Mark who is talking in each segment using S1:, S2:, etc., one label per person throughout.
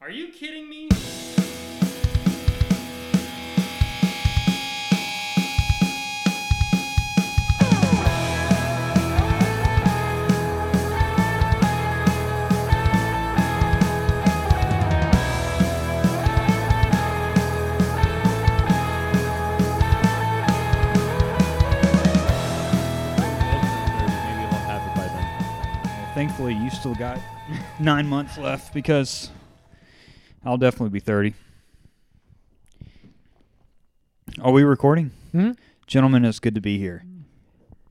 S1: Are you kidding me?
S2: Thankfully, you still got nine months left because I'll definitely be 30. Are we recording?
S1: Hmm?
S2: Gentlemen, it's good to be here.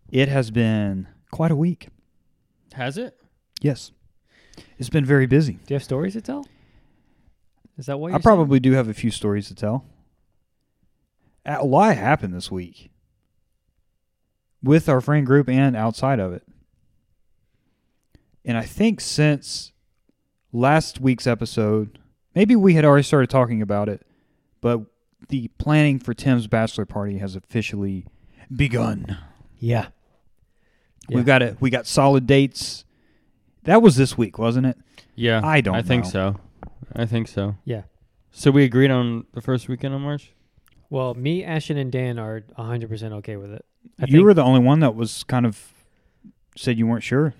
S2: It has been quite a week.
S1: Has it?
S2: Yes. It's been very busy.
S1: Do you have stories to tell? Is that what
S2: I probably do have a few stories to tell. A lot happened this week with our friend group and outside of it. And I think since last week's episode, maybe we had already started talking about it, but the planning for Tim's bachelor party has officially begun.
S1: Yeah. Yeah.
S2: We've got it. We got solid dates. That was this week, wasn't it?
S3: Yeah,
S2: I don't
S3: Uh, I think
S2: know.
S3: so. I think so.
S4: Yeah.
S3: So we agreed on the first weekend of March.
S4: Well, me, Ashton, and Dan are 100% okay with it. I
S2: you
S4: think-
S2: were the only one that was kind of said you weren't sure.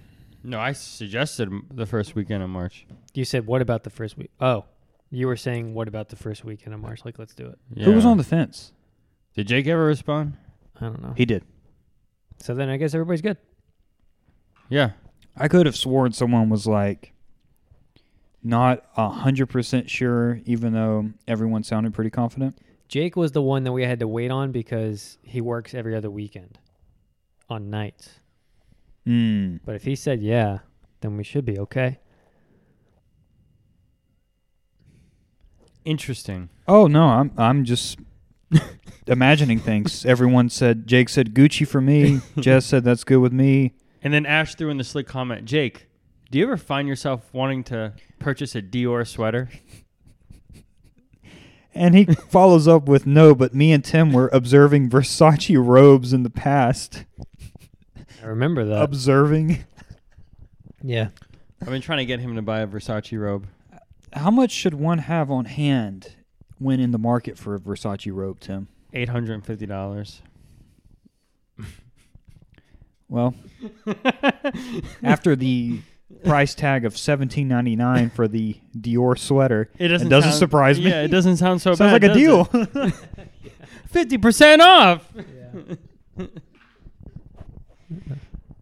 S3: No, I suggested m- the first weekend of March.
S4: You said, what about the first week? Oh, you were saying, what about the first weekend of March? Like, let's do it.
S3: Yeah.
S2: Who was on the fence?
S3: Did Jake ever respond?
S4: I don't know.
S2: He did.
S4: so then I guess everybody's good.
S3: Yeah.
S2: I could have sworn someone was like not a hundred percent sure, even though everyone sounded pretty confident.
S4: Jake was the one that we had to wait on because he works every other weekend on nights.
S2: Mm.
S4: But if he said, yeah, then we should be okay.
S3: Interesting.
S2: Oh no, I'm I'm just imagining things. Everyone said Jake said Gucci for me. Jess said that's good with me.
S3: And then Ash threw in the slick comment, Jake, do you ever find yourself wanting to purchase a Dior sweater?
S2: And he follows up with no, but me and Tim were observing Versace robes in the past.
S4: I remember
S2: Uh.
S4: that.
S2: observing.
S4: yeah.
S3: I've been trying to get him to buy a Versace robe.
S2: How much should one have on hand when in the market for a Versace robe, Tim?
S3: Eight hundred and fifty dollars.
S2: Well, after the price tag of seventeen ninety nine for the Dior sweater,
S3: It doesn't
S2: doesn't
S3: sound-
S2: surprise me.
S3: Yeah, it doesn't sound so
S2: sounds
S3: bad.
S2: like a deal.
S3: Fifty percent off.
S4: yeah.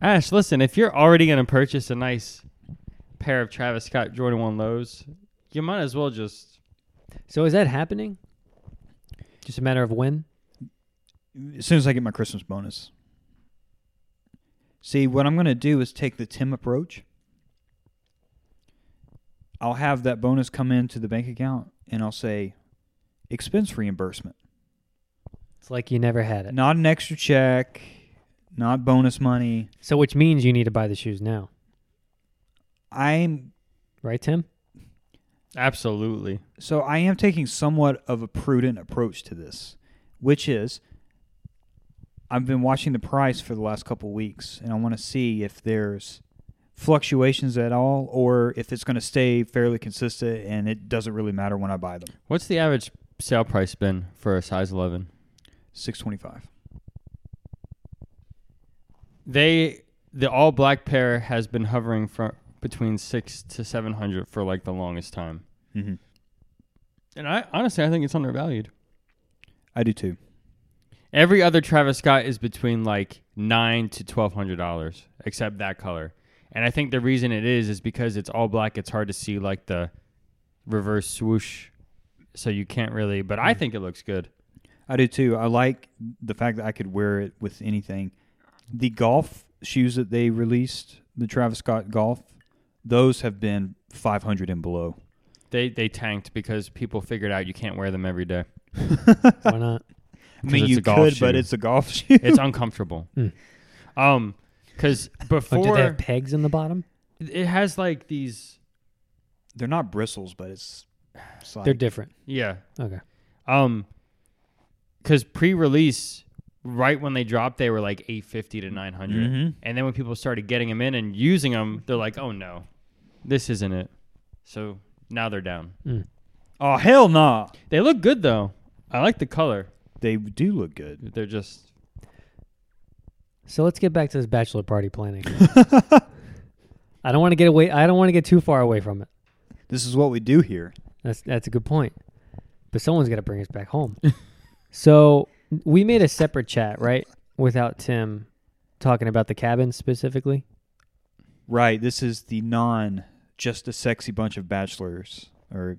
S3: Ash, listen, if you're already going to purchase a nice pair of Travis Scott Jordan 1 lows, you might as well just.
S4: So is that happening? Just a matter of when?
S2: as soon as I get my Christmas bonus. See, what I'm going to do is take the Tim approach. I'll have that bonus come into the bank account and I'll say expense reimbursement.
S4: It's like you never had it.
S2: Not an extra check, not bonus money.
S4: So, which means you need to buy the shoes now,
S2: I'm
S4: right, Tim?
S3: Absolutely.
S2: so I am taking somewhat of a prudent approach to this, which is I've been watching the price for the last couple weeks, and I want to see if there's fluctuations at all, or if it's going to stay fairly consistent, and it doesn't really matter when I buy them.
S3: What's the average sale price been for a size 11?
S2: Six twenty-five.
S3: They the all black pair has been hovering from between 6 to 700 for like the longest time.
S2: Mm-hmm.
S3: And I honestly I think it's undervalued.
S2: I do too.
S3: Every other Travis Scott is between like nine to twelve hundred dollars, except that color. And I think the reason it is is because it's all black. It's hard to see like the reverse swoosh, so you can't really. But
S4: Mm.
S3: I think it looks good.
S2: I do too. I like the fact that I could wear it with anything. The golf shoes that they released, the Travis Scott golf, those have been five hundred and below.
S3: They they tanked because people figured out you can't wear them every day.
S4: Why not?
S2: I
S3: 'Cause
S2: mean,
S3: it's
S2: you
S3: a golf
S2: could,
S3: shoe.
S2: but it's a golf shoe.
S3: It's uncomfortable.
S4: Hmm.
S3: Um, because
S4: Oh,
S3: before
S4: did they have pegs in the bottom?
S3: it has like these.
S2: They're not bristles, but it's. it's
S4: They're
S2: like-
S4: different.
S3: Yeah,
S4: Okay.
S3: Um, because pre-release, right when they dropped, they were like eight fifty to nine
S2: Mhm.
S3: and then when people started getting them in and using them, they're like, oh no, this isn't it. So Now they're down.
S2: Oh hell nah.
S3: They look good though. I like the color.
S2: They do look good.
S3: They're just
S4: So let's get back to this bachelor party planning. I don't want to get away. I don't want to get too far away from it.
S2: This is what we do here.
S4: That's that's a good point. But someone's got to bring us back home. so we made a separate chat, right? Without Tim talking about the cabin specifically.
S2: Right. This is the non just a sexy bunch of bachelors or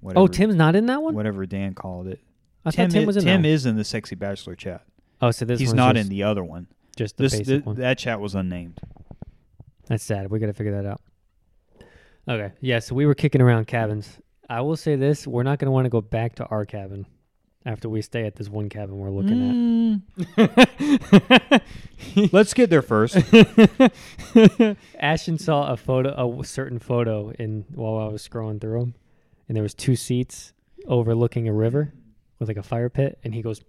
S2: whatever.
S4: Oh, Tim's not in that one.
S2: Whatever Dan called it.
S4: I thought Tim
S2: i-
S4: was in
S2: Tim
S4: that. one.
S2: is in the sexy bachelor chat.
S4: Oh, so this
S2: He's
S4: one's
S2: not
S4: just,
S2: in the other one.
S4: just the
S2: This
S4: basic
S2: th-
S4: one.
S2: that chat was unnamed.
S4: That's sad. We got to figure that out. Okay. Yeah. So we were kicking around cabins. I will say this: we're not going to want to go back to our cabin after we stay at this one cabin we're looking at.
S2: Mm. Let's get there first. Mm.
S4: Ashton saw a photo, a w- certain photo, in while I was scrolling through them, and there was two seats overlooking a river with like a fire pit, and he goes,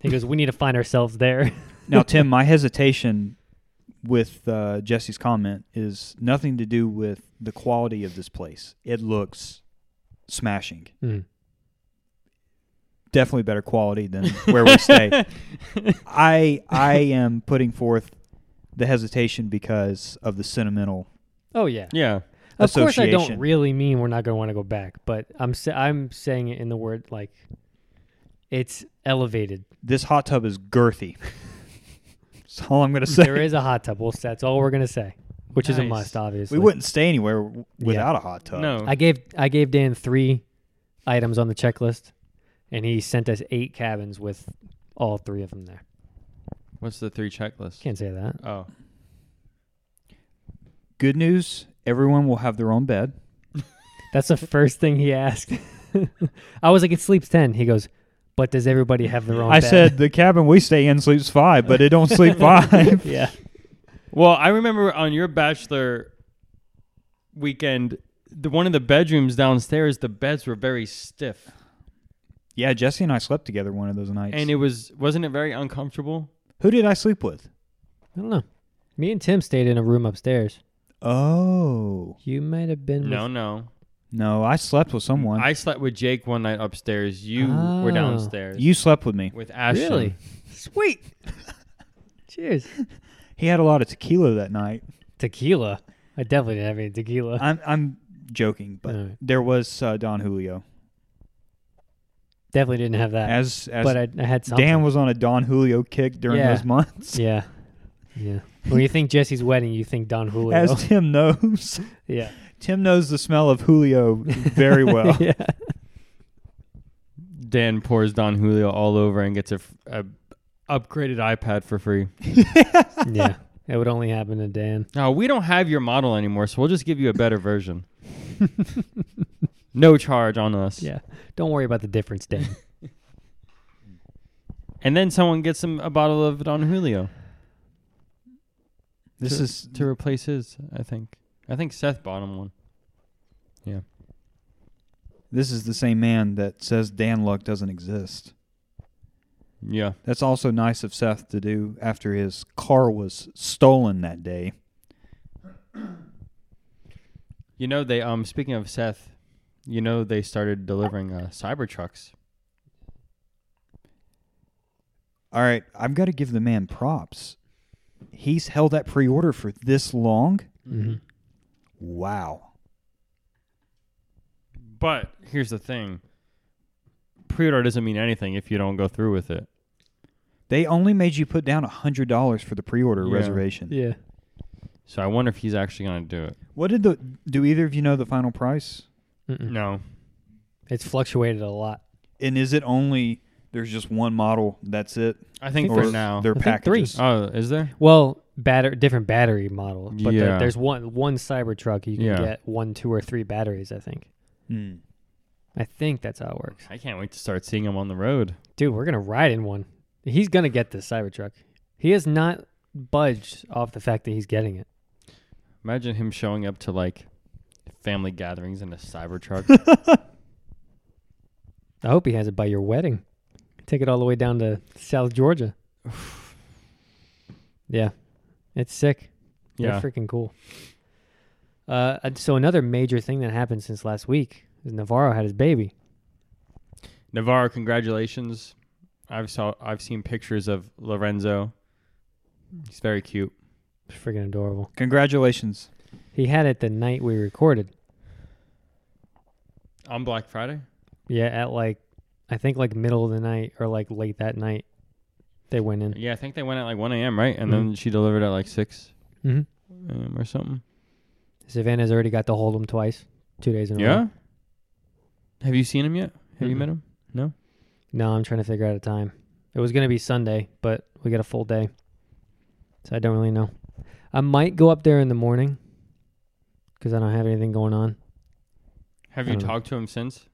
S4: he goes, we need to find ourselves there.
S2: now, Tim, my hesitation with uh, Jesse's comment is nothing to do with the quality of this place. It looks smashing.
S4: Mm.
S2: Definitely better quality than where we stay. I I am putting forth the hesitation because of the sentimental
S4: Oh yeah,
S3: yeah.
S4: of course I don't
S2: association.
S4: really mean we're not going to want to go back, but I'm sa- I'm saying it in the word like it's elevated.
S2: This hot tub is girthy. That's all I'm going to say.
S4: there is a hot tub. Well, that's all we're gonna say, which is a
S3: Nice.
S4: must, obviously.
S2: we wouldn't stay anywhere w- without a hot tub.
S3: No.
S4: I gave I gave Dan three items on the checklist, and he sent us eight cabins with all three of them there.
S3: What's the three checklist?
S4: Can't say that.
S3: Oh.
S2: Good news, everyone will have their own bed.
S4: That's the first thing he asked. I was like, "It sleeps 10. He goes, "But does everybody have their own?"
S2: I
S4: bed?"
S2: said the cabin we stay in sleeps five, but it don't sleep five.
S4: "Yeah."
S3: Well, I remember on your bachelor weekend, the one of the bedrooms downstairs, the beds were very stiff,
S2: yeah, Jesse and I slept together one of those nights.
S3: and it was wasn't it very uncomfortable?
S2: Who did I sleep with?
S4: I don't know. Me and Tim stayed in a room upstairs.
S2: Oh
S4: You might have been.
S3: No,
S4: with-
S3: no.
S2: no, I slept with someone.
S3: I slept with Jake one night upstairs. You were
S4: Ah.
S3: downstairs.
S2: you slept with me.
S3: with Ashton.
S4: really. Sweet. Cheers.
S2: He had a lot of tequila that night.
S4: Tequila. I definitely didn't have any tequila.
S2: I'm I'm joking, but
S4: Alright.
S2: there was uh, Don Julio
S4: Definitely didn't have that.
S2: as as
S4: but I, I had something.
S2: Dan was on a Don Julio kick during
S4: Yeah.
S2: those months.
S4: Yeah. Yeah. When you think Jesse's wedding, you think Don Julio.
S2: As Tim knows,
S4: yeah.
S2: Tim knows the smell of Julio very well.
S4: yeah.
S3: Dan pours Don Julio all over and gets a, f- a upgraded iPad for free.
S4: Yeah. It would only happen to Dan.
S3: No, we don't have your model anymore, so we'll just give you a better version. no charge on us.
S4: Yeah. Don't worry about the difference, Dan.
S3: And then someone gets him a bottle of Don Julio
S2: This is
S3: to replace his, I think. I think Seth bought him one.
S2: this is the same man that says Dan Luck doesn't exist.
S3: Yeah.
S2: That's also nice of Seth to do after his car was stolen that day.
S3: You know they um speaking of Seth, you know they started delivering uh Cybertrucks.
S2: All right, I've got to give the man props. He's held that pre-order for this long.
S4: mm-hmm.
S2: Wow.
S3: But here's the thing. Pre-order doesn't mean anything if you don't go through with it.
S2: They only made you put down hundred dollars for the pre-order
S3: Yeah.
S2: reservation.
S4: Yeah.
S3: So I wonder if he's actually going to do it.
S2: What did the? Do either of you know the final price?
S4: Mm-mm.
S3: No.
S4: It's fluctuated a lot.
S2: And is it only there's just one model? That's it.
S3: I think
S2: Or
S3: for now.
S2: their
S4: I think three.
S2: packages.
S3: Oh, is there?
S4: Well, batter different battery model, but there-
S3: Yeah.
S4: there's one one Cybertruck you can
S3: Yeah.
S4: get one, two, or three batteries. I think.
S2: Hmm.
S4: I think that's how it works,
S3: I can't wait to start seeing him on the road.
S4: dude. We're gonna ride in one. He's gonna get this Cybertruck. He has not budged off the fact that he's getting it.
S3: Imagine him showing up to like family gatherings in a Cybertruck.
S4: I hope he has it by your wedding. Take it all the way down to South Georgia. yeah. It's sick.
S3: yeah.
S4: They're freaking cool. Uh, and so another major thing that happened since last week is Navarro had his baby.
S3: Navarro, congratulations. I've saw I've seen pictures of Lorenzo. He's very cute.
S4: It's freaking adorable.
S2: Congratulations.
S4: He had it the night we recorded.
S3: On Black Friday?
S4: Yeah, at like I think like middle of the night or like late that night, they went in.
S3: Yeah, I think they went at like 1 a.m., right? And then she delivered at like 6
S4: Mm-hmm.
S3: a.m. or something.
S4: Savannah's already got to hold him twice, two days in a row.
S3: Yeah? Have you seen him yet? Have you
S4: Mm-mm.
S3: met him?
S4: No, I'm trying to figure out a time. It was gonna be Sunday, but we got a full day, so I don't really know. I might go up there in the morning because I don't have anything going on
S3: Have
S4: I
S3: you
S4: don't know.
S3: talked to him since?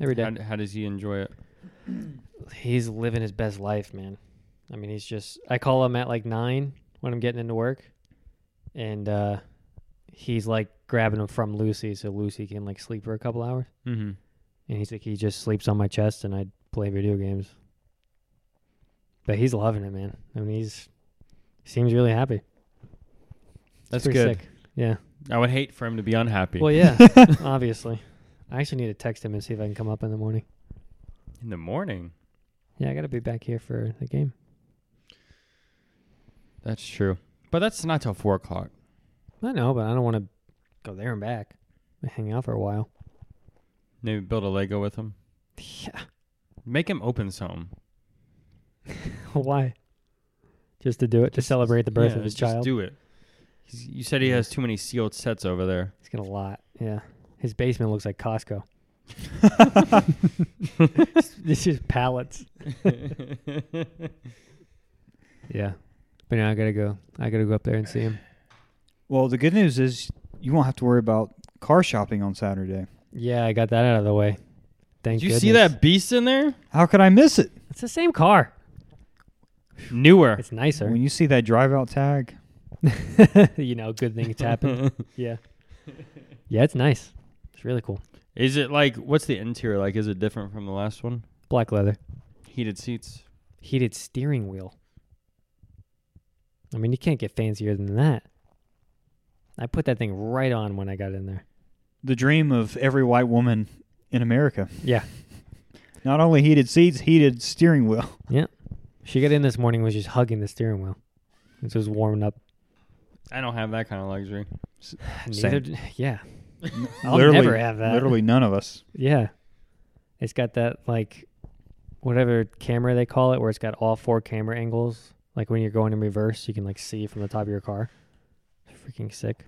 S4: every day.
S3: How, how does he enjoy it?
S4: he's living his best life, man. I mean, he's just. I call him at like nine when I'm getting into work, and uh, he's like grabbing him from Lucy, so Lucy can like sleep for a couple hours.
S3: Mm-hmm.
S4: And he's like, he just sleeps on my chest, and I play video games. But he's loving it, man. I mean, he's seems really happy. It's
S3: That's
S4: pretty
S3: good.
S4: Sick. Yeah.
S3: I would hate for him to be unhappy
S4: Well, yeah. obviously, I actually need to text him and see if I can come up in the morning.
S3: in the morning.
S4: Yeah, I gotta be back here for the game.
S3: That's true. But that's not till 4 o'clock.
S4: I know, but I don't want to go there and back. Hang out for a while.
S3: Maybe build a Lego with him.
S4: Yeah.
S3: Make him open some.
S4: Why? Just to do it, to celebrate the birth
S3: Yeah,
S4: of his
S3: just
S4: child.
S3: do it. He's, you said he has too many sealed sets over there.
S4: He's got a lot. Yeah. His basement looks like Costco. It's just pallets. Yeah. But now I gotta go. I gotta go up there and see him.
S2: Well, the good news is you won't have to worry about car shopping on Saturday.
S4: Yeah, I got that out of the way. Thank
S3: Did you see
S4: goodness.
S3: that beast in there?
S2: How could I miss it?
S4: It's the same car.
S3: Newer.
S4: It's nicer.
S2: When you see that drive out tag,
S4: you know, good things happen. yeah. Yeah, it's nice. It's really cool.
S3: Is it like what's the interior like? Is it different from the last one?
S4: Black leather.
S3: Heated seats.
S4: Heated steering wheel. I mean, you can't get fancier than that. I put that thing right on when I got in there.
S2: the dream of every white woman in America.
S4: Yeah.
S2: Not only heated seats, heated steering wheel.
S4: She got in this morning was just hugging the steering wheel. And so it was warming up.
S3: I don't have that kind of luxury.
S4: Neither,
S2: Same.
S4: d- yeah. I'll
S2: literally,
S4: never have that.
S2: Literally none of us.
S4: Yeah. It's got that like whatever camera they call it where it's got all four camera angles. Like when you're going in reverse, you can like see from the top of your car. Freaking sick.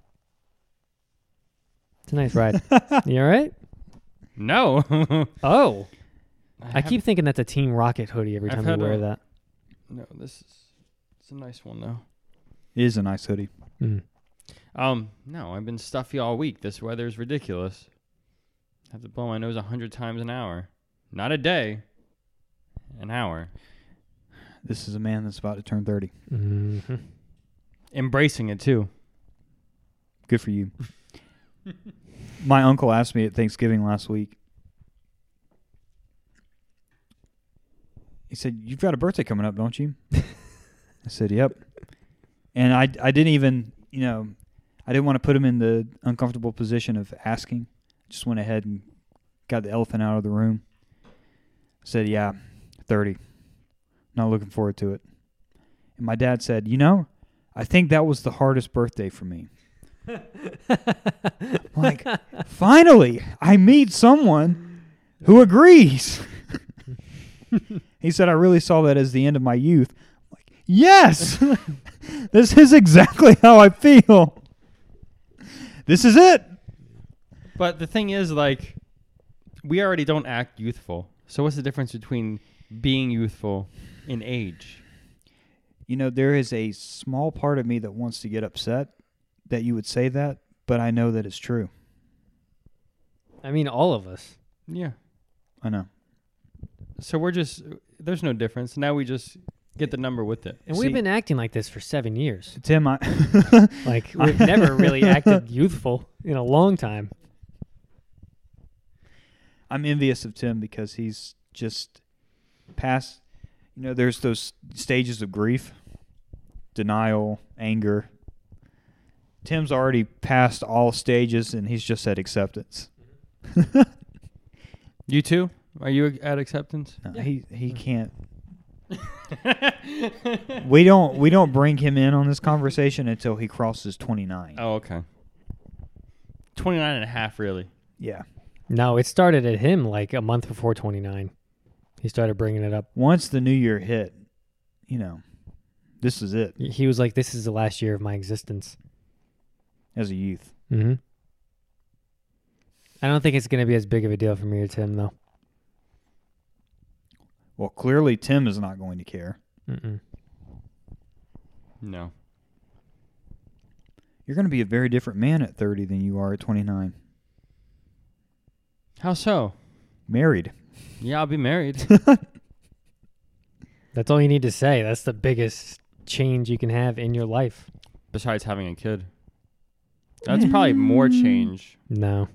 S4: It's a nice ride. you all right?
S3: No.
S4: Oh. I,
S3: have-
S4: keep thinking that's a Team Rocket hoodie every
S3: I've
S4: time you
S3: had
S4: wear
S3: a-
S4: that.
S3: No, this is it's a nice one though.
S2: It is a nice hoodie.
S4: Mm.
S3: Um, no, I've been stuffy all week. This weather is ridiculous. I have to blow my nose a hundred times an hour. Not a day. An hour.
S2: This is a man that's about to turn 30.
S4: hmm
S3: Embracing it too.
S2: Good for you. My uncle asked me at Thanksgiving last week. He said, "You've got a birthday coming up, don't you?" I said, "Yep." And I I didn't even, you know, I didn't want to put him in the uncomfortable position of asking. Just went ahead and got the elephant out of the room. said, "Yeah, 30. Not looking forward to it." And my dad said, "You know, I think that was the hardest birthday for me." like finally i meet someone who agrees he said i really saw that as the end of my youth like yes this is exactly how i feel this is it
S3: But the thing is, like, we already don't act youthful. So what's the difference between being youthful and age?
S2: you know there is a small part of me that wants to get upset that you would say that but i know that it's true
S4: I mean, all of us.
S3: Yeah.
S2: i know
S3: So we're just there's no difference. Now we just get the number with it.
S4: And
S2: See-
S4: we've been acting like this for seven years.
S2: tim i
S4: Like we've never really acted youthful in a long time.
S2: I'm envious of Tim because he's just past. You know, there's those stages of grief, denial, anger. Tim's already passed all stages and he's just at acceptance.
S3: You too? Are you at acceptance?
S2: No, He he can't. We don't we don't bring him in on this conversation until he crosses 29.
S3: Oh, okay. 29 and a half, really.
S2: Yeah.
S4: No, it started at him like a month before 29. He started bringing it up.
S2: Once the new year hit, you know, this is it
S4: He was like, "This is the last year of my existence."
S2: as a youth.
S4: Mm-hmm. I don't think it's going to be as big of a deal for me or Tim though.
S2: Well, clearly Tim is not going to care.
S4: Mm-mm.
S3: No.
S2: You're going to be a very different man at 30 than you are at 29.
S3: How so?
S2: Married.
S3: Yeah, I'll be married.
S4: That's all you need to say. That's the biggest change you can have in your life.
S3: Besides having a kid. That's probably more change.
S4: No.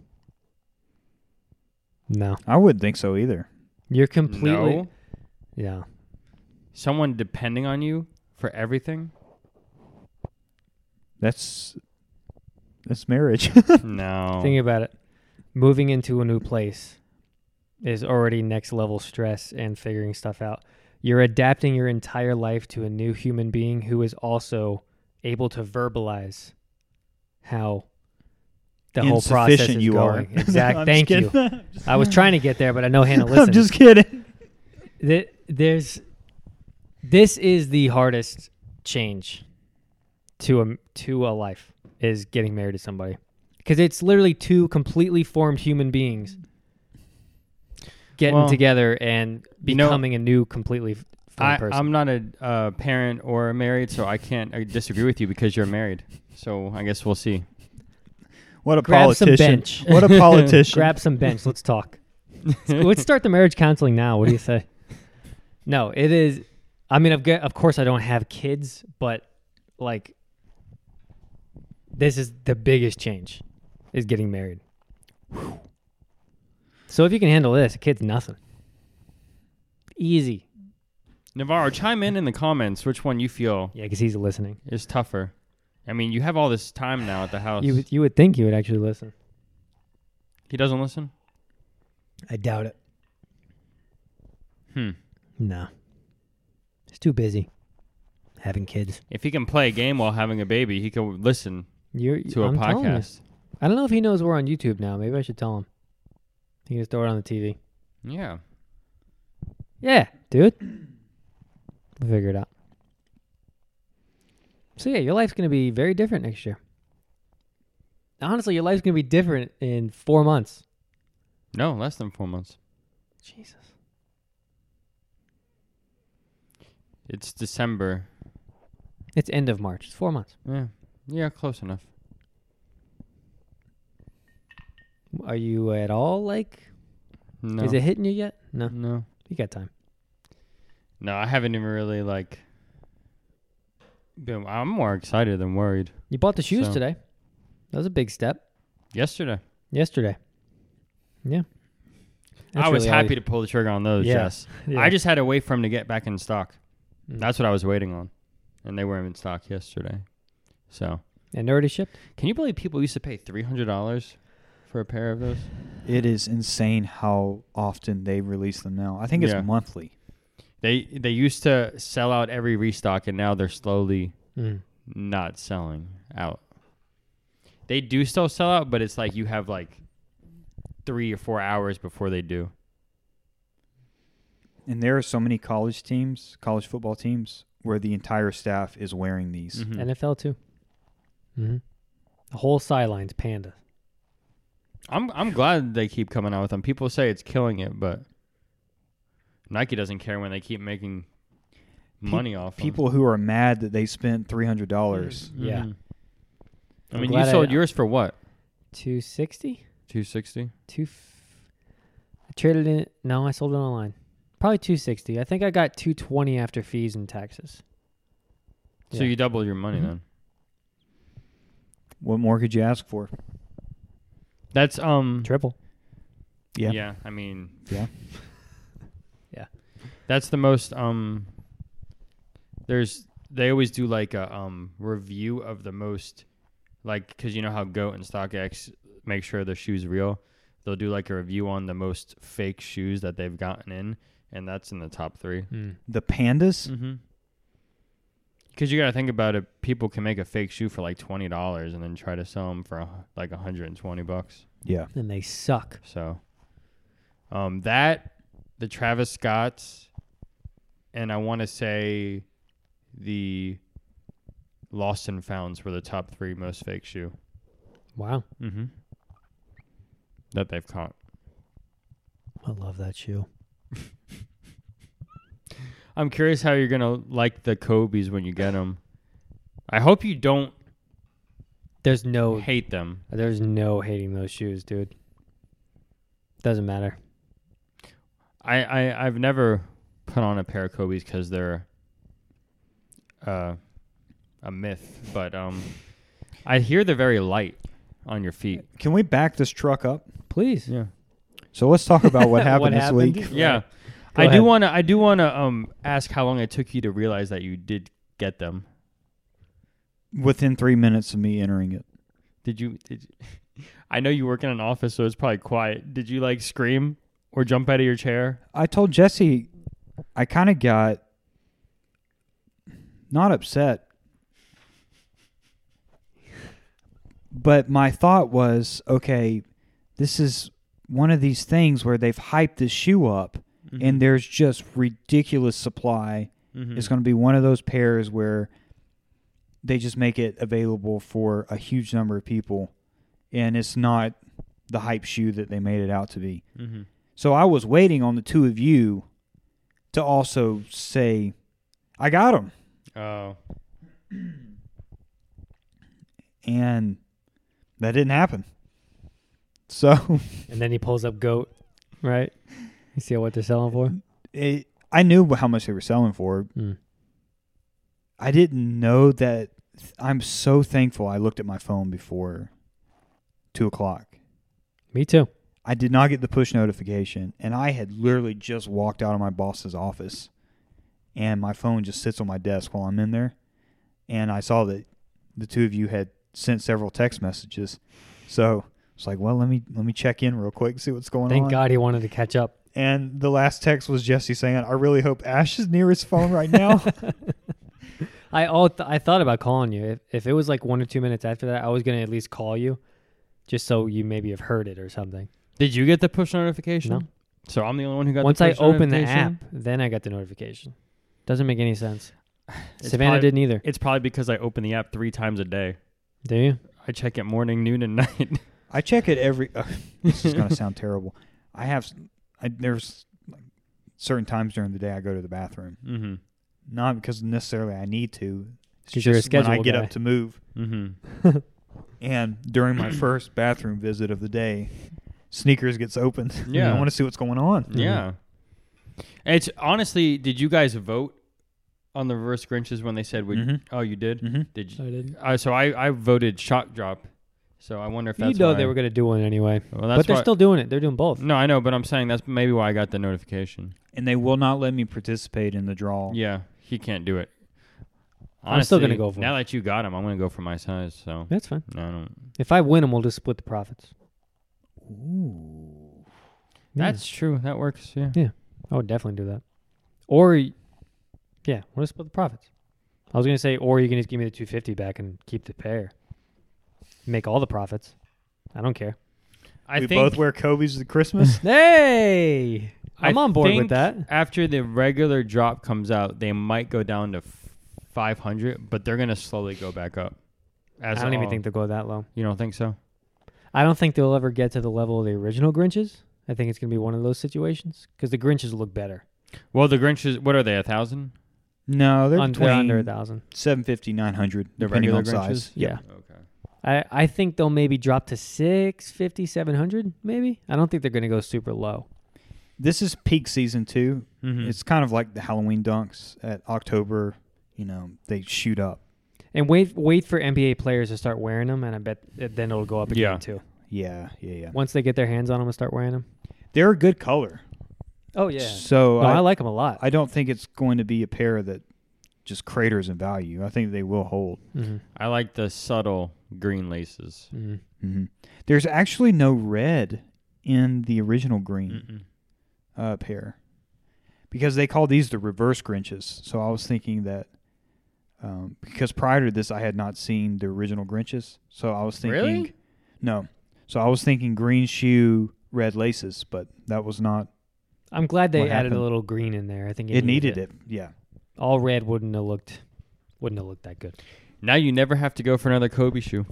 S4: No.
S2: I wouldn't think so either.
S4: You're completely
S3: No.
S4: Yeah.
S3: Someone depending on you for everything?
S2: That's that's marriage.
S3: No.
S2: Oh.
S4: Think about it. Moving into a new place is already next level stress and figuring stuff out. You're adapting your entire life to a new human being who is also able to verbalize how the whole process
S2: Insufficient
S4: is
S2: you
S4: going.
S2: are.
S4: Exactly.
S2: I'm
S4: Thank
S2: just
S4: you.
S2: kidding.
S4: I was trying to get there, but I know Hannah listens.
S2: I'm just kidding.
S4: Th- there's this is the hardest change to a to a life is getting married to somebody because it's literally two completely formed human beings getting
S3: Well,
S4: together and
S3: you know,
S4: becoming a new completely f- formed
S3: I,
S4: person.
S3: I'm not a uh, parent or married, so I can't uh, disagree with you because you're married. So I guess we'll see.
S2: What a
S4: Grab some
S2: politician.
S4: bench.
S2: What a politician.
S4: Grab some bench. Let's talk. Let's start the marriage counseling now. What do you say? No, it is. I mean, I've got, of course, I don't have kids, but like, this is the biggest change is getting married. So if you can handle this, a kid's nothing. Easy.
S3: Navarro, chime in in the comments which one you feel
S4: Yeah, because he's listening.
S3: is tougher. I mean, you have all this time now at the house.
S4: You would, you would think you would actually listen.
S3: he doesn't listen?
S4: I doubt it.
S3: Hmm.
S4: No. He's too busy having kids.
S3: If he can play a game while having a baby, he could listen
S4: You're,
S3: to a
S4: I'm telling you.
S3: podcast.
S4: I don't know if he knows we're on YouTube now. Maybe I should tell him. He can just throw it on the TV.
S3: Yeah.
S4: Yeah, dude. We'll figure it out. So yeah, your life's gonna be very different next year. Honestly, your life's gonna be different in four months.
S3: No, less than four months.
S4: Jesus.
S3: It's December.
S4: It's end of March. It's four months.
S3: Yeah. Yeah, close enough.
S4: Are you at all like?
S3: No.
S4: Is it hitting you yet? No,
S3: No.
S4: you got time.
S3: No, I haven't even really, like, been. I'm more excited than worried.
S4: You bought the shoes
S3: So-
S4: today. That was a big step.
S3: Yesterday.
S4: Yesterday. Yeah.
S3: I was happy to pull the trigger on those.
S4: Yeah.
S3: Yes, I just had to wait for them to get back in stock.
S4: Mm.
S3: That's what I was waiting on, and they weren't in stock yesterday. So,
S4: and already shipped.
S3: can you believe people used to pay three hundred dollars for a pair of those?
S2: It is insane how often they release them now. I think it's
S3: Yeah.
S2: monthly.
S3: They they used to sell out every restock, and now they're slowly
S4: Mm.
S3: not selling out. They do still sell out, but it's like you have like three or four hours before they do.
S2: And there are so many college teams, college football teams, where the entire staff is wearing these.
S3: Mhm.
S4: NFL too. Mm-hmm. The whole sideline's panda.
S3: I'm I'm glad they keep coming out with them. People say it's killing it, but Nike doesn't care when they keep making
S2: Pe-
S3: money off 'em.
S2: People who are mad that they spent three hundred dollars.
S4: Yeah.
S3: Mhm. I
S4: I'm
S3: mean, you
S4: glad I- uh,
S3: sold yours for what?
S4: 260?
S3: Two sixty.
S4: Two f- I traded it. No, I sold it online. Probably 260. I think I got 220 after fees and taxes.
S3: So
S4: Yeah.
S3: you doubled your money
S4: Mhm.
S3: then.
S2: What more could you ask for?
S3: That's um.
S4: Triple.
S2: Yeah.
S3: Yeah. I mean.
S2: Yeah.
S4: Yeah.
S3: That's the most um. There's they always do like a um review of the most like because you know how Goat and StockX make sure their shoes real. They'll do like a review on the most fake shoes that they've gotten in, and that's in the top three.
S4: Hmm.
S2: The pandas?
S4: Mm.
S3: Mm-hmm. Because you got to think about it, people can make a fake shoe for like twenty dollars and then try to sell them for a hu- like hundred and twenty bucks.
S2: Yeah.
S4: And they suck.
S3: So, um, that the Travis Scotts, and I want to say the Lost and Founds were the top three most fake shoe
S4: Wow.
S3: mm-hmm. that they've caught.
S4: I love that shoe.
S3: I'm curious how you're gonna like the Kobe's when you get them. I hope you don't
S4: There's no
S3: hate them.
S4: there's no hating those shoes, dude. Doesn't matter.
S3: I, I I've never put on a pair of Kobe's because they're uh, a myth, but um, I hear they're very light on your feet.
S2: Can we back this truck up?
S4: Please.
S3: Yeah.
S2: So let's talk about what happened
S4: What
S2: this
S4: happened?
S2: week.
S3: Yeah.
S4: Go
S3: I
S4: ahead.
S3: do want to. I do want to um ask how long it took you to realize that you did get them.
S2: Within three minutes of me entering it.
S3: Did you? Did you I know you work in an office, so it's probably quiet. Did you like scream or jump out of your chair?
S2: I told Jesse I kind of got not upset, but my thought was okay, this is one of these things where they've hyped this shoe up
S4: Mm-hmm.
S2: and there's just ridiculous supply.
S3: Mhm.
S2: It's going to be one of those pairs where they just make it available for a huge number of people and it's not the hype shoe that they made it out to be.
S3: Mhm.
S4: mm-hmm.
S2: So I was waiting on the two of you to also say, I got them.
S3: Oh,
S2: And that didn't happen. So
S4: And then he pulls up goat, right? You see what they're selling for?
S2: it, I knew how much they were selling for.
S4: Mm.
S2: I didn't know that. I'm so thankful I looked at my phone before two o'clock.
S4: Me too.
S2: I did not get the push notification, and I had literally just walked out of my boss's office, and my phone just sits on my desk while I'm in there, and I saw that the two of you had sent several text messages, so it's like, well, let me let me check in real quick, see what's going
S4: Thank
S2: on.
S4: God he wanted to catch up.
S2: And the last text was Jesse saying, "I really hope Ash is near his phone right now."
S4: I all th- I thought about calling you. If, if it was like one or two minutes after that, I was gonna at least call you, just so you maybe have heard it or something.
S3: did you get the push notification?
S4: No.
S3: So I'm the only one who got.
S4: Once
S3: the
S4: I
S3: push
S4: opened the app,
S3: notification?
S4: then I got the notification. Doesn't make any sense.
S3: It's
S4: Savannah
S3: probably-
S4: didn't either.
S3: It's probably because I open the app three times a day.
S4: Do you?
S3: I check it morning, noon, and night.
S2: I check it every. this is going to sound terrible. I have. I, there's like, certain times during the day I go to the bathroom.
S3: mm-hmm.
S2: not because necessarily I need to. It's
S4: 'Cause you're a
S2: just when I
S4: schedule
S2: get
S4: guy.
S2: up to move.
S3: Mm-hmm.
S2: And during my first bathroom visit of the day, sneakers gets opened.
S3: Yeah.
S2: I want to see what's going on.
S3: Yeah. It's honestly, did you guys vote on the reverse Grinches when they said, would,
S2: Mhm.
S3: "Oh, you did?
S2: Mm-hmm.
S3: Did you?"
S4: I didn't.
S3: Uh, so I, I voted shock drop. So I wonder if
S4: You
S3: that's
S4: know
S3: why-
S4: they were gonna do one anyway,
S3: Well, that's
S4: but they're
S3: why-
S4: still doing it. They're doing both.
S3: No, I know, but I'm saying that's maybe why I got the notification.
S2: And they will not let me participate in the draw.
S3: Yeah, he can't do it.
S4: I'm still gonna
S3: Honestly,
S4: go for
S3: now that you got him. I'm gonna go for my size. So
S4: That's fine.
S3: no, I don't.
S4: If I win them, we'll just split the profits.
S2: Ooh.
S4: Yeah.
S3: That's true. That works. Yeah.
S4: I would definitely do that. Or, y- yeah, we'll just split the profits. I was gonna say, or you can just give me the two fifty back and keep the pair. Make all the profits. I don't care.
S3: I
S2: we
S3: think
S2: both wear Kobe's at Christmas.
S4: Hey,
S3: I
S4: I'm on board
S3: think
S4: with that.
S3: after the regular drop comes out, they might go down to f- 500, but they're gonna slowly go back up.
S4: I
S3: As
S4: don't even
S3: all-
S4: think they'll go that low.
S3: you don't think so.
S4: I don't think they'll ever get to the level of the original Grinches. I think it's gonna be one of those situations because the Grinches look better.
S3: Well, the Grinches. What are they? A thousand?
S2: no, they're
S4: Un-
S2: between
S4: they're under a thousand.
S2: 750, 900,
S3: The
S2: depending
S3: regular
S2: on size.
S3: Grinches?
S4: Yeah.
S3: Okay.
S4: I, I think they'll maybe drop to 650, 700 maybe. I don't think they're going to go super low.
S2: This is peak season too.
S4: Hmm.
S3: Mm-hmm.
S2: It's kind of like the Halloween dunks at October. You know, they shoot up.
S4: And wait wait for NBA players to start wearing them, and I bet that then it'll go up again
S3: Yeah.
S4: too.
S2: Yeah, yeah, yeah.
S4: Once they get their hands on them and start wearing them.
S2: They're a good color.
S4: Oh yeah.
S2: So
S4: No,
S2: I,
S4: I, like them a lot.
S2: I don't think it's going to be a pair that just craters in value. I think they will hold.
S4: Mhm.
S3: I like the subtle green laces.
S4: Mm.
S2: hmm There's actually no red in the original green
S3: Mm-mm.
S2: uh, pair because they call these the reverse Grinches. So I was thinking that um, because prior to this, I had not seen the original Grinches. So I was thinking,
S3: Really?
S2: no. So I was thinking green shoe, red laces, but that was not.
S4: I'm glad they
S2: What
S4: added a
S2: happened?
S4: little green in there. I think it,
S2: it needed it. Yeah.
S4: All red wouldn't have looked wouldn't have looked that good.
S3: Now you never have to go for another Kobe shoe.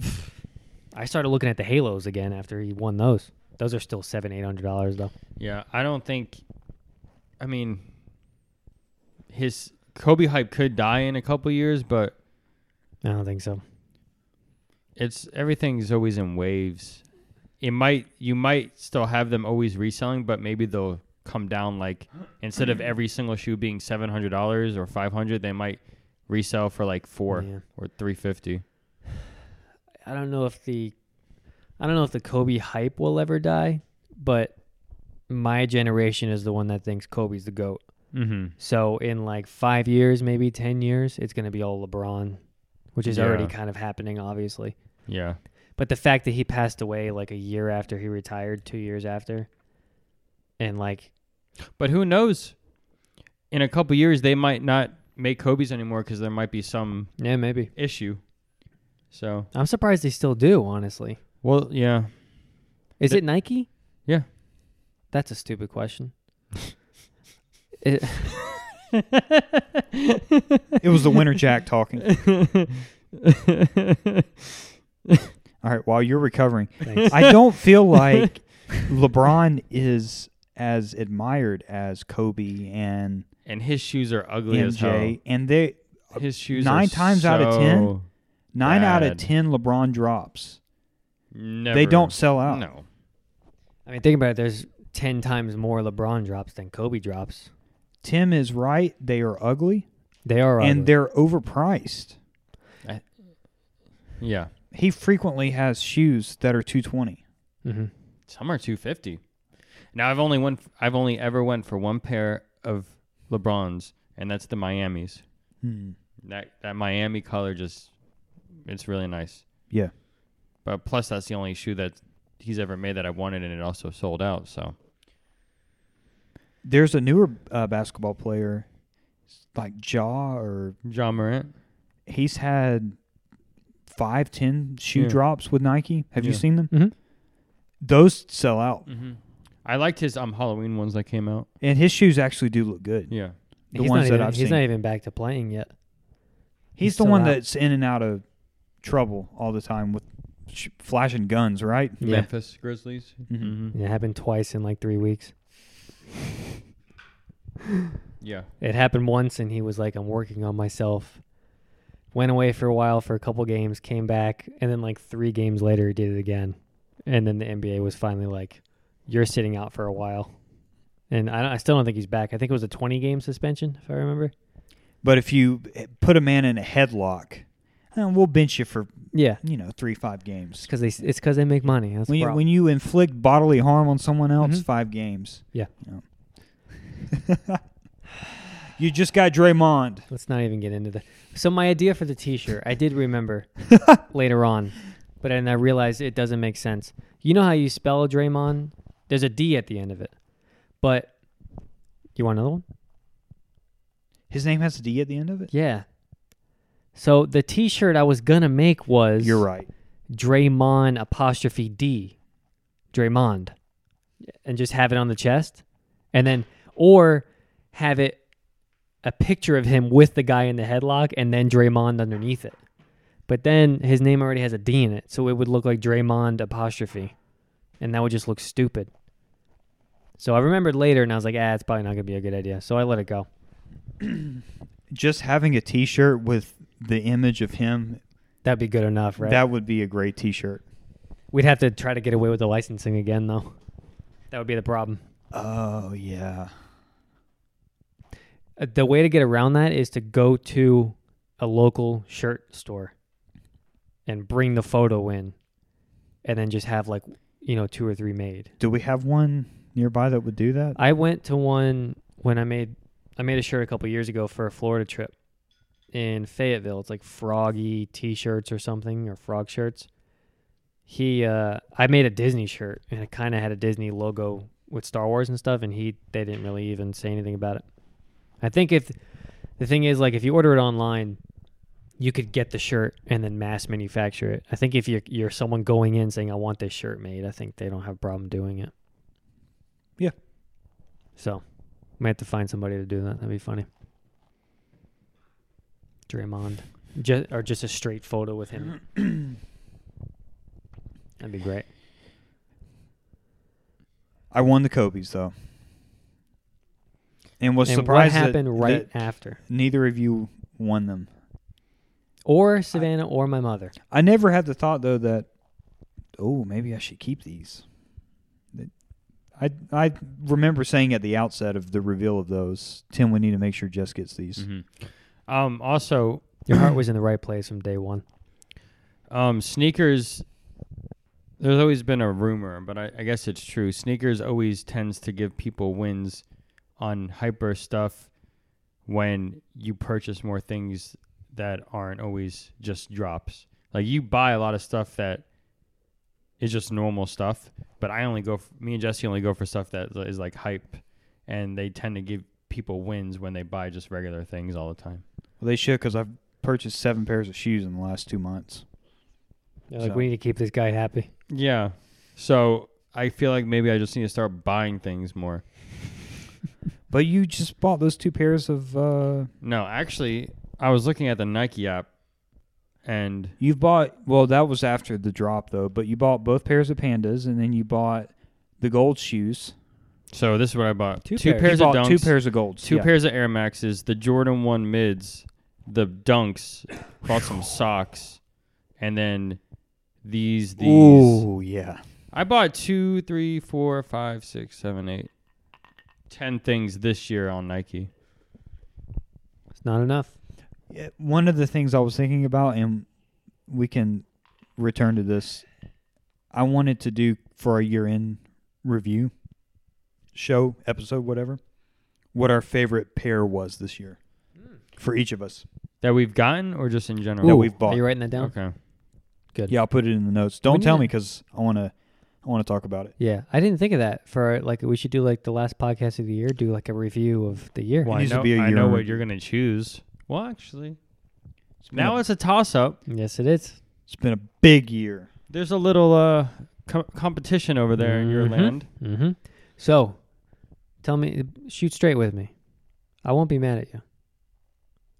S4: I started looking at the halos again after he won those. Those are still seven, eight hundred dollars though.
S3: Yeah, I don't think. I mean, his Kobe hype could die in a couple years, but
S4: I don't think so.
S3: it's everything's always in waves. It might you might still have them always reselling, but maybe they'll come down like instead of every single shoe being seven hundred dollars or five hundred, they might resell for like four
S4: Yeah.
S3: or three fifty.
S4: I don't know if the I don't know if the Kobe hype will ever die, but my generation is the one that thinks Kobe's the goat.
S3: Mm-hmm.
S4: So in like five years, maybe ten years, it's gonna be all LeBron, which is already
S3: Yeah.
S4: kind of happening, obviously.
S3: Yeah,
S4: But the fact that he passed away like a year after he retired, two years after, and like
S3: but who knows? In a couple years, they might not make Kobe's anymore because there might be some
S4: yeah, maybe
S3: issue. So
S4: I'm surprised they still do. Honestly,
S3: well, yeah.
S4: is
S3: It-
S4: it Nike?
S3: Yeah.
S4: that's a stupid question. It-
S2: It was the winter Jack talking. All right. While you're recovering,
S4: Thanks.
S2: I don't feel like LeBron is as admired as Kobe and
S3: and his shoes are ugly as hell.
S2: MJ, and they
S3: His shoes
S2: Nine
S3: are
S2: times out of ten,
S3: so
S2: nine out of
S3: Bad.
S2: ten LeBron drops.
S3: Never.
S2: They don't sell out.
S3: No.
S4: I mean, think about it. There's ten times more LeBron drops than Kobe drops.
S2: Tim is right. They are ugly,
S4: They are
S2: and
S4: ugly.
S2: they're overpriced.
S3: Yeah.
S2: He frequently has shoes that are two twenty.
S4: Mhm.
S3: Some are two fifty. Now I've only went. I've only ever went for one pair of Lebrons, and that's the Miami's. Hmm. That that Miami color just, it's really nice.
S2: Yeah.
S3: But plus, that's the only shoe that he's ever made that I wanted, and it also sold out. So
S2: There's a newer uh, basketball player, like Jaw, or
S3: John Morant.
S2: he's had five, ten shoe
S3: Yeah.
S2: drops with Nike. Have you
S3: Yeah.
S2: seen them?
S4: Mhm.
S2: Those sell out,
S3: Mm-hmm. I liked his um Halloween ones that came out.
S2: and his shoes actually do look good.
S3: Yeah.
S2: The ones
S4: he's not
S2: that
S4: even,
S2: I've
S4: he's
S2: seen.
S4: not even back to playing yet.
S2: He's,
S4: He's
S2: the
S4: still
S2: one
S4: out.
S2: that's in and out of trouble all the time with sh- flashing guns, right?
S4: Yeah.
S3: Memphis Grizzlies.
S2: Mhm.
S3: Mm-hmm.
S4: It happened twice in like three weeks.
S3: Yeah.
S4: It happened once, and he was like, "I'm working on myself." Went away for a while for a couple games, came back, and then like three games later, he did it again. And then the NBA was finally like, "You're sitting out for a while." And I, I still don't think he's back. I think it was a 20 game suspension, if I remember.
S2: But if you eh, put a man in a headlock, eh, we'll bench you for
S4: Yeah,
S2: you know three five games.
S4: because they it's because they make money. That's
S2: When
S4: the
S2: you,
S4: problem.
S2: when you inflict bodily harm on someone else,
S4: Mhm.
S2: five games.
S4: Yeah.
S2: You, know. You just got Draymond.
S4: Let's not even get into that. So my idea for the T-shirt, I did remember later on, but then I realized it doesn't make sense. You know how you spell Draymond? There's a D at the end of it, but you want another one?
S2: His name has a D at the end of it.
S4: Yeah. So the T-shirt I was gonna make was
S2: You're right.
S4: Draymond apostrophe D, Draymond, and just have it on the chest, and then or have it a picture of him with the guy in the headlock, and then Draymond underneath it. But then his name already has a D in it, so it would look like Draymond apostrophe, and that would just look stupid. So I remembered later, and I was like, ah, it's probably not gonna be a good idea. So I let it go.
S2: Just having a T-shirt with the image of him,
S4: That'd be good enough, right?
S2: that would be a great T-shirt.
S4: We'd have to try to get away with the licensing again, though. That would be the problem.
S2: Oh yeah.
S4: Uh, the way to get around that is to go to a local shirt store and bring the photo in and then just have like you know two or three made
S2: Do we have one nearby that would do that?
S4: i went to one when i made i made a shirt a couple years ago for a florida trip in Fayetteville. It's like froggy t-shirts or something or frog shirts. He uh I made a Disney shirt and it kind of had a Disney logo with Star Wars and stuff and he they didn't really even say anything about it. I think if the thing is like if you order it online you could get the shirt and then mass manufacture it. I think if you're, you're someone going in saying I want this shirt made, I think they don't have a problem doing it.
S2: Yeah.
S4: So, might have to find somebody to do that. That'd be funny. Draymond, just, or just a straight photo with him. That'd be great.
S2: I won the Kobe's though, and was
S4: and what
S2: surprised that-
S4: happened right
S2: that
S4: after?
S2: neither of you won them.
S4: Or Savannah or my mother.
S2: I never had the thought though that, oh, maybe I should keep these. That- I I remember saying at the outset of the reveal of those, Tim, we need to make sure Jess gets these.
S3: Mm-hmm. Um, also,
S4: Your heart was in the right place from day one.
S3: Um, sneakers. There's always been a rumor, but I, I guess it's true. Sneakers always tends to give people wins on hyper stuff when you purchase more things that aren't always just drops. Like you buy a lot of stuff that is just normal stuff, but I only go. f me and Jesse only go for stuff that is like hype, and they tend to give people wins when they buy just regular things all the time.
S2: Well, they should because I've purchased seven pairs of shoes in the last two months.
S4: They're like,
S2: So-
S4: we need to keep this guy happy.
S3: Yeah. So I feel like maybe I just need to start buying things more.
S2: But you just bought those two pairs of. Uh,
S3: No, actually, I was looking at the Nike app and
S2: you've bought well, that was after the drop though. But you bought both pairs of pandas, and then you bought the gold shoes.
S3: so this is what I bought.
S4: Two
S2: You
S4: pairs.
S3: pairs of
S2: bought
S3: dunks,
S2: two pairs of golds.
S3: two
S2: yeah.
S3: pairs of Air Maxes, the Jordan 1 mids, the dunks, bought some socks, and then these these
S2: Ooh, yeah.
S3: I bought two, three, four, five, six, seven, eight, ten things this year on Nike.
S4: It's not enough.
S2: Yeah, one of the things I was thinking about, and we can return to this. I wanted to do for our year-end review, show episode, whatever, what our favorite pair was this year for each of us
S3: That we've gotten or just in general?
S2: that we've bought.
S4: Are you writing that down?
S3: Okay.
S2: Yeah, I'll put it in the notes. Don't
S4: need
S2: tell
S4: to-
S2: me because I want to. I want to talk about it.
S4: Yeah, I didn't think of that. For like, we should do like the last podcast of the year, do like a review of the year.
S3: Well, I
S2: needs to
S3: know,
S2: be a
S3: I know
S2: year-
S3: what you're going to choose. Well, actually,
S2: It's been
S3: now
S2: a,
S3: it's a toss up.
S4: Yes, it is.
S2: it's been a big year.
S3: There's a little uh, com- competition over there in your
S4: Mhm.
S3: land.
S4: Mm-hmm. So, tell me, shoot straight with me. I won't be mad at you.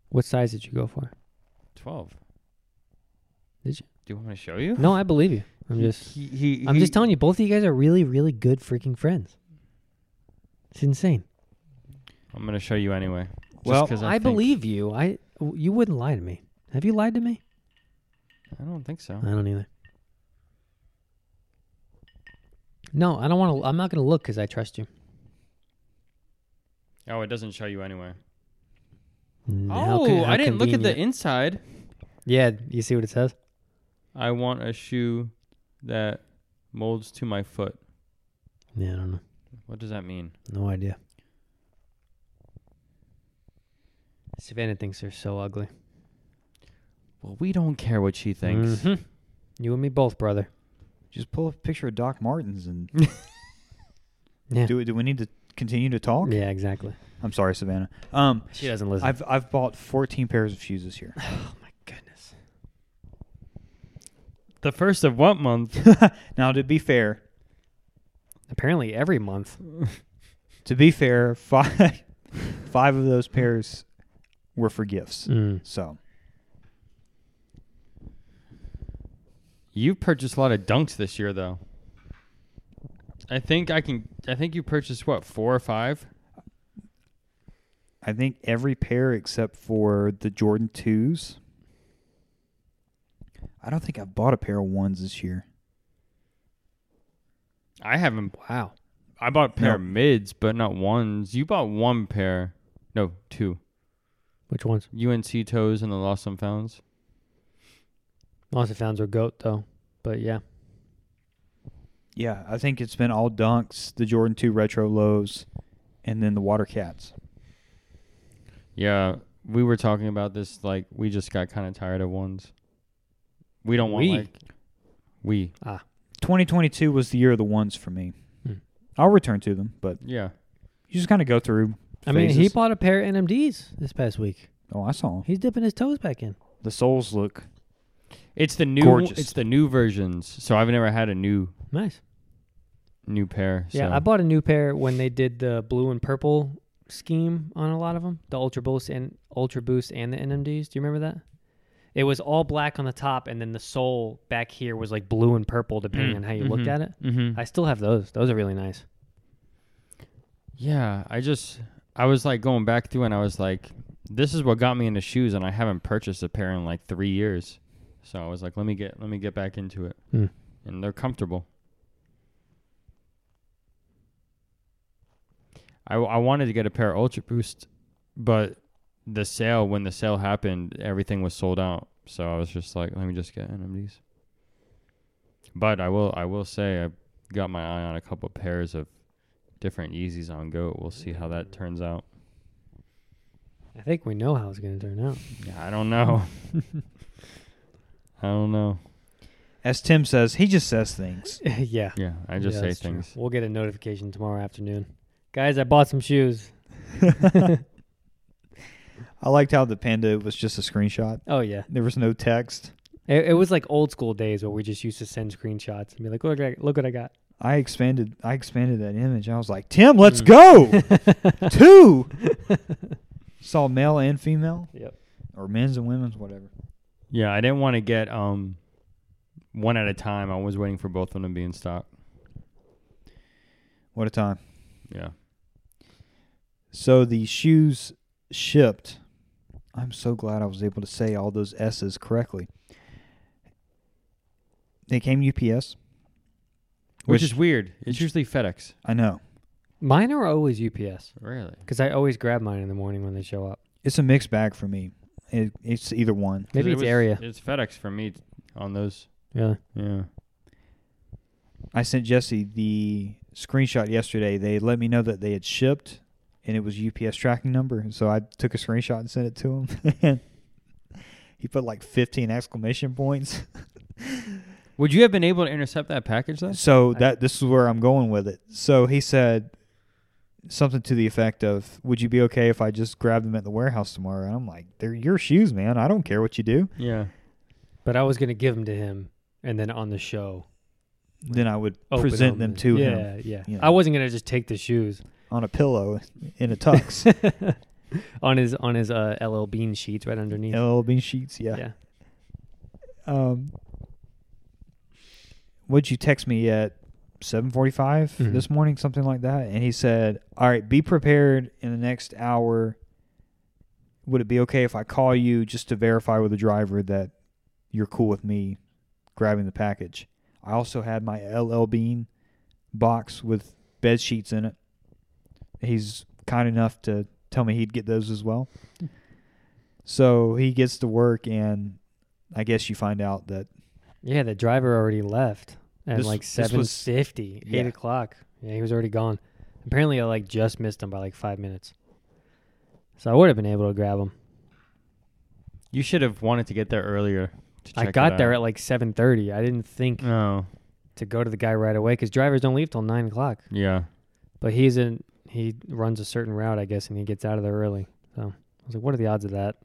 S4: What size did you go for?
S3: 12.
S4: Did you?
S3: Do you want me to show you?
S4: No, I believe you. I'm just,
S3: He, he,
S4: I'm just telling you, both of you guys are really, really good freaking friends. It's insane.
S3: I'm going to show you anyway. Just
S2: Well,
S3: 'cause
S4: I,
S3: think-
S4: believe you. I, you wouldn't lie to me. Have you lied to me?
S3: I don't think so.
S4: I don't either. No, I don't want to. I'm not going to look because I trust you.
S3: Oh, it doesn't show you anyway.
S4: How
S3: Oh,
S4: con- how
S3: I didn't look at the
S4: convenient.
S3: inside.
S4: Yeah, you see what it says?
S3: I want a shoe that molds to my foot.
S4: Yeah, I don't know.
S3: What does that mean?
S4: No idea. Savannah thinks they're so ugly.
S3: Well, we don't care what she thinks.
S4: Mhm. You and me both, brother.
S2: Just pull up a picture of Doc Martens and
S4: Yeah.
S2: do it. Do we need to continue to talk?
S4: Yeah, exactly.
S2: I'm sorry, Savannah. Um,
S4: She doesn't listen.
S2: I've I've bought 14 pairs of shoes this year.
S4: oh my goodness.
S3: The first of what month?
S2: now, to be fair,
S4: Apparently, every month.
S2: To be fair, five five of those pairs were for gifts.
S4: Mm.
S2: So
S3: You purchased a lot of dunks this year, though. I think I can. I think you purchased what four or five.
S2: I think every pair except for the Jordan twos. I don't think I've bought a pair of ones this year.
S3: I haven't.
S4: Wow.
S3: I bought a pair
S2: No.
S3: of mids, but not ones. You bought one pair. No, two.
S4: Which ones?
S3: UNC toes and the lost and founds.
S4: Also, founds were goat, though. But yeah.
S2: Yeah, I think it's been all dunks, the Jordan two retro lows, and then the water cats.
S3: Yeah, we were talking about this. Like we just got kind of tired of ones. We don't want
S4: We?
S3: like we
S2: 2022 was the year of the ones for me.
S4: Hmm.
S2: I'll return to them, but
S3: yeah.
S2: you just kind of go through.
S4: I mean, he
S2: phases.
S4: bought a pair of NMDs this past week.
S2: Oh, I saw 'em.
S4: He's dipping his toes back in.
S2: the soles look.
S3: It's the new
S2: Gorgeous.
S3: it's the new versions. So I've never had a new
S4: Nice.
S3: new pair.
S4: Yeah,
S3: so.
S4: I bought a new pair when they did the blue and purple scheme on a lot of them, the Ultra Boost and Ultra Boost and the NMDs. Do you remember that? It was all black on the top, and then the sole back here was like blue and purple, depending on how you looked
S3: mhm.
S4: at it.
S3: Mm-hmm.
S4: I still have those. Those are really nice.
S3: yeah, I just I was like going back through and I was like, this is what got me into shoes, and I haven't purchased a pair in like three years. So I was like, let me get let me get back into it,
S4: Hmm.
S3: and they're comfortable. I, I wanted to get a pair of Ultra Boost, but the sale when the sale happened, everything was sold out. So I was just like, let me just get NMDs. But I will I will say I got my eye on a couple pairs of different Yeezys on Goat. We'll see how that turns out.
S4: I think we know how it's going to turn out.
S3: Yeah, I don't know. I don't know.
S2: As Tim says, he just says things.
S4: yeah.
S3: Yeah, I just
S4: Yeah,
S3: say
S4: that's true.
S3: things.
S4: We'll get a notification tomorrow afternoon. Guys, I bought some shoes.
S2: I liked how the panda was just a screenshot.
S4: Oh, yeah.
S2: There was no text.
S4: It, it was like old school days where we just used to send screenshots and be like, look, I, look what I got.
S2: I expanded. I expanded that image. I was like, Tim, let's go. Two. Saw male and female,
S4: Yep.
S2: or men's and women's, whatever.
S3: Yeah, I didn't want to get um one at a time. I was waiting for both of them to be in stock.
S2: What a time.
S3: Yeah.
S2: So the shoes shipped. I'm so glad I was able to say all those S's correctly. They came UPS.
S3: Which,
S2: Which-
S3: is weird. It's usually FedEx.
S2: I know.
S4: Mine are always UPS
S3: Really?
S4: because I always grab mine in the morning when they show up.
S2: It's a mixed bag for me. It, it's either one.
S4: Maybe
S3: It
S4: it's
S3: was-
S4: area.
S3: It's FedEx for me t- on those.
S4: Yeah.
S3: Yeah.
S2: I sent Jesse the screenshot yesterday. They let me know that they had shipped and it was UPS tracking number. So I took a screenshot and sent it to him. and he put like 15 exclamation points.
S3: Would you have been able to intercept that package though?
S2: So
S4: I-
S2: that this is where I'm going with it. So he said something to the effect of, "Would you be okay if I just grabbed them at the warehouse tomorrow?" And I'm like, "They're your shoes, man. I don't care what you do."
S3: Yeah.
S4: But I was going to give them to him and then on the show.
S2: Then I would
S4: open
S2: present them
S4: and-
S2: to
S4: yeah,
S2: him
S4: Yeah,
S2: Yeah.
S4: I wasn't going to just take the shoes
S2: on a pillow in a tux,
S4: on his on his uh, LL Bean sheets right underneath.
S2: LL Bean sheets. Yeah.
S4: Yeah.
S2: Um, would you text me at 7:45
S4: Mhm.
S2: this morning, something like that? And he said, "All right, be prepared in the next hour. Would it be okay if I call you just to verify with the driver that you're cool with me grabbing the package?" I also had my LL Bean box with bed sheets in it. He's kind enough to tell me he'd get those as well. So he gets to work, and I guess you find out that
S4: Yeah, the driver already left at
S2: This-
S4: like
S2: this
S4: seven
S2: was-
S4: fifty,
S2: yeah.
S4: eight o'clock. Yeah, he was already gone. Apparently, I like just missed him by like five minutes, so I would have been able to grab him.
S3: You should have wanted to get there earlier. To check
S4: I
S3: it
S4: got there
S3: out.
S4: at like seven thirty. I didn't
S2: Mm.
S4: think
S3: Oh.
S4: to go to the guy right away because drivers don't leave till nine o'clock.
S3: Yeah.
S4: But he's in. He runs a certain route, I guess, and he gets out of there early. So I was like, "What are the odds of that?"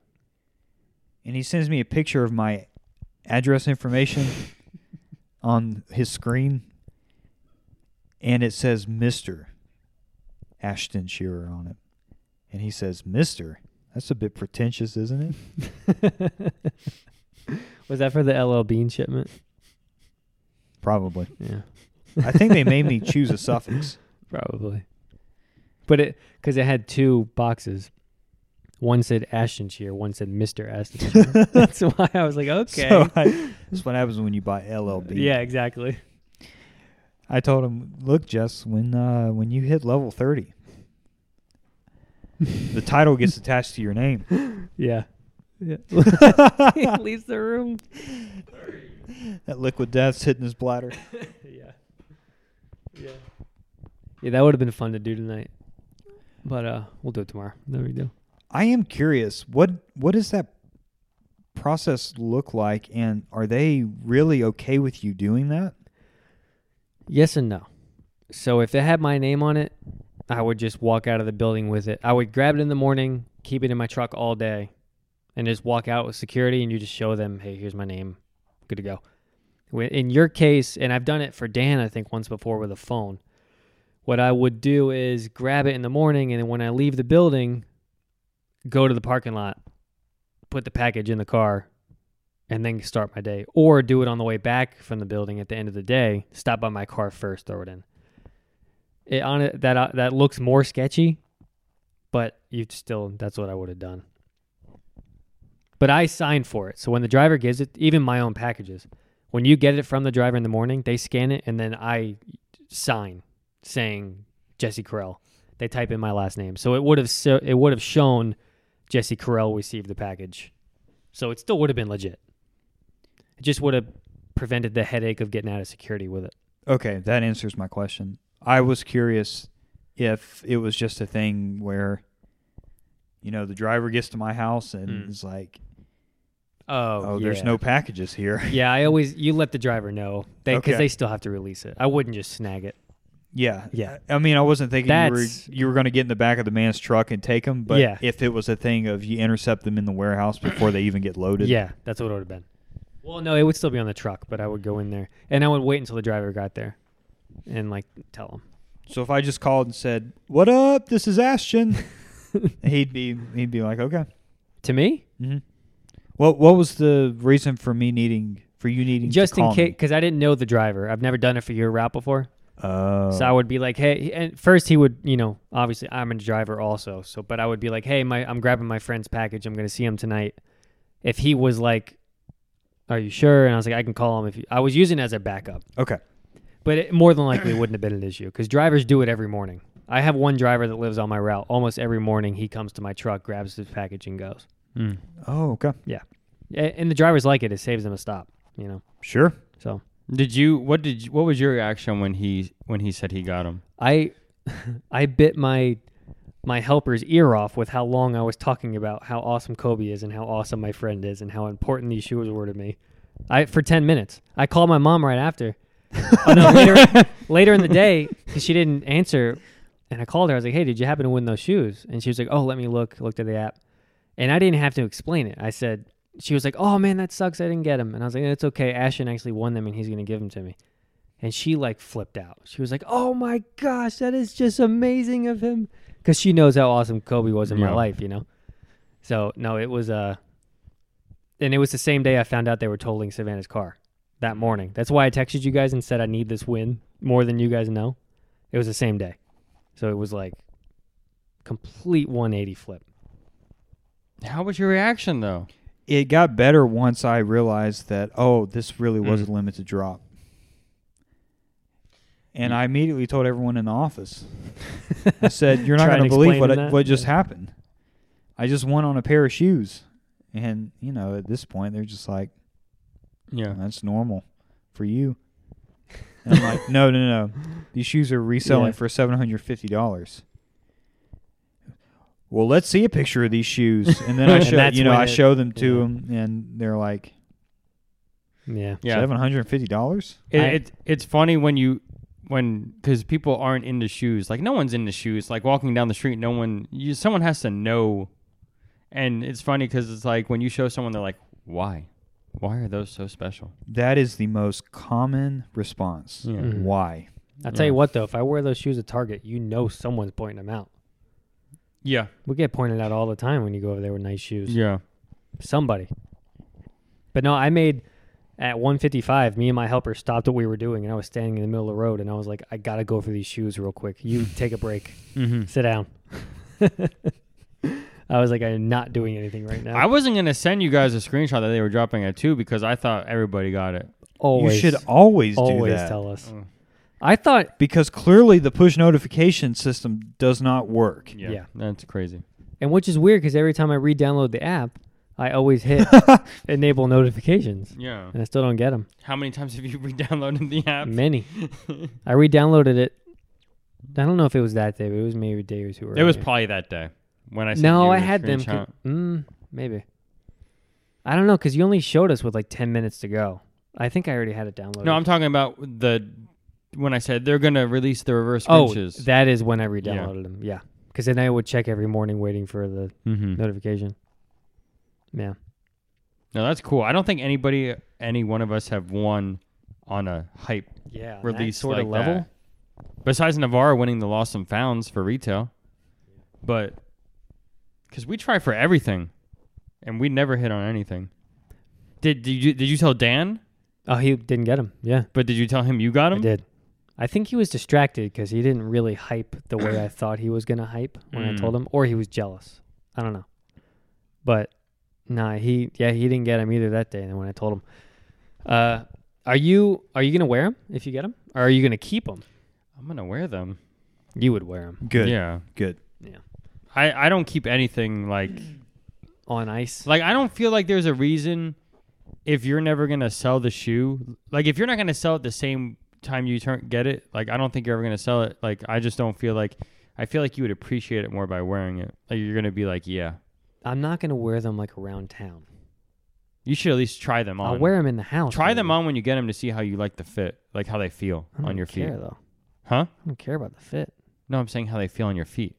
S2: and he sends me a picture of my address information on his screen and it says Mr. Ashton Shearer on it. And he says, Mr. That's a bit pretentious, isn't it?
S4: Was that for the LL Bean shipment?
S2: Probably.
S4: Yeah,
S2: I think they made me choose a suffix.
S4: probably. But it because it had two boxes. One said Ashton Shear, one said Mister Ashton. Shear. That's why I was like, okay,
S2: So I, that's what happens when you buy LLB.
S4: yeah, exactly.
S2: I told him, look, Jess, when uh, when you hit level 30, the title gets attached to your name.
S4: Yeah, yeah. he leaves the room.
S2: That liquid death's hitting his bladder.
S4: Yeah, yeah, yeah. That would have been fun to do tonight, but uh, we'll do it tomorrow. No big deal.
S2: I am curious what what does that process look like, and are they really okay with you doing that?
S4: Yes and no. So if it had my name on it, I would just walk out of the building with it. I would grab it in the morning, keep it in my truck all day, and just walk out with security and you just show them, hey, here's my name. Good to go. Wh- In your case, and I've done it for Dan, I think, once before with a phone, what I would do is grab it in the morning and then when I leave the building, go to the parking lot, put the package in the car, and then start my day. Or do it on the way back from the building at the end of the day. Stop by my car first, throw it in. It on it that uh, that looks more sketchy, but you still that's what I would have done. But I signed for it, so when the driver gives it, even my own packages, when you get it from the driver in the morning, they scan it and then I sign saying Jesse Carell. They type in my last name, so it would have so it would have shown Jesse Carell received the package, so it still would have been legit. It just would have prevented the headache of getting out of security with it.
S2: Okay, that answers my question. I was curious if it was just a thing where, you know, the driver gets to my house and
S4: Mm.
S2: is like,
S4: Oh,
S2: "Oh, there's no packages here."
S4: Yeah, I always you let the driver know they because
S2: Okay.
S4: they still have to release it. I wouldn't just snag it.
S2: yeah,
S4: Yeah.
S2: I mean, I wasn't thinking you were
S4: That's-
S2: you were going to get in the back of the man's truck and take him, but
S4: Yeah.
S2: if it was a thing of you intercept them in the warehouse before they even get loaded,
S4: Yeah, that's what it would have been. Well, no, it would still be on the truck, but I would go in there and I would wait until the driver got there, and like tell him.
S2: So if I just called and said, "What up? This is Ashton," he'd be he'd be like, "Okay."
S4: To me,
S2: Mm-hmm. What what was the reason for me needing for you needing
S4: just
S2: to
S4: in
S2: call
S4: case, because I didn't know the driver. I've never done it for your route before,
S2: Oh,
S4: so I would be like, "Hey!" And first, he would, you know, obviously I'm a driver also, so but I would be like, "Hey, my I'm grabbing my friend's package. I'm going to see him tonight." If he was like, "Are you sure?" and I was like, "I can call him if you, I was using it as a backup."
S2: okay.
S4: But it more than likely wouldn't have been an issue because drivers do it every morning. I have one driver that lives on my route. Almost every morning, he comes to my truck, grabs his package, and goes.
S3: Mm.
S2: Oh, okay.
S4: A- And the drivers like it; it saves them a stop. You know.
S2: Sure.
S4: So
S3: Did you? What did? You, what was your reaction when he when he said he got him?
S4: I, I bit my, my helper's ear off with how long I was talking about how awesome Kobe is and how awesome my friend is and how important these shoes were to me. I for ten minutes. I called my mom right after. oh, no, later, later in the day, 'cause she didn't answer, and I called her. I was like, "Hey, did you happen to win those shoes?" And she was like, "Oh, let me look." Looked at the app, and I didn't have to explain it. I said, "She was like, oh man, that sucks. I didn't get them." And I was like, "It's okay. Ashton actually won them, and he's gonna give them to me." And she like flipped out. She was like, "Oh my gosh, that is just amazing of him," because she knows how awesome Kobe was in my
S3: Yeah.
S4: life, you know. So no, it was uh, and it was the same day I found out they were totaling Savannah's car that morning. That's why I texted you guys and said I need this win more than you guys know. It was the same day, so it was like complete 180 flip.
S3: How was your reaction though?
S2: It got better once I realized that oh, this really was
S4: Mm.
S2: a limited drop. And I immediately told everyone in the office. I said, "You're not
S4: Try
S2: going to
S4: and
S2: believe
S4: explain
S2: what I,
S4: that.
S2: what just happened. I just won on a pair of shoes." And you know, at this point, they're just like,
S3: Yeah.
S2: "That's normal for you." And I'm like, "No, no, no. These shoes are reselling
S4: Yeah.
S2: for seven hundred fifty dollars." Well, let's see a picture of these shoes, and then I
S4: And
S2: show
S4: that's
S2: you know
S4: when
S2: I
S4: it-
S2: show them to
S4: yeah.
S2: them, and they're like
S4: Yeah.
S3: Yeah.
S2: seven hundred fifty dollars.
S3: It,
S4: I-
S3: it, it's funny when you when because people aren't into shoes. Like no one's into shoes. Like walking down the street, no one. You someone has to know. And it's funny because it's like when you show someone, they're like, "Why? Why are those so special?"
S2: That is the most common response.
S3: Yeah.
S4: Mhm.
S2: Why?
S4: I'll tell
S3: Yeah.
S4: you what though, if I wear those shoes at Target, you know someone's pointing them out.
S3: Yeah,
S4: We get pointed out all the time when you go over there with nice shoes.
S3: yeah.
S4: Somebody. But no, I made at 155, me and my helper stopped what we were doing and I was standing in the middle of the road and I was like, I gotta go for these shoes real quick. You take a break.
S3: Mm-hmm.
S4: Sit down. I was like, I'm not doing anything right now.
S3: I wasn't gonna send you guys a screenshot that they were dropping it too because I thought everybody got it.
S4: always
S2: You should always, do
S4: always
S2: that
S4: tell us.
S3: Mm.
S4: I thought
S2: because clearly the push notification system does not work.
S4: Yeah.
S3: that's crazy.
S4: and which is weird because every time I re-download the app, I always hit enable notifications.
S3: Yeah.
S4: And I still don't get them.
S3: How many times have you re-downloaded the app?
S4: Many. I re-downloaded it. I don't know if it was that day, but it was maybe a day or two.
S3: It was
S4: earlier.
S3: probably that day. when I sent
S4: no,
S3: you
S4: I
S3: the
S4: had them.
S3: screenshot.
S4: con- mm, maybe. I don't know because you only showed us with like ten minutes to go. I think I already had it downloaded.
S3: No, I'm talking about the when I said they're gonna release the reverse
S4: oh,
S3: scrunches.
S4: that is when I
S3: Yeah.
S4: re-downloaded them. Yeah, because then I would check every morning waiting for the
S3: mm-hmm.
S4: notification. Yeah,
S3: No, that's cool. I don't think anybody, any one of us, have won on a hype
S4: yeah.
S3: release
S4: sort
S3: like
S4: of level.
S3: that. Besides Navarro winning the Lost and Founds for retail, but because we try for everything, and we never hit on anything. Did, did you did you tell Dan?
S4: Oh, he didn't get him. Yeah,
S3: But did you tell him you got
S4: I
S3: him?
S4: did. I think he was distracted because he didn't really hype the way I thought he was gonna hype when I
S3: Mm.
S4: told him, or he was jealous. I don't know. But nah, he yeah he didn't get him either that day. And then when I told him, uh, are you are you gonna wear him if you get him, or are you gonna keep him?
S3: I'm gonna wear them.
S4: You would wear him
S2: Good.
S3: Yeah.
S2: Good.
S3: I, I don't keep anything like
S4: on ice.
S3: like I don't feel like there's a reason if you're never gonna sell the shoe. Like if you're not gonna sell it the same time you turn get it, like I don't think you're ever gonna sell it. Like I just don't feel like I feel like you would appreciate it more by wearing it. Like you're gonna be like, yeah,
S4: I'm not gonna wear them like around town.
S3: you should at least try them on.
S4: I'll wear them in the house.
S3: try
S4: maybe.
S3: them on when you get them to see how you like the fit, like how they feel
S4: I don't
S3: on your
S4: care,
S3: feet.
S4: though.
S3: Huh?
S4: I don't care about the fit.
S3: No, I'm saying how they feel on your feet,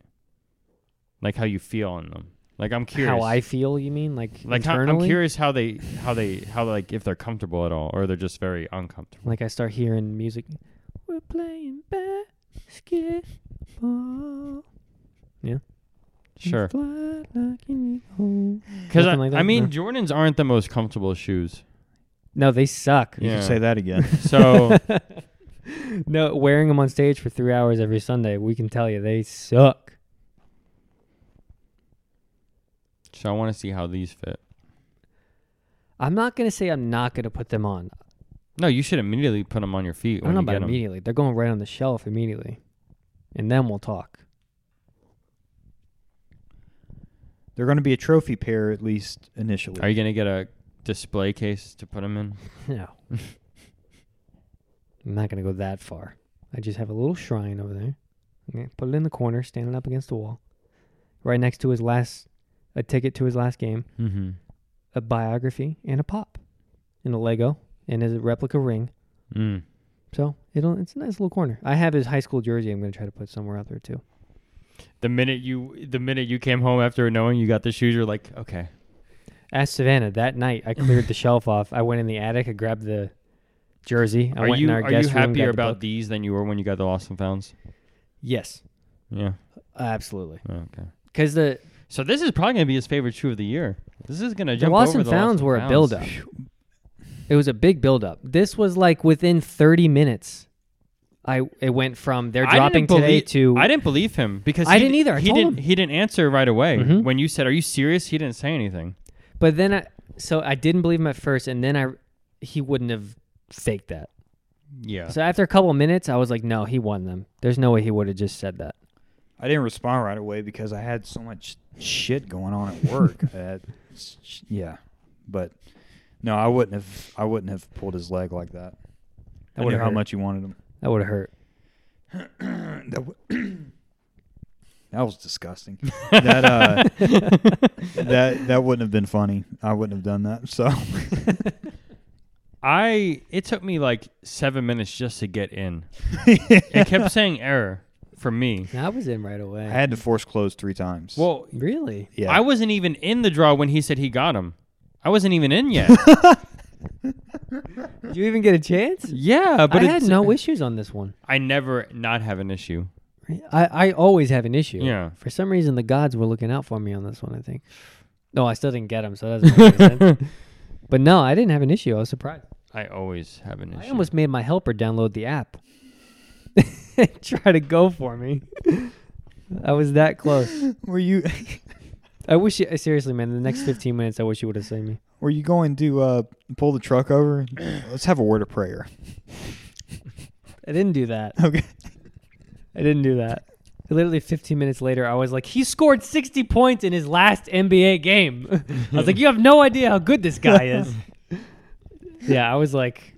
S3: like how you feel on them. Like I'm curious
S4: How I feel, you mean? Like,
S3: Like how,
S4: internally?
S3: I'm curious how they how they how like if they're comfortable at all or they're just very uncomfortable.
S4: Like I start hearing music. We're playing basketball. We
S3: Sure,
S4: Fly like an eagle.
S3: because I,
S4: Nothing like that?
S3: I mean
S4: No.
S3: Jordans aren't the most comfortable shoes.
S4: No, they suck.
S2: You
S3: Yeah.
S2: can say that again.
S3: So
S4: No, wearing them on stage for three hours every Sunday, we can tell you they suck.
S3: so I want to see how these fit.
S4: I'm not gonna say I'm not gonna put them on.
S3: No, you should immediately put them on your feet
S4: I don't
S3: when
S4: know
S3: you
S4: about
S3: get them.
S4: immediately. They're going right on the shelf immediately, and then we'll talk.
S2: They're going to be a trophy pair at least initially.
S3: Are you gonna get a display case to put them in?
S4: No, I'm not gonna go that far. I just have a little shrine over there. I'm gonna Put it in the corner, standing up against the wall, right next to his last, a ticket to his last game.
S3: Mm-hmm.
S4: a biography and a pop and a Lego and a replica ring.
S3: Mm.
S4: So it'll it's a nice little corner. I have his high school jersey I'm gonna try to put somewhere out there too.
S3: The minute you the minute you came home after knowing you got the shoes, you're like, okay,
S4: At Savannah that night I cleared the shelf off. I went in the attic, I grabbed the jersey. I
S3: are
S4: went
S3: you
S4: in our
S3: are you
S4: guest room, grabbed
S3: happier
S4: the
S3: about
S4: book.
S3: these than you were when you got the lost and founds?
S4: Yes.
S3: Yeah.
S4: Absolutely.
S3: Okay.
S4: Because the,
S3: So this is probably gonna be his favorite shoe of the year. This is gonna
S4: the
S3: jump
S4: lost
S3: over
S4: and
S3: the
S4: founds
S3: Lost and
S4: were a
S3: Founds.
S4: build up. It was a big build up. This was like within thirty minutes. I it went from they're
S3: I didn't
S4: dropping today
S3: believe-
S4: to
S3: I didn't believe him because
S4: I
S3: he
S4: didn't
S3: di-
S4: either. I
S3: he
S4: told
S3: didn't.
S4: him.
S3: He didn't answer right away
S4: Mhm.
S3: when you said, "Are you serious?" He didn't say anything.
S4: But then I so I didn't believe him at first, and then I he wouldn't have faked that.
S3: Yeah.
S4: So after a couple minutes, I was like, no, he won them. There's no way he would have just said that.
S2: I didn't respond right away because I had so much shit going on at work. that, yeah, but no, I wouldn't have. I wouldn't have pulled his leg like that.
S4: That
S2: I
S4: would
S2: knew
S4: have
S2: how
S4: hurt.
S2: much he wanted him.
S4: That would have hurt.
S2: that, w- that was disgusting. that uh, that that wouldn't have been funny. I wouldn't have done that. So
S3: I. It took me like seven minutes just to get in. it kept saying error for me.
S4: I was in right
S2: I
S4: away.
S2: had to force close three times.
S3: Well,
S4: really?
S2: yeah,
S3: I wasn't even in the draw when he said he got him. I wasn't even in yet.
S4: Did you even get a chance?
S3: yeah, but
S4: I had
S3: it's-
S4: no issues on this one.
S3: I never not have an issue.
S4: I, I always have an issue.
S3: Yeah.
S4: For some reason, the gods were looking out for me on this one, I think. No, I still didn't get him, so that doesn't make any sense. But no, I didn't have an issue. I was surprised.
S3: I always have an issue.
S4: I almost made my helper download the app. Try to go for me. I was that close.
S2: were you
S4: I wish you, seriously, man, the next 15 minutes, I wish you would have seen me.
S2: were you going to uh, pull the truck over? Let's have a word of prayer.
S4: I didn't do that.
S2: Okay.
S4: I didn't do that. Literally 15 minutes later, I was like, he scored 60 points in his last NBA game. I was like, you have no idea how good this guy is. yeah, I was like,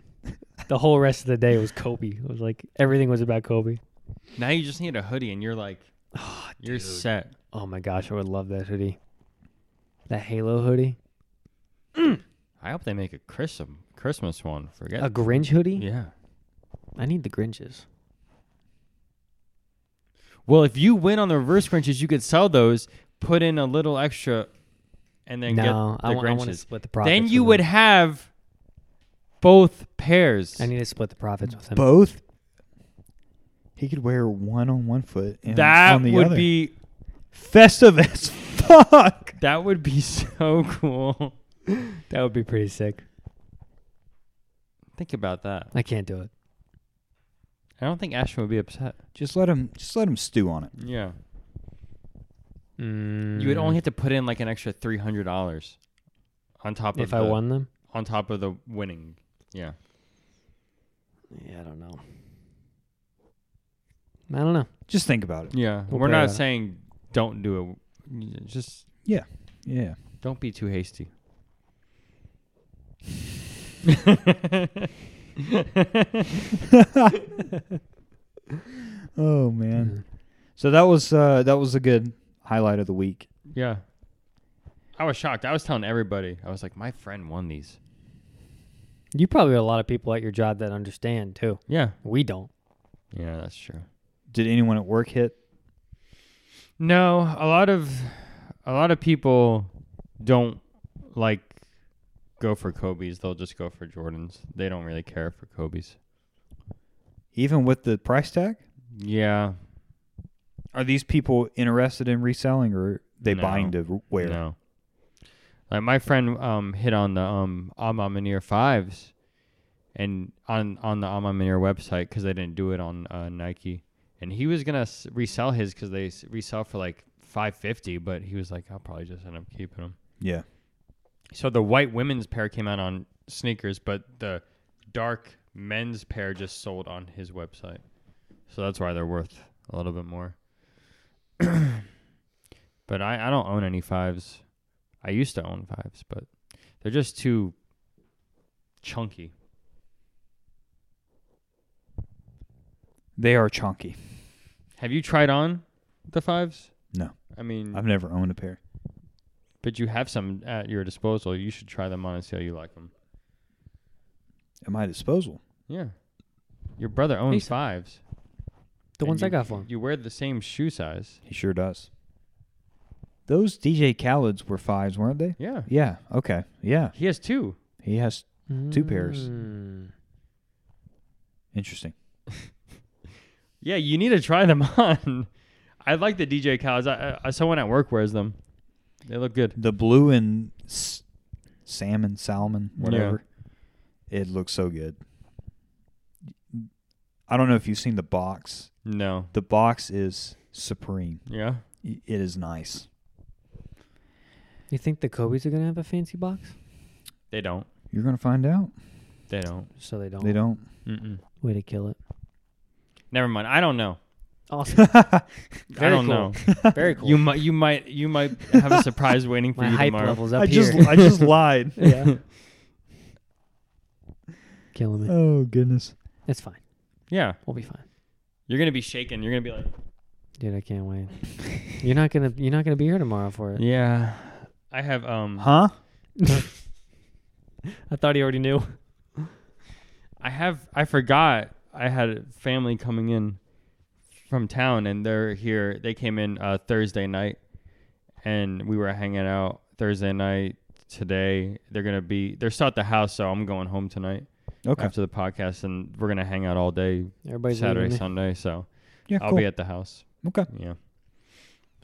S4: the whole rest of the day was Kobe. It was like, everything was about Kobe.
S3: Now you just need a hoodie, and you're like, You're set.
S4: Oh my gosh, I would love that hoodie. That Halo hoodie,
S3: I hope they make a Christmas Christmas one. Forget.
S4: a Grinch hoodie.
S3: yeah.
S4: I need the Grinches.
S3: Well, if you win on the reverse Grinches, you could sell those, put in a little extra, and then get
S4: no, I
S3: the
S4: want. I want to
S3: Grinches.
S4: split the profits.
S3: Then
S4: with
S3: you
S4: them.
S3: would have both pairs.
S4: I need to split the profits with him.
S2: Both. He could wear one on one foot and
S3: that
S2: on the
S3: would
S2: other.
S3: be
S2: festive as fuck.
S3: that would be so cool.
S4: that would be pretty sick.
S3: Think about that.
S4: I can't do it.
S3: I don't think Ashton would be upset.
S2: Just let him. Just let him stew on it.
S3: Yeah.
S4: Mm,
S3: You would only have to put in like an extra three hundred dollars on top of
S4: if I
S3: the-
S4: won them.
S3: on top of the winning. Yeah.
S4: Yeah, I don't know. I don't know.
S2: Just think about it.
S3: Yeah.
S4: We'll
S3: We're
S4: play
S3: not
S4: that.
S3: saying don't do it. Just
S2: Yeah.
S3: don't be too hasty.
S2: Oh man. So that was uh, that was a good highlight of the week.
S3: yeah. I was shocked. I was telling everybody. I was like, my friend won these.
S4: You probably have a lot of people at your job that understand too.
S3: Yeah.
S4: We don't.
S3: Yeah, that's true.
S2: Did anyone at work hit?
S3: No, a lot of a lot of people don't like go for Kobe's. They'll just go for Jordans. They don't really care for Kobe's.
S2: Even with the price tag?
S3: Yeah.
S2: Are these people interested in reselling or are they
S3: No.
S2: buying to wear?
S3: No. Like my friend um hit on the um Amamanir fives, and on on the Amamanir website because they didn't do it on uh, Nike, and he was gonna s- resell his because they s- resell for like five fifty, but he was like, I'll probably just end up keeping them.
S2: Yeah.
S3: So the white women's pair came out on sneakers, but the dark men's pair just sold on his website. So that's why they're worth a little bit more. but I, I don't own any fives. I used to own fives, but they're just too chunky.
S2: They are chunky.
S3: Have you tried on the fives?
S2: No.
S3: I mean,
S2: I've never owned a pair.
S3: but you have some at your disposal. You should try them on and see how you like them.
S2: At my disposal.
S3: Yeah. Your brother
S4: Think
S3: owns
S4: so.
S3: fives.
S4: The
S3: And
S4: ones I
S3: you-
S4: got for him.
S3: You wear the same shoe size.
S2: He sure does. Those DJ Khaled's were fives, weren't they?
S3: Yeah.
S2: Yeah. Okay. Yeah.
S3: He has two.
S2: He has two pairs.
S4: Mm.
S2: interesting.
S3: Yeah, you need to try them on. I like the DJ cows. I, I, someone at work wears them. They look good.
S2: The blue and s- salmon, salmon,
S3: Yeah.
S2: whatever. It looks so good. I don't know if you've seen the box.
S3: No.
S2: The box is supreme.
S3: Yeah.
S2: I- It is nice.
S4: You think the Kobe's are gonna have a fancy box?
S3: They don't.
S2: You're gonna find out.
S3: They don't.
S4: So they don't.
S2: They don't.
S3: Mm-mm.
S4: Way to kill it.
S3: Never mind. I don't know.
S4: Awesome.
S3: I
S4: Very
S3: don't
S4: cool.
S3: know.
S4: Very cool.
S3: You might. You might. You might have a surprise waiting for
S4: My
S3: you
S4: hype
S3: tomorrow.
S4: levels up
S2: I
S4: here.
S2: just I just lied.
S4: yeah. Killing me.
S2: Oh goodness.
S4: It's fine.
S3: Yeah.
S4: We'll be fine.
S3: You're gonna be shaken. You're gonna be like.
S4: Dude, I can't wait. You're not gonna you're not gonna be here tomorrow for it.
S3: Yeah. I have um.
S2: Huh?
S4: I thought he already knew.
S3: I have. I forgot. I had a family coming in from town, and they're here. They came in uh, Thursday night, and we were hanging out Thursday night. Today they're gonna be. They're still at the house, so I'm going home tonight
S2: Okay.
S3: after the podcast, and we're gonna hang out all day
S4: Everybody's
S3: Saturday,
S4: leaving me.
S3: Sunday. So
S2: Yeah.
S3: I'll
S2: cool.
S3: be at the house.
S2: okay.
S3: Yeah.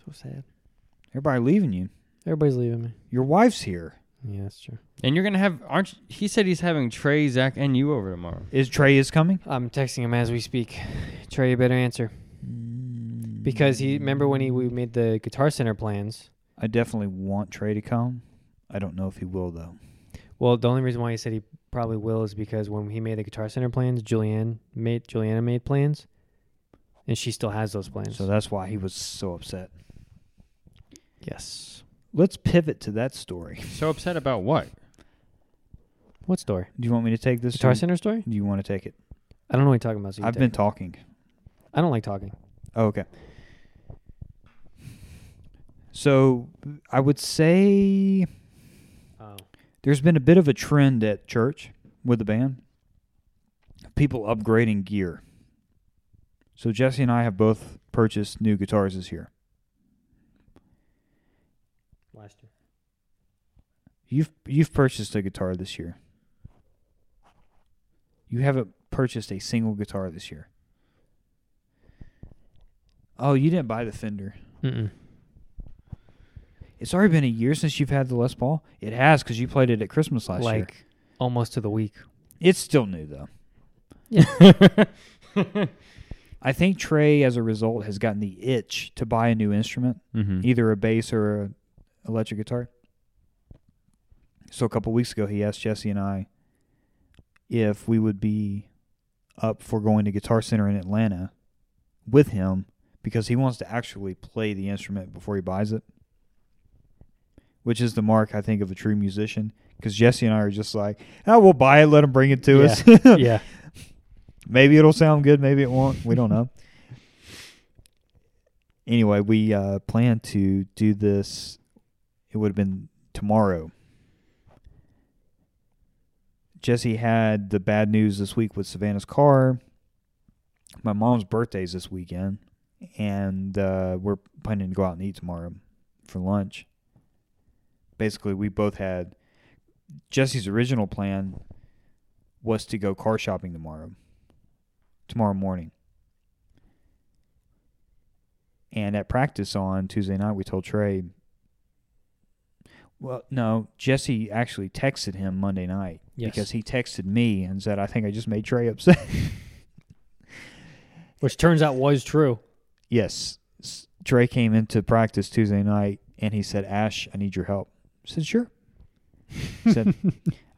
S4: So sad.
S2: Everybody leaving you.
S4: Everybody's leaving me.
S2: Your wife's here.
S4: Yeah, that's true.
S3: And you're gonna have aren't you- he said he's having Trey, Zach, and you over tomorrow.
S2: Is Trey is coming?
S4: I'm texting him as we speak. Trey, you better answer because he remember when he we made the Guitar Center plans.
S2: I definitely want Trey to come. I don't know if he will though.
S4: Well, the only reason why he said he probably will is because when he made the Guitar Center plans, Julianne made Juliana made plans, and she still has those plans.
S2: So that's why he was so upset.
S4: yes.
S2: Let's pivot to that story.
S3: So upset about what?
S4: What story?
S2: Do you want me to take this?
S4: Guitar
S2: or
S4: Center story?
S2: Do you want to take it?
S4: I don't know what you're talking about. So you
S2: I've
S4: take
S2: been
S4: it.
S2: talking.
S4: I don't like talking.
S2: Oh, okay. So I would say
S4: Oh.
S2: there's been a bit of a trend at church with the band people upgrading gear so jesse and i have both purchased new guitars this year
S4: Last year.
S2: you've you've purchased a guitar this year you haven't purchased a single guitar this year oh you didn't buy the fender
S4: Mm-mm.
S2: it's already been a year since you've had the les paul it has because you played it at christmas last year
S4: like almost to the week.
S2: It's still new though. I think Trey, as a result, has gotten the itch to buy a new instrument,
S3: Mm-hmm.
S2: either a bass or an electric guitar. So a couple weeks ago, he asked Jesse and I if we would be up for going to Guitar Center in Atlanta with him because he wants to actually play the instrument before he buys it, which is the mark I think of a true musician. Because Jesse and I are just like, oh, we'll buy it, let him bring it to us.
S4: yeah.
S2: Maybe it'll sound good. Maybe it won't. We don't know. anyway, we uh, plan to do this. It would have been tomorrow. Jesse had the bad news this week with Savannah's car. My mom's birthday's this weekend, and uh, we're planning to go out and eat tomorrow for lunch. Basically, we both had Jesse's original plan was to go car shopping tomorrow tomorrow morning. And at practice on Tuesday night, we told Trey. Well, no, Jesse actually texted him Monday night
S4: Yes.
S2: because he texted me and said, "I think I just made Trey upset."
S4: Which turns out was true.
S2: yes, S- Trey came into practice Tuesday night and he said, "Ash, I need your help." I said, "Sure." He said,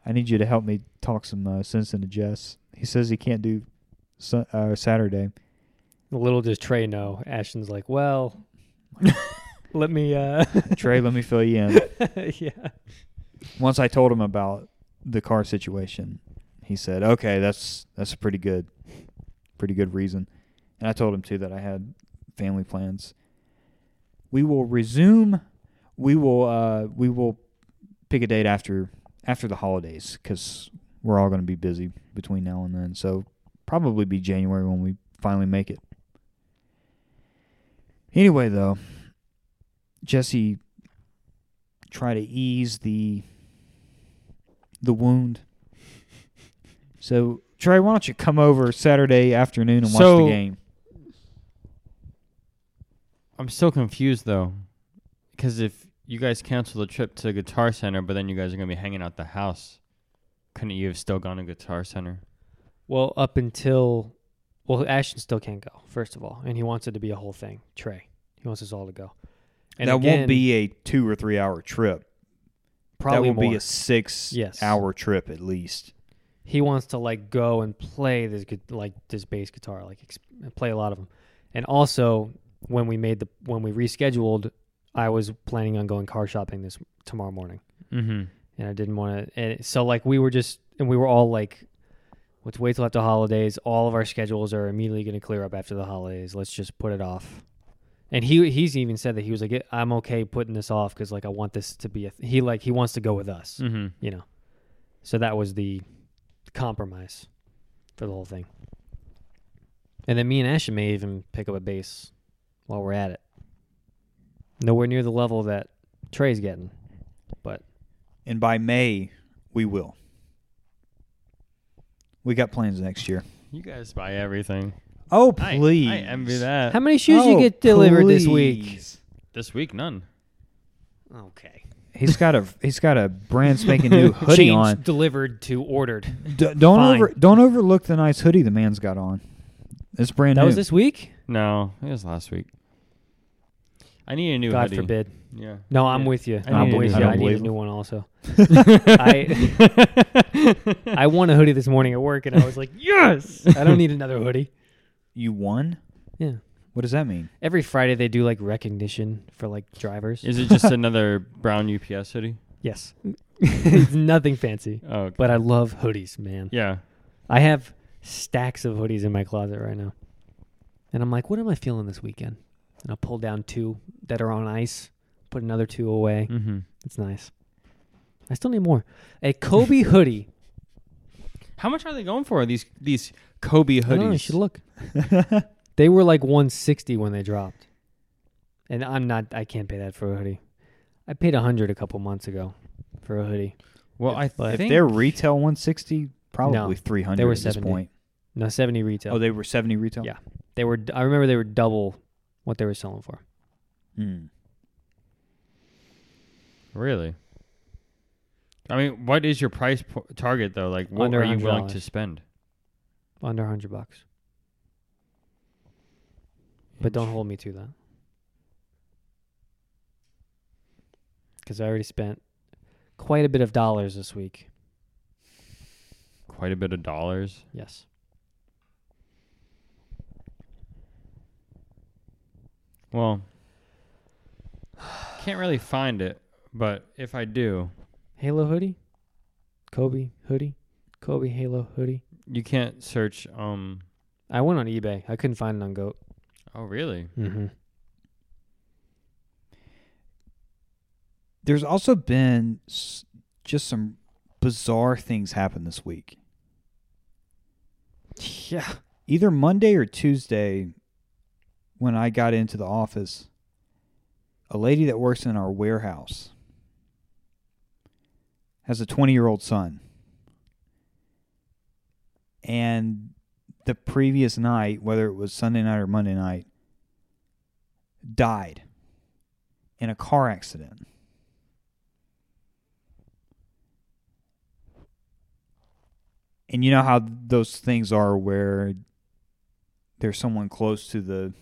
S2: "I need you to help me talk some uh, sense into Jess." He says he can't do su- uh, Saturday.
S4: Little does Trey know. Ashton's like, well, let me. uh
S2: Trey, let me fill you in.
S4: Yeah.
S2: once I told him about the car situation, he said, "Okay, that's that's a pretty good, pretty good reason." And I told him too that I had family plans. We will resume. We will uh, we will pick a date after after the holidays because we're all going to be busy between now and then. So probably be January when we finally make it. Anyway, though, Jesse try to ease the the wound. So Trey, why don't you come over Saturday afternoon and watch
S3: So-
S2: the game?
S3: I'm still confused though, because if you guys cancel the trip to Guitar Center, but then you guys are gonna be hanging out the house, couldn't you have still gone to Guitar Center?
S4: Well, up until. Well, Ashton still can't go, first of all. And he wants it to be a whole thing. Trey. He wants us all to go. And
S2: that
S4: again-
S2: won't be a two or three hour trip.
S4: Probably
S2: that will be
S4: more.
S2: a six
S4: Yes.
S2: hour trip at least.
S4: he wants to like go and play this gu- like this bass guitar like ex- play a lot of them and also when we made the when we rescheduled i was planning on going car shopping this tomorrow morning
S3: Mm-hmm.
S4: and i didn't want to and so like we were just and we were all like let's wait till after holidays all of our schedules are immediately going to clear up after the holidays let's just put it off and he he's even said that he was like i'm okay putting this off because like i want this to be a th- he like he wants to go with us
S3: Mm-hmm.
S4: you know. So that was the compromise for the whole thing. And then me and Ashton may even pick up a bass while we're at it. Nowhere near the level that Trey's getting.
S2: And by May we will. We got plans next year.
S3: You guys buy everything.
S2: Oh
S3: I-
S2: please.
S3: I, envy that.
S4: How many shoes you
S2: Oh,
S4: get delivered this week?
S2: please.
S3: This week, none.
S4: Okay.
S2: He's got a he's got a brand spanking new hoodie
S4: Change
S2: on.
S4: delivered to ordered.
S2: D- don't
S4: Fine.
S2: over don't overlook the nice hoodie the man's got on. It's brand
S4: That
S2: new.
S4: was this week?
S3: No, it was last week. I need a new
S4: God
S3: hoodie.
S4: forbid.
S3: Yeah.
S4: No, I'm
S3: Yeah.
S4: with you.
S3: I
S4: I'm
S3: need a
S4: with
S3: new
S2: one.
S4: you. I need a
S2: Unbelievable.
S4: new one also. I I won a hoodie this morning at work and I was like, "Yes! I don't need another hoodie."
S2: you won?
S4: Yeah.
S2: What does that mean?
S4: Every Friday they do like recognition for like drivers.
S3: Is it just another brown UPS hoodie?
S4: Yes. it's nothing fancy,
S3: Oh, okay.
S4: but I love hoodies, man.
S3: yeah.
S4: I have stacks of hoodies in my closet right now. And I'm like, what am I feeling this weekend? And I pull down two that are on ice, Put another two away.
S3: Mm-hmm.
S4: It's nice. I still need more. A Kobe hoodie.
S3: How much are they going for? These these Kobe
S4: I don't know,
S3: hoodies.
S4: you should look. They were like 160 when they dropped, and I'm not. I can't pay that for a hoodie. I paid 100 a couple months ago for a hoodie.
S3: well, I
S4: But-
S2: if
S3: think
S2: they're retail 160, probably
S4: No,
S2: 300
S4: they were
S2: at this
S4: 70.
S2: point.
S4: No, 70 retail.
S2: Oh, they were 70 retail.
S4: Yeah. they were. I remember they were double what they were selling for.
S2: Hmm.
S3: really. I mean, what is your price po- target though? Like, what
S4: Under
S3: are you willing
S4: $100.
S3: to spend?
S4: Under 100 bucks. But don't hold me to that. Because I already spent quite a bit of dollars this week.
S3: Quite a bit of dollars.
S4: Yes.
S3: Well, can't really find it, but if I do,
S4: Halo hoodie? Kobe hoodie? Kobe Halo hoodie?
S3: you can't search. Um.
S4: I went on eBay. I couldn't find it on GOAT.
S3: Oh, really?
S4: Mm-hmm.
S2: There's also been s- just some bizarre things happen this week.
S4: Yeah.
S2: Either Monday or Tuesday, when I got into the office, a lady that works in our warehouse has a 20 year old son. And the previous night, whether it was Sunday night or Monday night, died in a car accident. And you know how those things are where there's someone close to the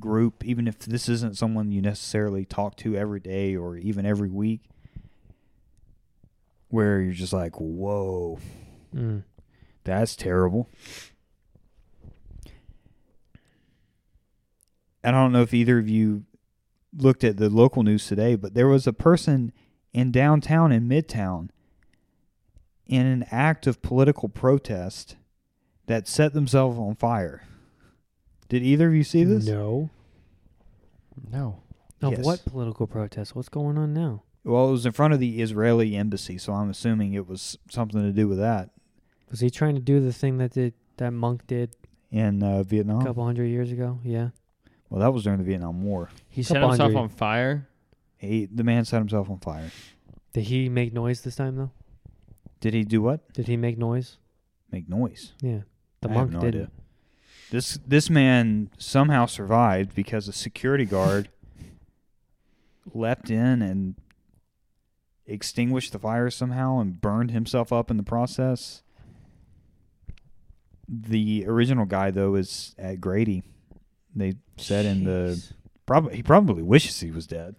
S2: group, even if this isn't someone you necessarily talk to every day or even every week, where you're just like, whoa,
S4: Mm.
S2: that's terrible. And I don't know if either of you looked at the local news today, but there was a person in downtown in Midtown in an act of political protest that set themselves on fire. Did either of you see this?
S4: No.
S3: No.
S4: Of
S2: Yes.
S4: what political protest? What's going on now?
S2: Well, it was in front of the Israeli embassy, so I'm assuming it was something to do with that
S4: Was he trying to do the thing that did, that monk did
S2: in uh,
S4: a
S2: Vietnam.
S4: couple hundred years ago? Yeah.
S2: Well, that was during the Vietnam War.
S3: He set
S4: Couple
S3: himself
S4: hundred.
S3: on fire.
S2: He, the man set himself on fire.
S4: Did he make noise this time though?
S2: Did he do what?
S4: Did he make noise?
S2: Make noise.
S4: Yeah. The
S2: I have
S4: monk
S2: no
S4: did.
S2: idea. This this man somehow survived because a security guard leapt in and extinguished the fire somehow and burned himself up in the process. The original guy though is at Grady. They said in the
S4: Jeez.
S2: probably he probably wishes he was dead.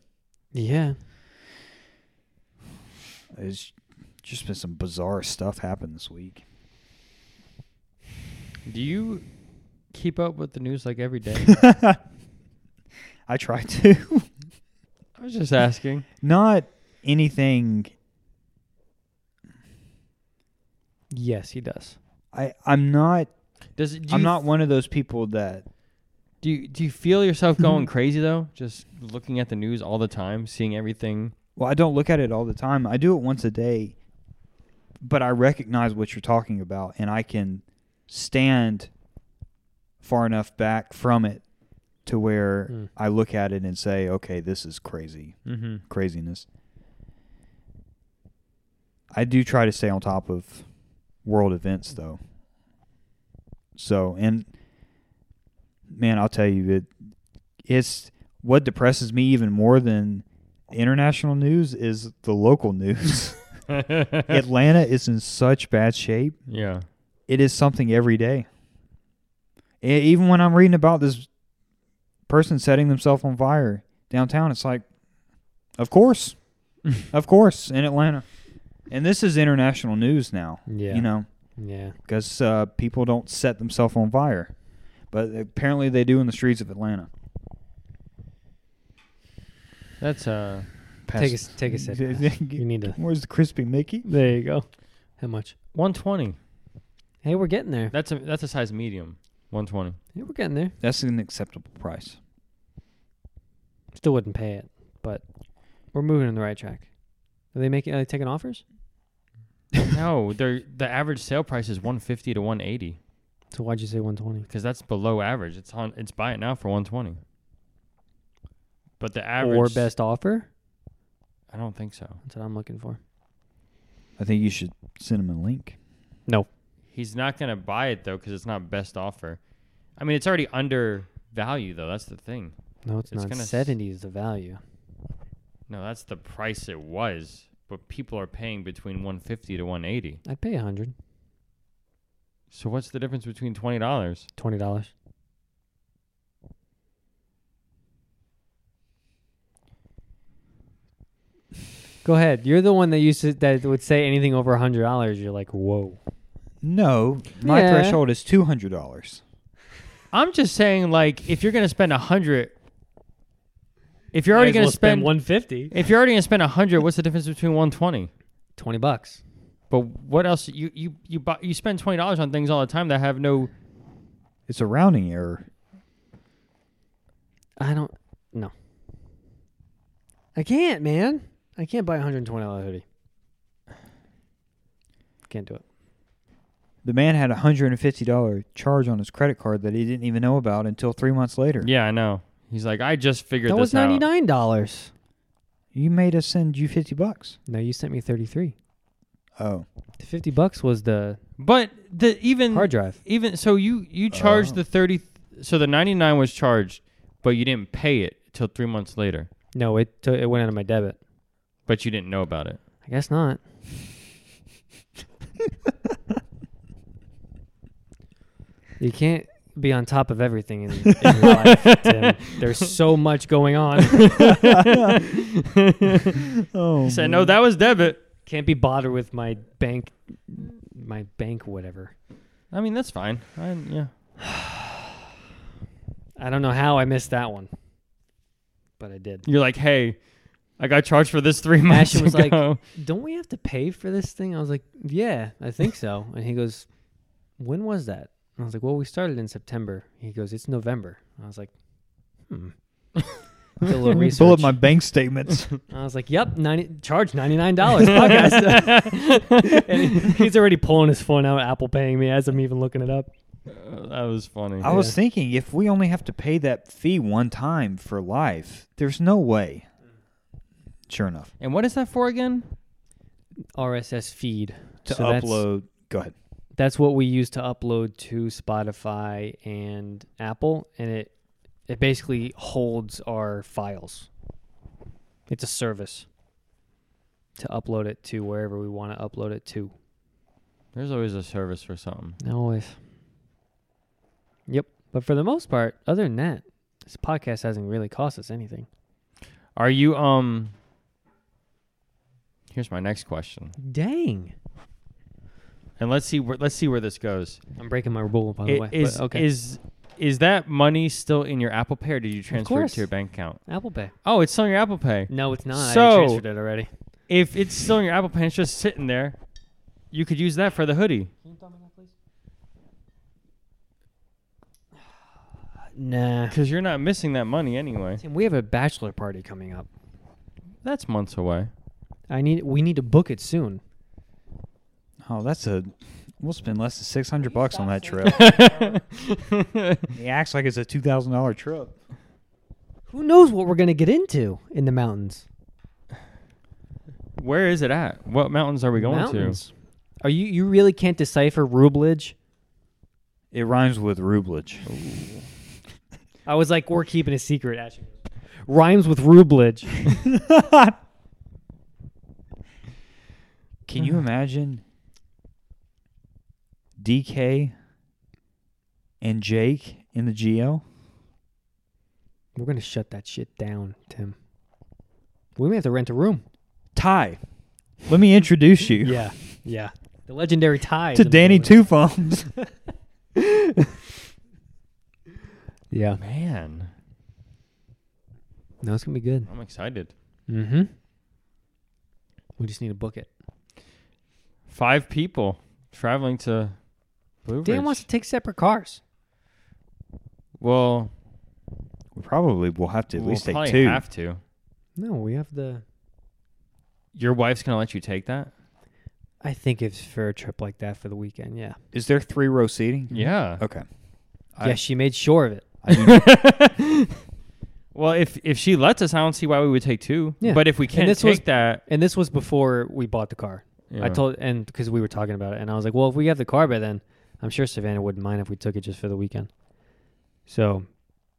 S4: Yeah.
S2: It's just been some bizarre stuff happened this week.
S3: Do you keep up with the news like every day?
S2: I try to.
S3: I was just asking.
S2: Not anything
S4: Yes, he does.
S2: I I'm not
S3: Does it, do
S2: I'm
S3: you
S2: not one of those people that
S3: Do you, do you feel yourself going crazy though? Just looking at the news all the time, seeing everything.
S2: well I don't look at it all the time. I do it once a day. But I recognize what you're talking about and I can stand far enough back from it to where
S3: Hmm.
S4: Mm.
S2: I look at it and say, "Okay, this is crazy."
S3: Mm-hmm.
S2: craziness. I do try to stay on top of world events though. So and man, I'll tell you it it's what depresses me even more than international news is the local news. Atlanta is in such bad shape.
S3: yeah.
S2: It is something every day. E- even when I'm reading about this person setting themselves on fire downtown, it's like, of course, of course, in Atlanta. And this is international news now,
S4: Yeah.
S2: you know,
S4: Yeah.
S2: because uh, people don't set themselves on fire, but apparently they do in the streets of Atlanta.
S3: That's uh
S4: Take a s- take a sip. You need to.
S2: Where's the crispy Mickey?
S4: There you go. How much?
S3: 120.
S4: Hey, we're getting there.
S3: That's a that's a size medium. 120.
S4: Hey, we're getting there.
S2: That's an acceptable price.
S4: Still wouldn't pay it, but we're moving in the right track. Are they making? Are they taking offers?
S3: no, they're the average sale price is 150 to 180
S4: So why'd you say 120?
S3: because that's below average. It's on. It's buy it now for 120. But the average
S4: Or best offer?
S3: I don't think so.
S4: That's what I'm looking for.
S2: I think you should send him a link.
S3: He's not gonna buy it though because it's not best offer. I mean, it's already under value though. That's the thing.
S4: No, it's,
S3: It's
S4: not.
S3: gonna s-
S4: 70 is the value.
S3: No, that's the price it was. But people are paying between 150 to 180.
S4: I'd pay 100,
S3: So what's the difference between twenty dollars?
S4: twenty dollars. Go ahead. You're the one that used to that would say anything over hundred dollars. You're like, whoa.
S2: No, my
S4: Yeah.
S2: threshold is two hundred dollars.
S3: I'm just saying, like, if you're gonna spend a hundred, if you're already gonna spend,
S4: one fifty.
S3: if you're already gonna spend a hundred, what's the difference between one twenty?
S4: Twenty bucks.
S3: But what else? You you you buy, you spend twenty dollars on things all the time that have no.
S2: It's a rounding error.
S4: I don't. No. I can't, man. I can't buy a hundred twenty dollar hoodie. Can't do it.
S2: The man had a hundred and fifty dollar charge on his credit card that he didn't even know about until three months later.
S3: Yeah, I know. He's like, I just figured
S4: that
S3: this
S4: was
S3: out.
S4: ninety nine dollars.
S2: You made us send you fifty bucks.
S4: No, you sent me thirty three.
S2: Oh,
S4: The fifty bucks was the
S3: But the even
S4: hard drive.
S3: even so you you charged
S2: Oh.
S3: the thirty. So the ninety nine was charged, but you didn't pay it till three months later.
S4: No, it t- it went out of my debit.
S3: But you didn't know about it.
S4: I guess not. you can't be on top of everything in, in your life, Tim. There's so much going on.
S2: oh,
S4: Oh,
S3: He said, no, that was debit.
S4: Can't be bothered with my bank, my bank whatever.
S3: I mean, that's fine. I, yeah.
S4: I don't know how I missed that one, but I did.
S3: You're like, hey, I got charged for this three months
S4: Ashton was like-
S3: ago."
S4: Don't we have to pay for this thing? I was like, yeah, I think so. And he goes, when was that? And I was like, well, we started in September. He goes, it's November. And I was like, hmm. Did a little research.
S2: Pull up my bank statements.
S4: I was like, "Yep, ninety charge ninety nine dollars podcast." and he, he's already pulling his phone out, Apple paying me as I'm even looking it up.
S3: Uh, that was funny.
S2: I was
S4: Yeah.
S2: thinking if we only have to pay that fee one time for life, there's no way. Sure enough,
S3: and what is that for again?
S4: RSS feed
S2: to
S4: So that's-
S2: upload. Go ahead.
S4: That's what we use to upload to Spotify and Apple, and it it basically holds our files. It's a service to upload it to wherever we want to upload it to.
S3: There's always a service for something.
S4: Always. Yep. But for the most part, other than that, this podcast hasn't really cost us anything.
S3: Are you um? Here's my next question,
S4: Dang.
S3: and let's see where let's see where this goes.
S4: I'm breaking my rule, by the
S3: It
S4: way.
S3: Is
S4: but okay.
S3: is is that money still in your Apple Pay, or did you transfer it
S4: course.
S3: to your bank account?
S4: Apple Pay?
S3: Oh, it's still in your Apple Pay.
S4: No, it's not. I
S3: So-
S4: transferred it already.
S3: If it's still in your Apple Pay, it's just sitting there. You could use that for the hoodie.
S4: Nah.
S3: Because you're not missing that money anyway.
S4: Tim, we have a bachelor party coming up.
S3: That's months away.
S4: I need. We need to book it soon.
S2: Oh, that's a. We'll spend less than six hundred bucks on that trip. he acts like it's a two thousand dollar trip.
S4: Who knows what we're gonna get into in the mountains?
S3: Where is it at? What mountains are we going
S4: mountains. Are you? You really can't decipher rublage.
S2: It rhymes with rublage.
S4: I was like, we're keeping a secret. Actually, rhymes with rublage.
S2: Can you imagine DK and Jake in the GL?
S4: we're gonna shut that shit down, Tim. We may have to rent a room.
S2: Ty, let me introduce you
S4: Yeah. Yeah. The legendary tie
S2: to Danny Two Thumbs.
S4: Yeah.
S3: to? Man,
S4: No, it's gonna be good.
S3: I'm excited.
S4: Mm-hmm. We just need to book it.
S3: Five people traveling to Blue
S4: Dan
S3: Ridge.
S4: wants to take separate cars.
S3: well,
S2: Probably we'll have to at
S3: we'll
S2: least take
S3: probably
S2: two.
S3: have to.
S4: No, we have the.
S3: Your wife's gonna let you take that?
S4: I think it's for a trip like that for the weekend. Yeah.
S2: Is there three row seating?
S3: Yeah.
S2: Okay. I-
S4: yeah, she made sure of it.
S2: I do
S3: Well, if if she lets us, I don't see why we would take two.
S4: Yeah.
S3: But if we can't
S4: this
S3: take
S4: was-
S3: that,
S4: And this was before we bought the car. I
S3: Yeah.
S4: told, and because we were talking about it, and I was like, well, if we have the car by then, I'm sure Savannah wouldn't mind if we took it just for the weekend. So,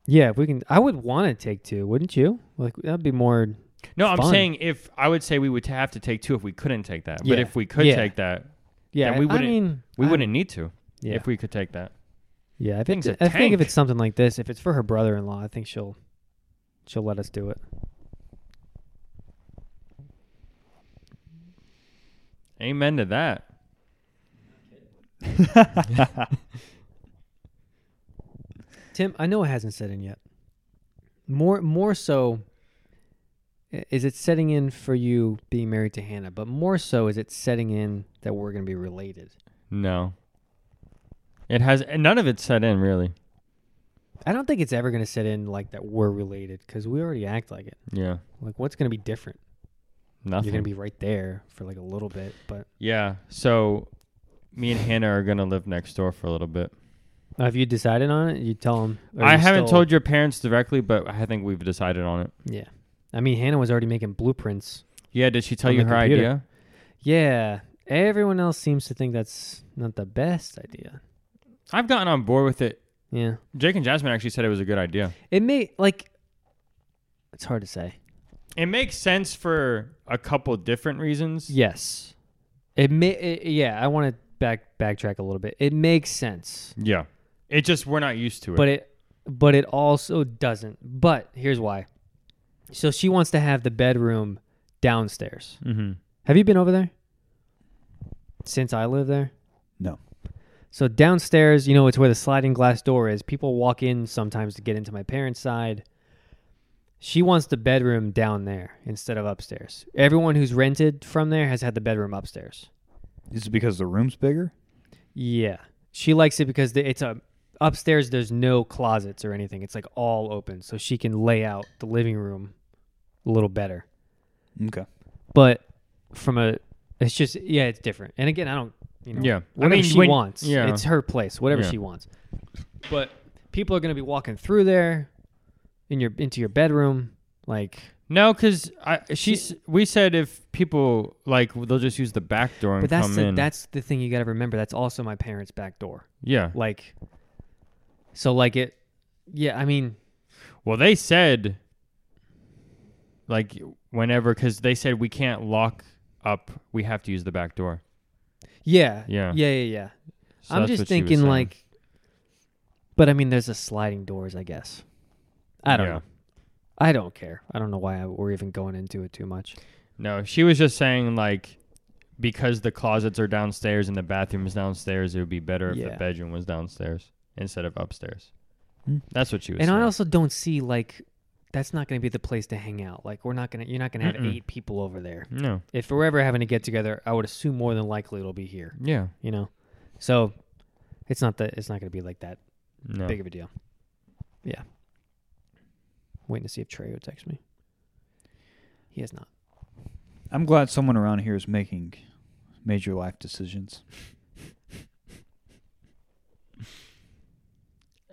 S4: yeah, if we can, I would want to take two, wouldn't you? Like, that'd be more.
S3: No, I'm
S4: fun.
S3: saying if I would say we would have to take two if we couldn't take that. But
S4: Yeah.
S3: if we could
S4: Yeah.
S3: take that,
S4: Yeah,
S3: Then we
S4: I
S3: wouldn't-
S4: mean,
S3: we
S4: I-
S3: wouldn't need to
S4: Yeah,
S3: if we could take that.
S4: yeah. If
S3: thing's
S4: it's,
S3: a
S4: I think if
S3: tank.
S4: it's something like this, if it's for her brother-in-law, I think she'll, she'll let us do it.
S3: Amen to that.
S4: Tim, I know it hasn't set in yet. More, more so. i- Is it setting in for you being married to Hannah? But more so, is it setting in that we're going to be related?
S3: No. It has and none of it set in really.
S4: I don't think it's ever going to set in like that we're related because we already act like it.
S3: Yeah.
S4: Like, what's going to be different?
S3: Nothing.
S4: You're going to be right there for like a little bit, but
S3: yeah. So me and Hannah are gonna live next door for a little bit.
S4: uh, if you decided on it, you tell them.
S3: I haven't told your parents directly, but I think we've decided on it.
S4: Yeah, I mean, Hannah was already making blueprints.
S3: Yeah, did she tell
S4: On
S3: you
S4: the
S3: her
S4: computer.
S3: idea?
S4: Yeah, everyone else seems to think that's not the best idea.
S3: I've gotten on board with it.
S4: Yeah,
S3: Jake and Jasmine actually said it was a good idea.
S4: it may like. It's hard to say.
S3: It makes sense for a couple different reasons.
S4: Yes, it may. It, yeah, I want to back backtrack a little bit. It makes sense.
S3: Yeah. It just we're not used to it.
S4: but it but it also doesn't but here's why so she wants to have the bedroom downstairs
S3: mm-hmm.
S4: have you been over there since i live there
S2: No.
S4: so downstairs you know it's where the sliding glass door is people walk in sometimes to get into my parents side she wants the bedroom down there instead of upstairs everyone who's rented from there has had the bedroom upstairs
S2: Is it because the room's bigger?
S4: yeah, she likes it because the, it's a upstairs. There's no closets or anything. It's like all open, so she can lay out the living room a little better.
S2: Okay.
S4: But from a, it's just yeah, it's different. And again, I don't, you know,
S3: Yeah. I
S4: whatever
S3: mean,
S4: she
S3: when-
S4: wants,
S3: yeah.
S4: it's her place, whatever
S3: Yeah.
S4: she wants. But people are gonna be walking through there, in your into your bedroom, like.
S3: No, because I she's we said if people like they'll just use the back door and
S4: But that's
S3: come
S4: the
S3: in.
S4: that's the thing you gotta remember. That's also my parents' back door.
S3: yeah.
S4: Like, so like it, yeah. I mean,
S3: Well, they said like whenever because they said we can't lock up. We have to use the back door.
S4: Yeah.
S3: Yeah.
S4: Yeah, yeah, yeah.
S3: So
S4: I'm
S3: that's
S4: just
S3: what she was
S4: thinking
S3: saying.
S4: like But I mean there's a sliding doors, I guess. I don't
S3: Yeah.
S4: know. I don't care. I don't know why I, we're even going into it too much.
S3: No, she was just saying like because the closets are downstairs and the bathroom is downstairs, it would be better if
S4: Yeah.
S3: the bedroom was downstairs instead of upstairs.
S2: Hmm.
S3: That's what she was
S4: and
S3: saying.
S4: I also don't see like that's not going to be the place to hang out. Like we're not going to you're not going to have
S3: Mm-mm.
S4: eight people over there.
S3: no.
S4: If we're ever having to get together, I would assume more than likely it'll be here,
S3: Yeah.
S4: you know. So it's not that it's not going to be like that
S3: No.
S4: big of a deal. Yeah. Waiting to see if Trey would text me. He has not.
S2: I'm glad someone around here is making major life decisions.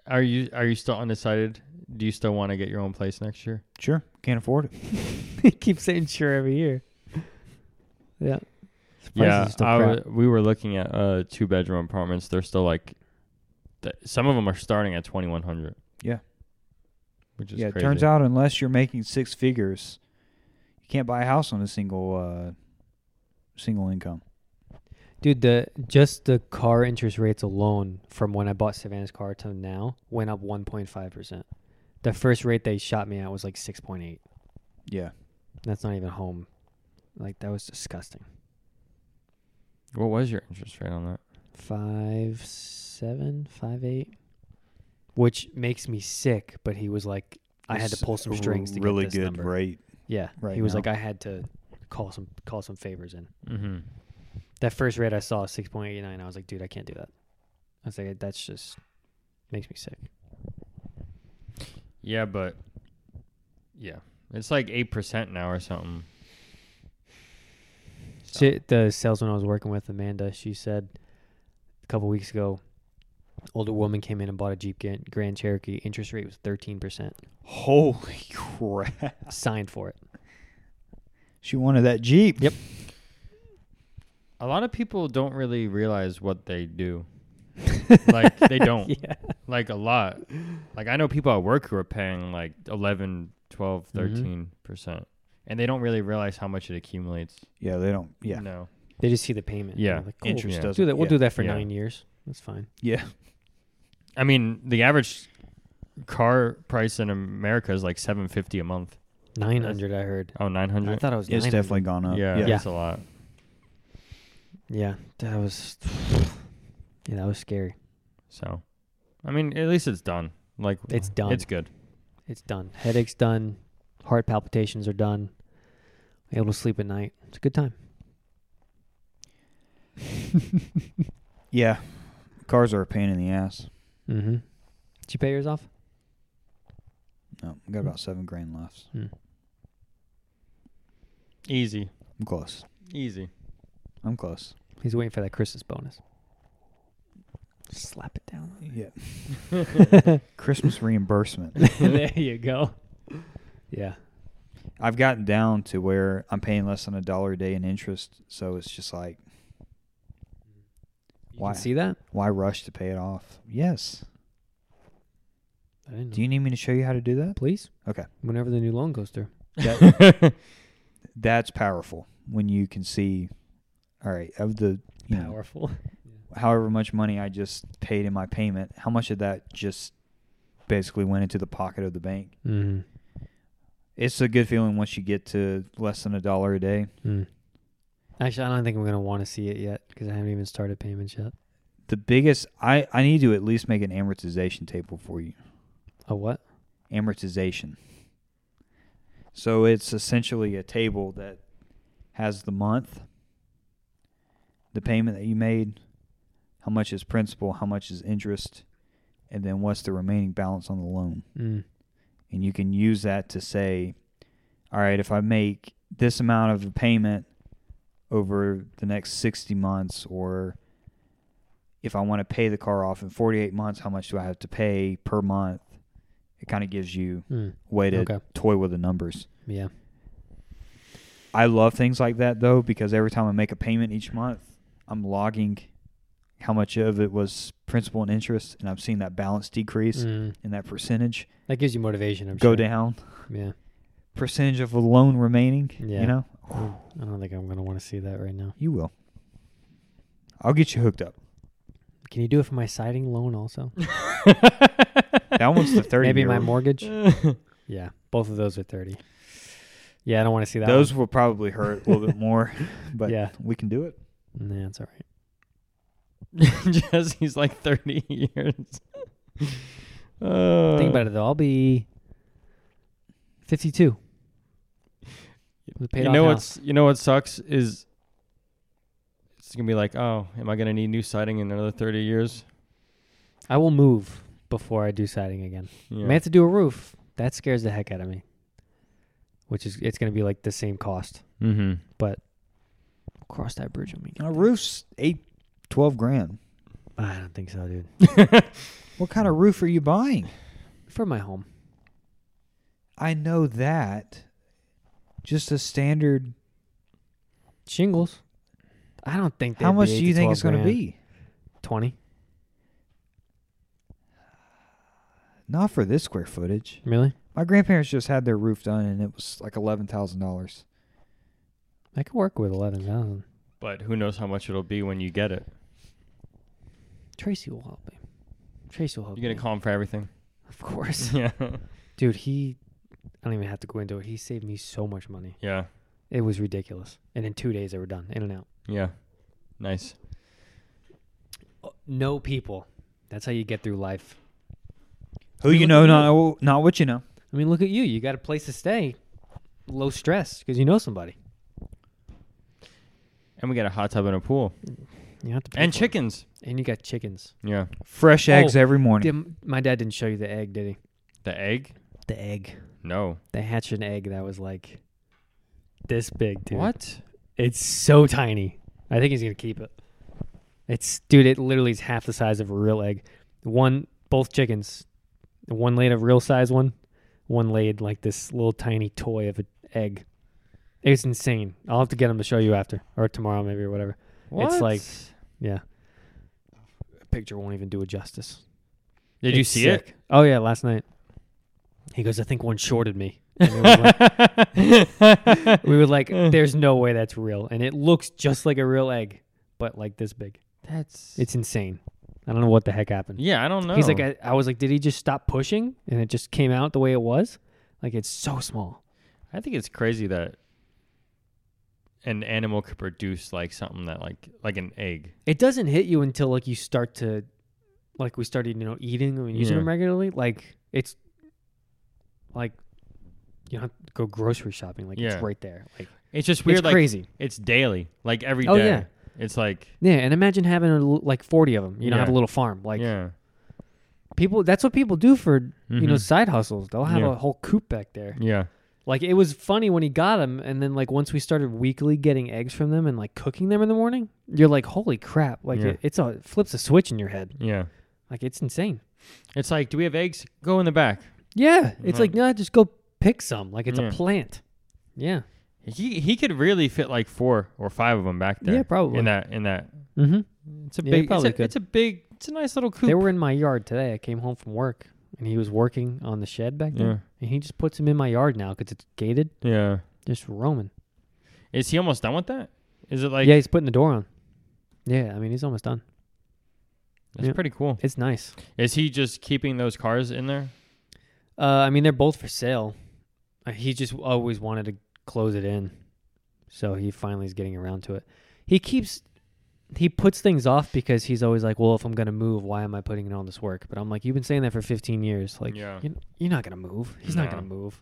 S3: Are you are you still undecided? Do you still want to get your own place next year?
S2: Sure. Can't afford it.
S4: he keeps saying sure every year. Yeah.
S3: yeah, I w- we were looking at uh, two bedroom apartments. They're still like, th- some of them are starting at twenty one hundred.
S2: Yeah.
S3: which is
S2: yeah, it
S3: Crazy.
S2: turns out unless you're making six figures, you can't buy a house on a single uh single income.
S4: Dude, the just the car interest rates alone from when I bought Savannah's car to now went up 1.5%. The first rate they shot me at was like 6.8.
S2: Yeah.
S4: That's not even home. Like that was disgusting.
S3: what was your interest rate on that?
S4: five seven, five eight, which makes me sick. But he was like, I had to
S2: It's
S4: pull some
S2: a
S4: strings to
S2: really
S4: get this
S2: good
S4: number.
S2: rate.
S4: Yeah,
S2: right
S4: He was
S2: now.
S4: like, I had to call some call some favors in.
S3: Mm-hmm.
S4: That first rate I saw six point eighty nine. I was like, dude, I can't do that. I was like, that's just makes me sick.
S3: Yeah, but yeah, It's like eight percent now or something. So-
S4: She, the salesman I was working with, Amanda, she said a couple weeks ago, older woman came in and bought a Jeep Gan- Grand Cherokee. Interest rate was thirteen percent.
S2: Holy crap!
S4: Signed for it.
S2: She wanted that Jeep.
S4: Yep.
S3: A lot of people don't really realize what they do. like they don't.
S4: Yeah.
S3: Like a lot. Like I know people at work who are paying like 11, 12,
S4: Mhm.
S3: 13 percent. And they don't really realize how much it accumulates.
S2: Yeah, they don't. Yeah,
S4: Mm,
S3: No.
S4: They just see the payment.
S3: Yeah.
S4: They're Like, cool.
S2: interest
S3: yeah.
S2: doesn't.
S4: Do that. We'll
S2: yeah.
S4: do that for
S3: Yeah.
S4: nine years. That's fine.
S2: Yeah,
S3: I mean, the average car price in America is like seven fifty a month.
S4: Nine hundred. I heard.
S3: Oh, nine
S4: I
S3: hundred.
S4: thought it was.
S2: it's
S4: 900.
S2: definitely gone up.
S3: Yeah,
S2: yeah.
S3: that's a lot.
S4: Yeah. That was. Yeah, that was scary.
S3: So, I mean, at least it's done. Like
S4: It's done.
S3: It's good.
S4: It's done. Headaches done. Heart palpitations are done. Able to sleep at night. It's a good time.
S2: Yeah. Cars are a pain in the ass.
S4: Mm-hmm. Did you pay yours off?
S2: No, I got about seven grand left.
S3: Easy.
S2: I'm close.
S3: Easy.
S2: I'm close.
S4: He's waiting for that Christmas bonus. Slap it down.
S2: Yeah. Christmas reimbursement.
S4: there you go. Yeah.
S2: I've gotten down to where I'm paying less than a dollar a day in interest, so it's just like
S4: You
S2: Why?
S4: can see that?
S2: why rush to pay it off? Yes.
S4: I didn't
S2: Do you need me to show you how to do that?
S4: Please.
S2: Okay.
S4: Whenever the new loan goes through.
S2: That, that's powerful when you can see all right, of the you know,
S4: Powerful.
S2: however much money I just paid in my payment, how much of that just basically went into the pocket of the bank?
S4: Mm.
S2: It's a good feeling once you get to less than a dollar a day.
S4: Mm. Actually, I don't think I'm gonna want to see it yet because I haven't even started payments yet.
S2: The biggest I I need to at least make an amortization table for you.
S4: Oh, what?
S2: Amortization. So it's essentially a table that has the month, the payment that you made, how much is principal, how much is interest, and then what's the remaining balance on the loan.
S4: Mm.
S2: and you can use that to say, all right, if I make this amount of a payment over the next 60 months, or if I want to pay the car off in 48 months, how much do I have to pay per month? It kind of gives you
S4: Mm.
S2: a way to
S4: Okay.
S2: toy with the numbers.
S4: Yeah.
S2: I love things like that though, because every time I make a payment each month, I'm logging how much of it was principal and interest, and I'm seeing that balance decrease
S4: Mm.
S2: and that percentage
S4: That gives you motivation. I'm
S2: go
S4: sure.
S2: down.
S4: Yeah.
S2: percentage of a loan remaining.
S4: Yeah.
S2: You know,
S4: I don't think I'm gonna want to see that right now.
S2: you will. I'll get you hooked up.
S4: Can you do it for my siding loan also?
S2: That one's the thirty.
S4: Maybe my
S2: year.
S4: mortgage. yeah, both of those are thirty. Yeah, I don't want to see that.
S2: Those will probably hurt a little bit more, but
S4: Yeah.
S2: we can do it.
S4: one. Nah, it's all right.
S3: Jesse's like thirty years. Uh,
S4: Think about it though. I'll be fifty-two. With paid
S3: you
S4: off
S3: know
S4: house.
S3: what's you know what sucks is it's gonna be like, oh, am I gonna need new siding in another thirty years?
S4: I will move before I do siding again. I
S3: Yeah.
S4: may have to do a roof. That scares the heck out of me. Which is it's going to be like the same cost.
S3: mm-hmm.
S4: Cross that bridge when we get.
S2: A roof's eight, twelve grand.
S4: I don't think so, dude.
S2: What kind of roof are you buying?
S4: For my home.
S2: I know that. Just a standard.
S4: Shingles. I don't think
S2: how
S4: they'd be
S2: much
S4: eight
S2: do
S4: to
S2: you think
S4: 12
S2: it's going to
S4: grand.
S2: be?
S4: 20.
S2: Not for this square footage.
S4: Really?
S2: My grandparents just had their roof done, and it was like eleven thousand dollars.
S4: I could work with 11,000.
S3: But who knows how much it'll be when you get it?
S4: Tracy will help me. Tracy will help
S3: You're gonna
S4: me.
S3: call him for everything.
S4: Of course.
S3: yeah.
S4: Dude, he I don't even have to go into it. He saved me so much money.
S3: Yeah.
S4: It was ridiculous. And in 2 days they were done. In and out.
S3: Yeah. Nice.
S4: Oh, No people. That's how you get through life.
S2: Who
S4: We
S2: you
S4: look
S2: know,
S4: at
S2: not not what you know.
S4: I mean, look at you. You got a place to stay, low stress because you know somebody.
S3: And we got a hot tub and a pool.
S4: You have to pay
S3: And
S4: for it.
S3: chickens.
S4: and you got chickens.
S3: Yeah.
S2: Fresh eggs
S4: Oh,
S2: every morning.
S4: Did, my dad didn't show you the egg, did he?
S3: The egg?
S4: The egg.
S3: No.
S4: They hatched an egg that was like this big, dude.
S3: What?
S4: It's so tiny. I think he's gonna keep it. It's dude. It literally is half the size of a real egg. One, both chickens. One laid a real size one. One laid like this little tiny toy of an egg. It's insane. I'll have to get him to show you after or tomorrow maybe or whatever. It's like- Yeah. A picture won't even do it justice.
S3: Did you
S4: It's
S3: see
S4: sick. Oh yeah, last night. He goes, I think one shorted me. And we, were like,
S3: it?
S4: we were like, there's no way that's real, and it looks just like a real egg, but like this big.
S3: That's.
S4: It's insane. I don't know what the heck happened.
S3: Yeah, I don't know.
S4: He's like, I, I was like, did he just stop pushing and it just came out the way it was? Like it's so small.
S3: I think it's crazy that an animal could produce like something that like like an egg.
S4: It doesn't hit you until like you start to, like we started, you know, eating and using
S3: Yeah.
S4: them regularly. Like it's, like, you don't have to go grocery shopping. Like
S3: Yeah.
S4: it's right there. Like
S3: It's just weird.
S4: it's
S3: like
S4: crazy.
S3: it's daily, like every day.
S4: Oh, yeah.
S3: It's like
S4: Yeah, and imagine having a, l- like forty of them. You know, have
S3: Yeah.
S4: a little farm. Like
S3: yeah,
S4: people, that's what people do for you know
S3: Mhm.
S4: side hustles. They'll have
S3: Yeah.
S4: a whole coop back there.
S3: yeah.
S4: Like it was funny when he got them, and then like once we started weekly getting eggs from them and like cooking them in the morning, you're like, holy crap! Like
S3: Yeah.
S4: it, it's a it flips a switch in your head.
S3: Yeah.
S4: Like it's insane.
S3: It's like, do we have eggs? Go in the back.
S4: Yeah, it's
S3: Mhm.
S4: like no, just go pick some. Like it's
S3: Yeah.
S4: a plant. Yeah.
S3: He he could really fit like four or five of them back there.
S4: Yeah, probably.
S3: In that in that,
S4: Mm-hmm.
S3: it's a
S4: Yeah, he
S3: big. It's
S4: probably
S3: a,
S4: could.
S3: it's a big. It's a nice little coop.
S4: They were in my yard today. I came home from work, and he was working on the shed back there,
S3: Yeah.
S4: and he just puts them in my yard now because it's gated,
S3: Yeah.
S4: just roaming.
S3: Is he almost done with that? Is it like?
S4: yeah, he's putting the door on. Yeah, I mean he's almost done.
S3: That's
S4: yeah.
S3: pretty cool.
S4: It's nice.
S3: Is he just keeping those cars in there?
S4: Uh, I mean, they're both for sale. Uh, He just always wanted to close it in, so he finally is getting around to it. He keeps he puts things off because he's always like, "Well, if I'm gonna move, why am I putting in all this work?" But I'm like, "You've been saying that for 15 years. Like,
S3: Yeah.
S4: you- you're not gonna move. He's not
S3: No.
S4: gonna move."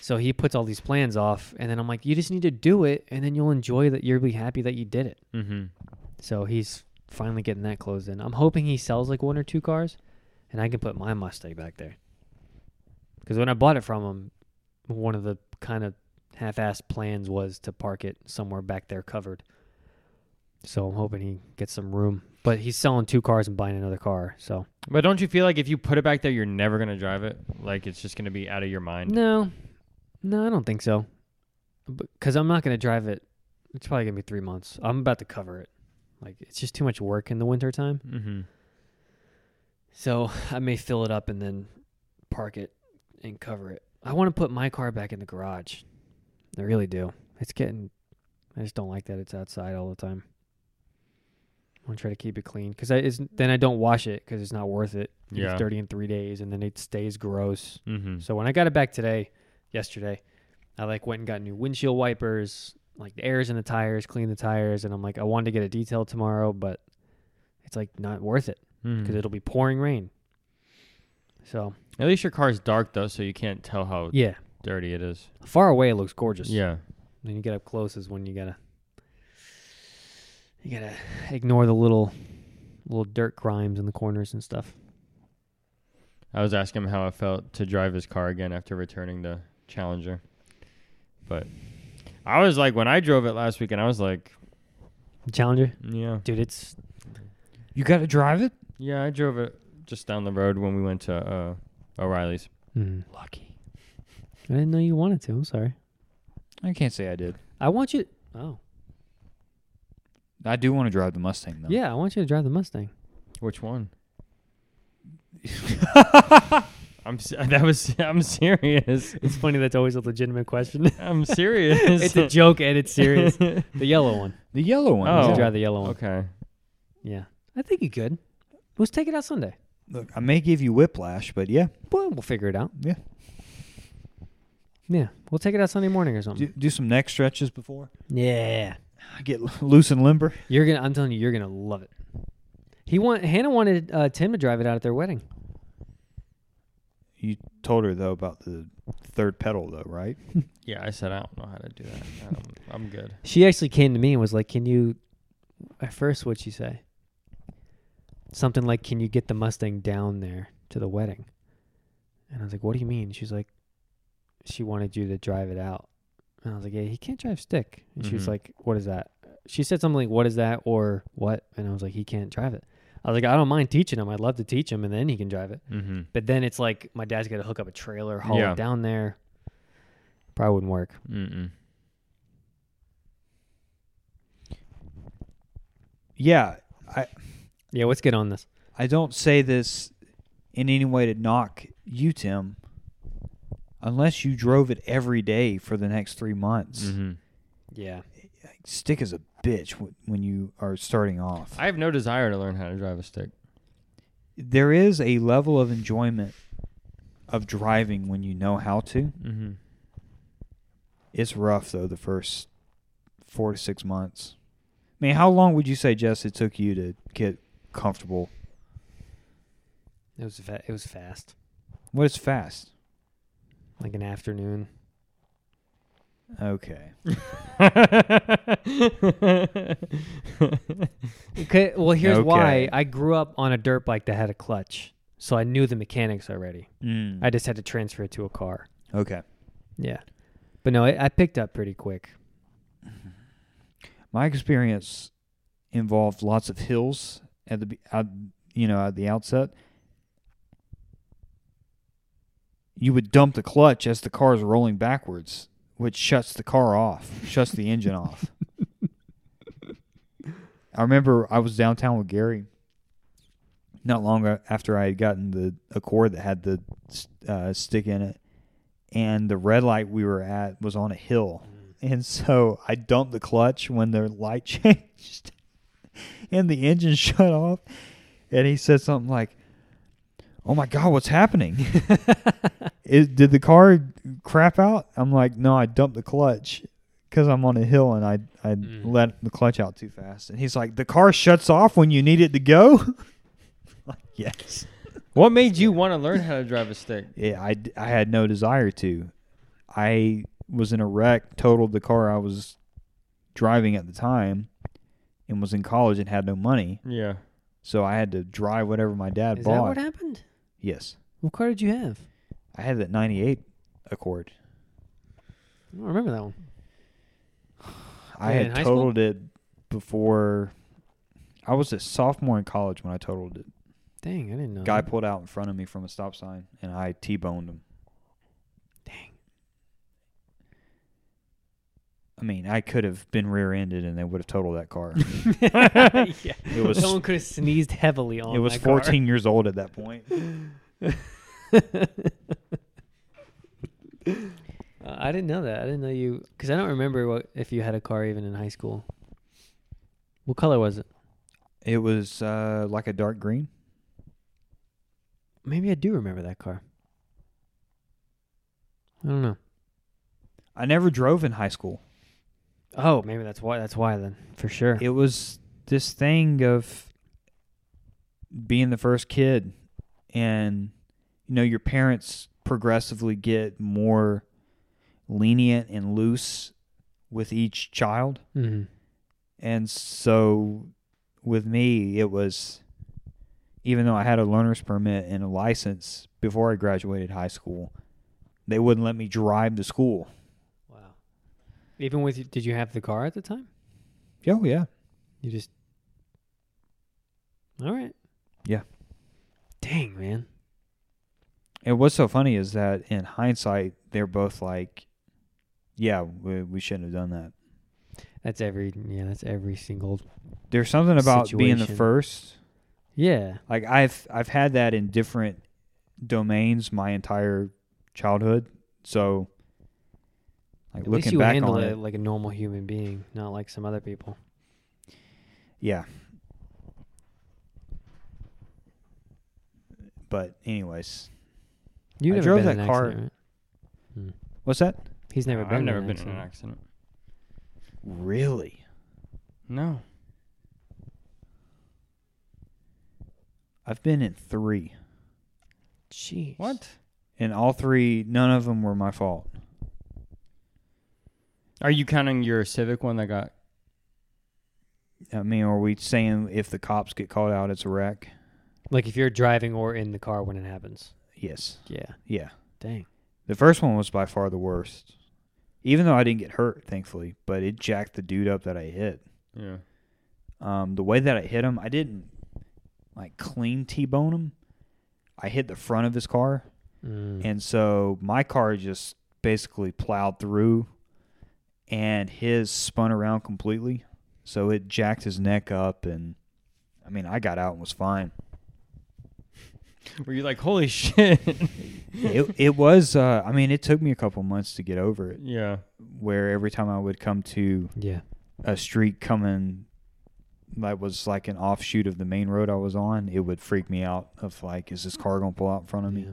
S4: So he puts all these plans off, and then I'm like, "You just need to do it, and then you'll enjoy that. You'll be happy that you did it."
S3: Mm-hmm.
S4: So he's finally getting that closed in. I'm hoping he sells like one or two cars, and I can put my Mustang back there. Because when I bought it from him, one of the kind of half-assed plans was to park it somewhere back there covered. So I'm hoping he gets some room. But he's selling two cars and buying another car. So
S3: But don't you feel like if you put it back there, you're never gonna drive it? Like it's just gonna be out of your mind.
S4: no, no, I don't think so. Because I'm not going to drive it. It's probably going to be three months. I'm about to cover it. Like it's just too much work in the wintertime.
S3: Mm-hmm.
S4: So I may fill it up and then park it and cover it. I want to put my car back in the garage. I really do. It's getting. I just don't like that it's outside all the time. I want to try to keep it clean because I it's, then I don't wash it because it's not worth it.
S3: Yeah.
S4: It's dirty in three days and then it stays gross.
S3: Mm-hmm.
S4: So when I got it back today, yesterday, I like went and got new windshield wipers, like the airs in the tires, clean the tires, and I'm like I wanted to get it detailed tomorrow, but it's like not worth it
S3: Mm-hmm.
S4: because it'll be pouring rain. So
S3: At least your car's dark though, so you can't tell how
S4: yeah,
S3: dirty it is.
S4: far away it looks gorgeous.
S3: Yeah.
S4: When you get up close is when you gotta you gotta ignore the little little dirt crimes in the corners and stuff.
S3: I was asking him how it felt to drive his car again after returning the Challenger. But I was like, when I drove it last weekend, I was like,
S4: Challenger,
S3: yeah,
S4: dude, it's
S2: You got to drive it.
S3: yeah, I drove it just down the road when we went to uh, O'Reilly's.
S4: lucky. I didn't know you wanted to. I'm sorry.
S2: I can't say I did.
S4: I want you. Oh
S2: I do want to drive the Mustang though.
S4: yeah, I want you to drive the Mustang.
S3: Which one? I'm se- that was I'm serious.
S4: It's funny. That's always a legitimate question.
S3: I'm serious.
S4: it's a joke and it's serious. the yellow one.
S2: the yellow one.
S4: You should
S3: Oh.
S4: drive the yellow one.
S3: okay.
S4: Yeah, I think you could. Let's take it out Sunday.
S2: Look, I may give you whiplash, but yeah,
S4: Well, we'll figure it out.
S2: Yeah.
S4: Yeah, we'll take it out Sunday morning or
S2: do,
S4: something.
S2: do some neck stretches before
S4: Yeah,
S2: I get loose and limber.
S4: you're gonna. I'm telling you, you're gonna love it. He want Hannah wanted uh, Tim to drive it out at their wedding.
S2: You told her though about the third pedal though, right?
S3: Yeah, I said I don't know how to do that. I don't, I'm good.
S4: She actually came to me and was like, "Can you?" At first, what'd she say? Something like, "Can you get the Mustang down there to the wedding?" And I was like, "What do you mean?" She's like, she wanted you to drive it out. And I was like, yeah, he can't drive stick. And she was
S3: Mhm.
S4: like, what is that? She said something like, what is that or what? And I was like, he can't drive it. I was like, I don't mind teaching him. I'd love to teach him and then he can drive it.
S3: Mm-hmm.
S4: But then it's like, my dad's got to hook up a trailer, haul
S3: Yeah.
S4: it down there. Probably wouldn't work.
S3: Mm-mm.
S2: Yeah,
S4: Yeah, let's get on this.
S2: I don't say this in any way to knock you, Tim, unless you drove it every day for the next three months.
S3: Mm-hmm.
S4: Yeah.
S2: Stick is a bitch wh- when you are starting off.
S3: I have no desire to learn how to drive a stick.
S2: there is a level of enjoyment of driving when you know how to.
S3: Mm-hmm.
S2: It's rough though the first four to six months. I mean, how long would you say, Jess, it took you to get comfortable?
S4: It was, fa- it was fast.
S2: What is fast?
S4: Like an afternoon.
S2: Okay.
S4: Okay, well, here's why
S2: Okay.
S4: I grew up on a dirt bike that had a clutch, so I knew the mechanics already.
S2: Mm.
S4: I just had to transfer it to a car.
S2: okay.
S4: Yeah, but no, I, I picked up pretty quick.
S2: My experience involved lots of hills at the be- at, you know at the outset. You would dump the clutch as the car is rolling backwards, which shuts the car off, shuts the engine off. I remember I was downtown with Gary not long a- after I had gotten the Accord that had the s- uh, stick in it, and the red light we were at was on a hill, and so I dumped the clutch when the light changed, and the engine shut off, and he said something like, "Oh my God, what's happening? Is, did the car crap out?" I'm like, "No, I dumped the clutch." Because I'm on a hill and I I
S4: Mm.
S2: let the clutch out too fast, and he's like, "The car shuts off when you need it to go." yes.
S3: what made you want to learn how to drive a stick?
S2: Yeah, I, d- I had no desire to. I was in a wreck, totaled the car I was driving at the time, and was in college and had no money.
S3: Yeah.
S2: So I had to drive whatever my dad
S4: Is
S2: bought.
S4: that what happened?
S2: yes.
S4: What car did you have?
S2: I had that 98 Accord.
S4: I don't remember that one.
S2: I
S4: Yeah, in
S2: had
S4: high school?
S2: totaled it before. I was a sophomore in college when I totaled it.
S4: Dang, I didn't know.
S2: Guy
S4: that.
S2: pulled out in front of me from a stop sign, and I T-boned him.
S4: Dang.
S2: I mean, I could have been rear-ended, and they would have totaled that car.
S4: yeah,
S2: It was
S4: someone could have sneezed heavily on.
S2: it was
S4: my car.
S2: 14 years old at that point.
S4: Uh, I didn't know that. I didn't know you because I don't remember what if you had a car even in high school. What color was it?
S2: It was uh, like a dark green.
S4: Maybe I do remember that car. I don't know.
S2: I never drove in high school.
S4: Oh, maybe that's why. That's why then, for sure.
S2: It was this thing of being the first kid, and you know your parents progressively get more lenient and loose with each child.
S4: hmm
S2: And so with me, it was even though I had a learner's permit and a license before I graduated high school, they wouldn't let me drive to school.
S4: Wow. Even with, did you have the car at the time?
S2: Oh, yeah.
S4: You just. All right.
S2: Yeah.
S4: Dang man.
S2: And what's so funny is that in hindsight, they're both like, yeah, we, we shouldn't have done that.
S4: That's every yeah. That's every single.
S2: There's something about being the
S4: Situation.
S2: first.
S4: Yeah.
S2: Like I've I've had that in different domains my entire childhood. So like
S4: At least
S2: looking
S4: you
S2: back
S4: handle
S2: on
S4: it,
S2: it,
S4: like a normal human being, not like some other people.
S2: yeah. But anyways,
S4: You
S2: I
S4: never
S2: drove
S4: been in
S2: that
S4: an
S2: car-
S4: accident,
S2: what's that?
S4: right? He's never been.
S3: I've
S4: in
S3: never
S4: an
S3: been in
S4: accident.
S3: an accident.
S2: Really?
S3: No.
S2: I've been in three,
S4: Jeez.
S3: What?
S2: and all three, none of them were my fault.
S3: Are you counting your Civic one that got?
S2: I mean, are we saying if the cops get called out, it's a wreck?
S4: Like if you're driving or in the car when it happens.
S2: Yes.
S4: Yeah.
S2: Yeah.
S4: Dang.
S2: The first one was by far the worst. Even though I didn't get hurt, thankfully, but it jacked the dude up that I hit.
S3: Yeah.
S2: Um, the way that I hit him, I didn't like clean T bone him. I hit the front of his car.
S4: Mm.
S2: And so my car just basically plowed through and his spun around completely. So it jacked his neck up and I mean I got out and was fine.
S3: Were you like, holy shit?
S2: it it was uh I mean it took me a couple months to get over it
S3: yeah.
S2: where every time I would come to
S4: yeah.
S2: a street coming that was like an offshoot of the main road I was on, it would freak me out of like is this car going to pull out in front of me?
S4: Yeah.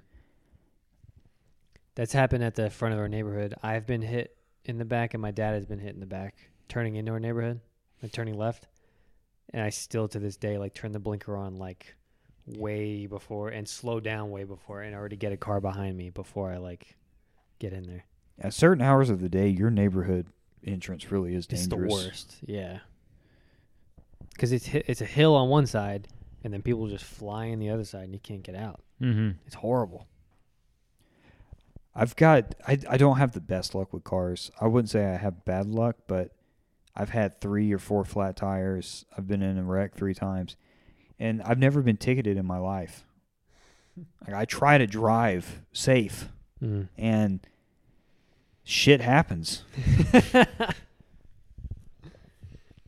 S4: That's happened at the front of our neighborhood. I've been hit in the back, and my dad has been hit in the back, turning into our neighborhood and turning left. And I still, to this day, like turn the blinker on like way before and slow down way before, and already get a car behind me before I like get in there.
S2: At certain hours of the day, your neighborhood entrance really is dangerous.
S4: It's the worst. Yeah. Because it's hi- it's a hill on one side, and then people just fly in the other side, and you can't get out.
S3: Mm-hmm.
S4: It's horrible.
S2: I've got I I don't have the best luck with cars. I wouldn't say I have bad luck, but I've had 3 or 4 flat tires. I've been in a wreck 3 times. And I've never been ticketed in my life. Like I try to drive safe
S4: Mm.
S2: and shit happens.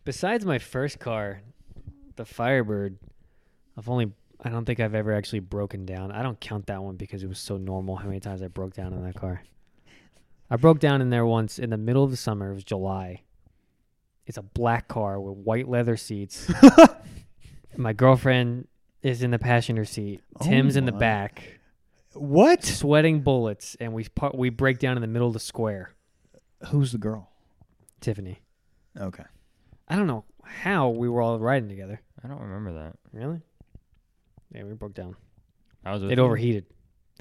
S4: Besides my first car, the Firebird, I've only I don't think I've ever actually broken down. I don't count that one because it was so normal how many times I broke down in that car. I broke down in there once in the middle of the summer. It was July. It's a black car with white leather seats. my girlfriend is in the passenger seat.
S2: Oh
S4: Tim's in the
S2: my.
S4: back,
S2: What?
S4: sweating bullets, and we par- we break down in the middle of the square.
S2: Who's the girl?
S4: Tiffany.
S2: Okay.
S4: I don't know how we were all riding together.
S3: I don't remember that.
S4: Really? Yeah, we broke down.
S3: I was with
S4: It
S3: you.
S4: overheated.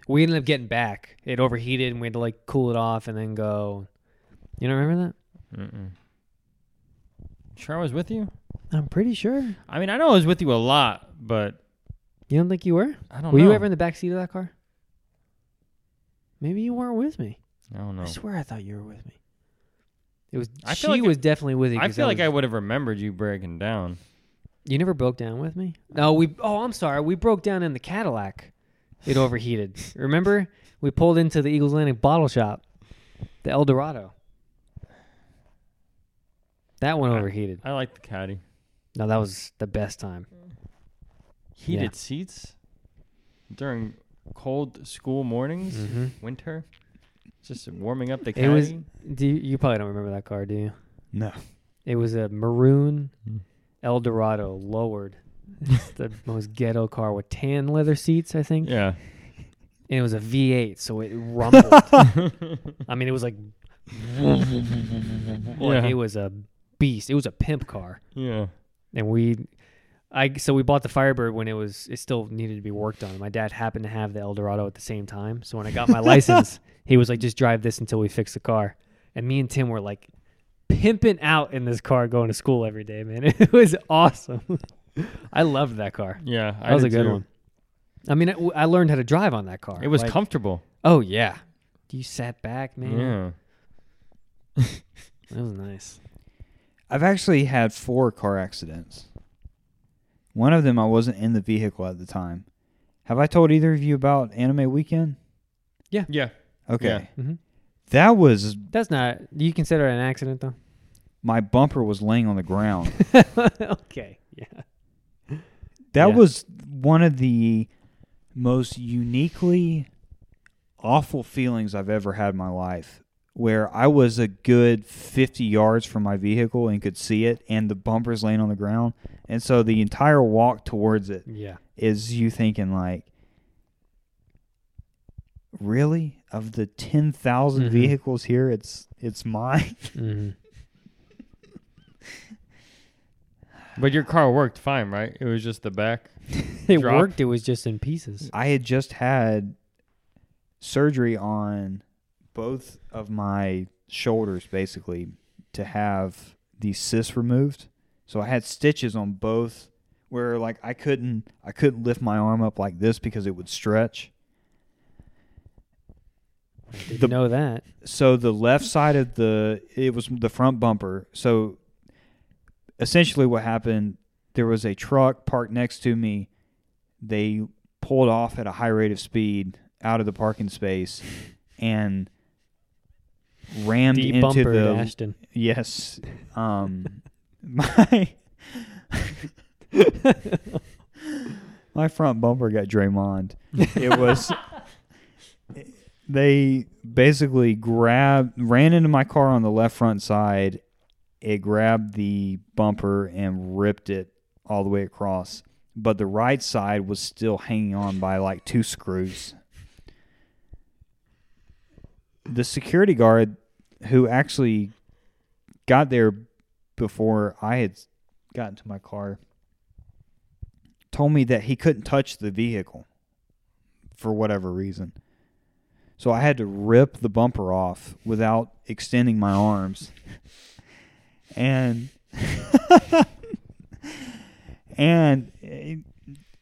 S4: We ended up getting back. It overheated, and we had to like cool it off and then go. You don't remember
S3: Mm-mm. Sure, I was with you.
S4: that? I'm pretty sure. You
S3: I mean, I know I was with you a lot, but
S4: don't think you were?
S3: I don't
S4: Were
S3: know.
S4: you ever in the back seat of that car? Maybe you weren't with me.
S3: I don't know.
S4: I swear I thought you were with me. It was.
S3: I
S4: she
S3: feel like
S4: was definitely with you.
S3: I
S4: 'cause
S3: feel
S4: that
S3: like
S4: was-
S3: I would have remembered you breaking down.
S4: You never broke down with me? No, we. Oh, I'm sorry. We broke down in the Cadillac. It overheated. Remember, we pulled into the Eagles Landing bottle shop, the El Dorado. That one
S3: I-
S4: overheated.
S3: I like the caddy.
S4: No, that was the best time.
S3: Heated seats during cold school mornings,
S4: Mm-hmm.
S3: winter. Just warming up the caddy.
S4: It was- Do you, you probably don't remember that car, do you?
S2: No.
S4: It was a maroon
S3: Mm.
S4: El Dorado lowered. It's the most ghetto car with tan leather seats, I think.
S3: yeah.
S4: And it was a V8, so it rumbled. I mean, it was like, like,
S3: Yeah.
S4: Oh, it was a beast. It was a pimp car,
S3: Yeah.
S4: and we, I so we bought the Firebird when it was it still needed to be worked on. My dad happened to have the Eldorado at the same time, so when I got my license, he was like, "Just drive this until we fix the car," and me and Tim were like pimping out in this car going to school every day, man. It was awesome. I loved that car.
S3: Yeah. I
S4: That was a
S3: did
S4: good
S3: too.
S4: one. I mean, I, I learned how to drive on that car.
S3: It was
S4: Like,
S3: comfortable.
S4: Oh yeah. You sat back, man.
S3: Yeah.
S4: That was nice.
S2: I've actually had four car accidents. One of them I wasn't in the vehicle at the time. Have I told either of you about Anime Weekend?
S3: Yeah.
S2: Okay.
S3: Yeah.
S4: hmm
S2: That was
S4: That's not. Do you consider it an accident though?
S2: my bumper was laying on the ground.
S4: okay. Yeah.
S2: That
S4: Yeah.
S2: was one of the most uniquely awful feelings I've ever had in my life. Where I was a good 50 yards from my vehicle and could see it, and the bumper's laying on the ground. And so the entire walk towards it
S4: Yeah.
S2: is you thinking, like, really? Of the 10,000
S4: Mhm.
S2: vehicles here, it's it's mine?
S4: hmm
S3: But your car worked fine, right? It was just the back.
S4: It
S3: Drop.
S4: worked. It was just in pieces.
S2: I had just had surgery on both of my shoulders, basically, to have the cysts removed. So I had stitches on both, where like I couldn't I couldn't lift my arm up like this because it would stretch.
S4: I didn't
S2: The-
S4: know that.
S2: so the left side of the it was the front bumper so essentially what happened there was a truck parked next to me they pulled off at a high rate of speed out of the parking space and rammed
S4: D
S2: into
S4: bumper
S2: the
S4: Ashton.
S2: yes um my my front bumper got Draymond it was they basically grabbed ran into my car on the left front side it grabbed the bumper and ripped it all the way across but the right side was still hanging on by like two screws the security guard who actually got there before i had gotten to my car told me that he couldn't touch the vehicle for whatever reason. So I had to rip the bumper off without extending my arms. And and eh,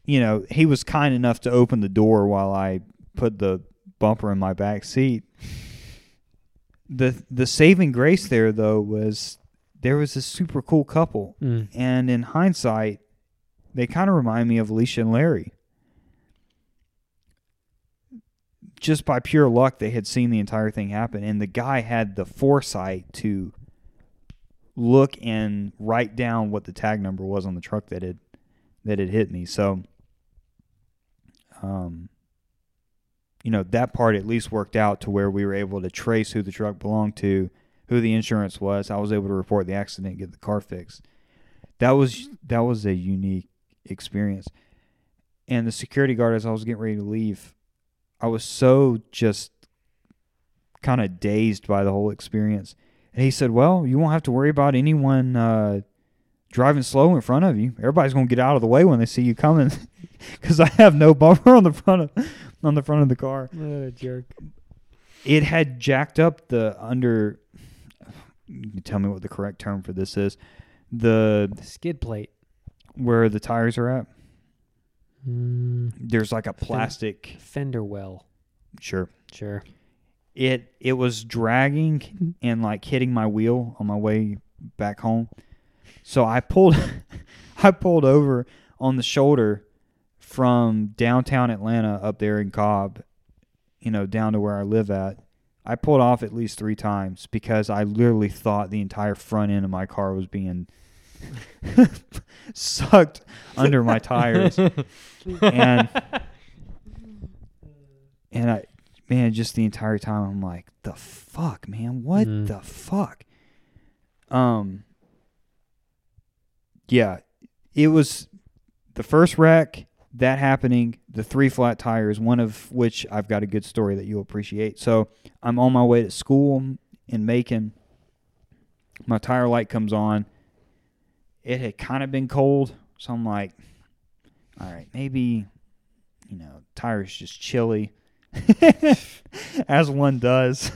S2: you know, he was kind enough to open the door while I put the bumper in my back seat. The the saving grace there though was there was this super cool couple
S4: Mm.
S2: and in hindsight, they kind of remind me of Alicia and Larry. Just by pure luck, they had seen the entire thing happen, and the guy had the foresight to look and write down what the tag number was on the truck that had that had hit me. So, um, you know, that part at least worked out to where we were able to trace who the truck belonged to, who the insurance was. I was able to report the accident, get the car fixed that was that was a unique experience. And the security guard, as I was getting ready to leave, I was so just kind of dazed by the whole experience. And he said, "Well, you won't have to worry about anyone uh, driving slow in front of you. Everybody's gonna get out of the way when they see you coming, because I have no bumper on the front of on the front of the car."
S4: What a jerk.
S2: it had jacked up the under. You can tell me what the correct term for this is. The
S4: Skid plate.
S2: where the tires are at.
S4: Mm.
S2: There's like a plastic.
S4: Fender well.
S2: Sure.
S4: Sure.
S2: It it was dragging and like hitting my wheel on my way back home. So I pulled I pulled over on the shoulder from downtown Atlanta up there in Cobb, you know, down to where I live at. I pulled off at least 3 times because I literally thought the entire front end of my car was being sucked under my tires. and and I man, just the entire time I'm like, the fuck, man, what
S4: Mhm.
S2: the fuck? Um Yeah. It was the first wreck, that happening, the three flat tires, one of which I've got a good story that you'll appreciate. So I'm on my way to school in Macon. My tire light comes on. It had kind of been cold, so I'm like, all right, maybe you know, tire's just chilly. as one does.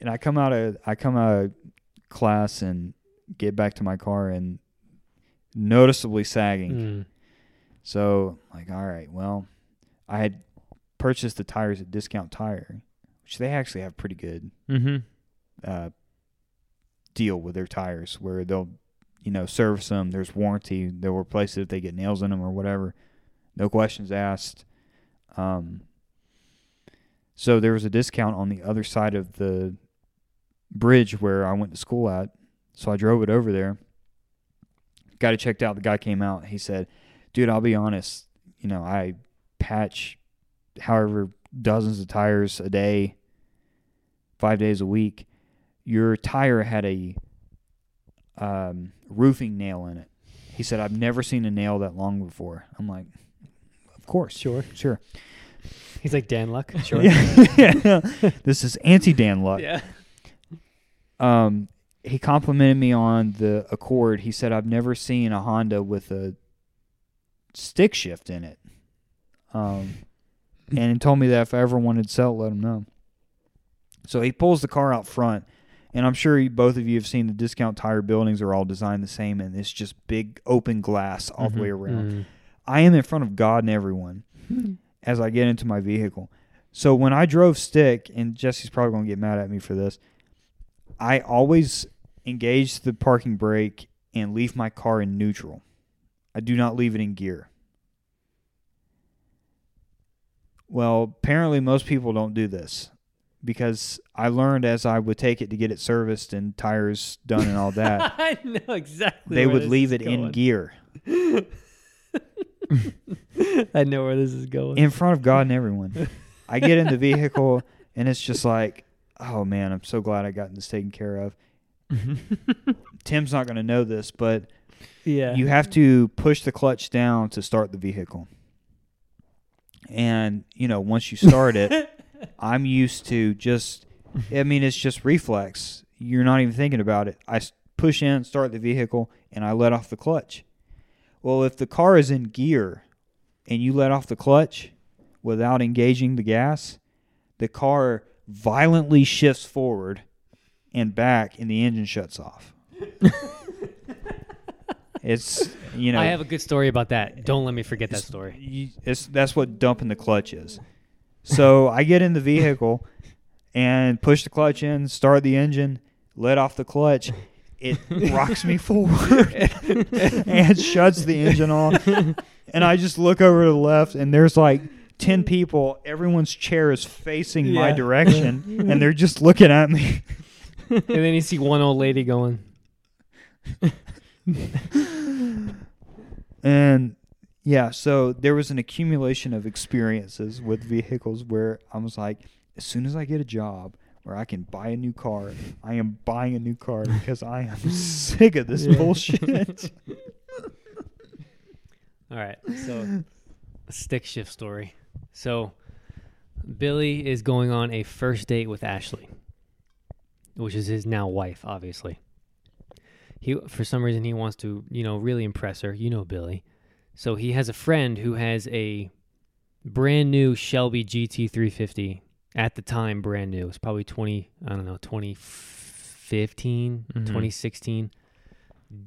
S2: And I come out of I come out of class and get back to my car and noticeably sagging.
S4: Mm.
S2: So like, all right, well, I had purchased the tires at Discount Tire, which they actually have pretty good
S3: Mm-hmm.
S2: uh, deal with their tires where they'll you know service them there's warranty they'll replace it if they get nails in them or whatever no questions asked um, so there was a discount on the other side of the bridge where i went to school at so i drove it over there got it checked out the guy came out he said dude i'll be honest you know i patch however dozens of tires a day five days a week your tire had a um, roofing nail in it. He said, I've never seen a nail that long before. I'm like, of course,
S4: Sure.
S2: sure.
S4: He's like Dan Luck. Sure.
S2: Yeah. this is anti Dan luck.
S4: yeah.
S2: Um, he complimented me on the Accord. He said, I've never seen a Honda with a stick shift in it. Um, and he told me that if I ever wanted to sell, it, let him know. So he pulls the car out front, and I'm sure you, both of you have seen the discount tire buildings are all designed the same, and it's just big open glass all
S4: Mm-hmm.
S2: the way around.
S4: Mm.
S2: I am in front of God and everyone as I get into my vehicle. So when I drove stick, and Jesse's probably going to get mad at me for this, I always engage the parking brake and leave my car in neutral. I do not leave it in gear. Well, apparently most people don't do this because I learned as I would take it to get it serviced and tires done and all that,
S4: I know
S2: Uh,
S4: exactly.
S2: they
S4: where
S2: would
S4: this
S2: leave
S4: is
S2: it in
S4: going.
S2: gear
S4: I know where this is going.
S2: in front of God and everyone. I get in the vehicle and it's just like, oh man, I'm so glad I got this taken care of. Tim's not going to know this, but
S4: yeah.
S2: you have to push the clutch down to start the vehicle. And, you know, once you start it, I'm used to just, I mean, it's just reflex. You're not even thinking about it. I s- push in, start the vehicle, and I let off the clutch. Well, if the car is in gear and you let off the clutch without engaging the gas, the car violently shifts forward and back, and the engine shuts off. it's, you know,
S4: I have a good story about that. Don't let me forget that
S2: it's-
S4: story.
S2: You, it's, that's what dumping the clutch is. So I get in the vehicle and push the clutch in, start the engine, let off the clutch. It rocks me forward and shuts the engine off. And I just look over to the left, and there's like 10 people. Everyone's chair is facing my
S4: Yeah.
S2: direction, and they're just looking at me.
S4: and then you see one old lady going,
S2: And yeah, so there was an accumulation of experiences with vehicles where I was like, as soon as I get a job where I can buy a new car, I am buying a new car because I am sick of this
S4: Yeah.
S2: bullshit.
S4: All right. So, stick shift story. So, Billy is going on a first date with Ashley, which is his now wife, obviously. He for some reason he wants to, you know, really impress her. You know Billy. So he has a friend who has a brand new Shelby GT350 at the time brand new. It's probably 20, I don't know, 2015,
S3: Mhm.
S4: 2016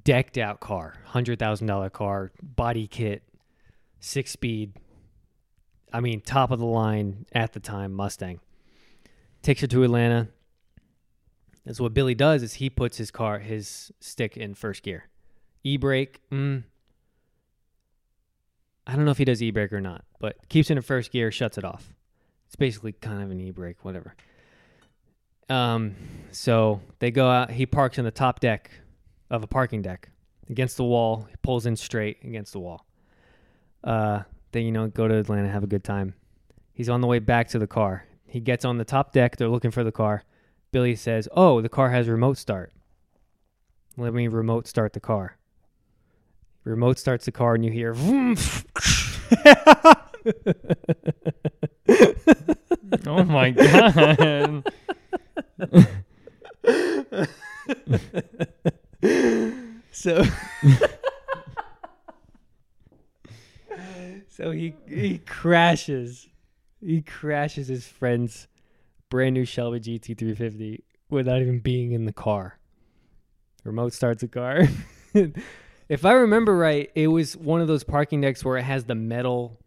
S4: decked out car, $100,000 car, body kit, 6 speed, I mean, top of the line at the time Mustang. Takes her to Atlanta. That's what Billy does is he puts his car, his stick in first gear. E-brake, mm, I don't know if he does e-brake or not, but keeps it in first gear, shuts it off. It's basically kind of an e-brake, whatever. Um, so they go out, he parks in the top deck of a parking deck against the wall. He pulls in straight against the wall. Uh, then you know, go to Atlanta, have a good time. He's on the way back to the car. He gets on the top deck. They're looking for the car. Billy says, "Oh, the car has remote start. Let me remote start the car." Remote starts the car, and you hear. vroom,
S3: oh my god.
S4: So So he he crashes. He crashes his friend's brand new Shelby GT350 without even being in the car. Remote starts the car. if I remember right, it was one of those parking decks where it has the metal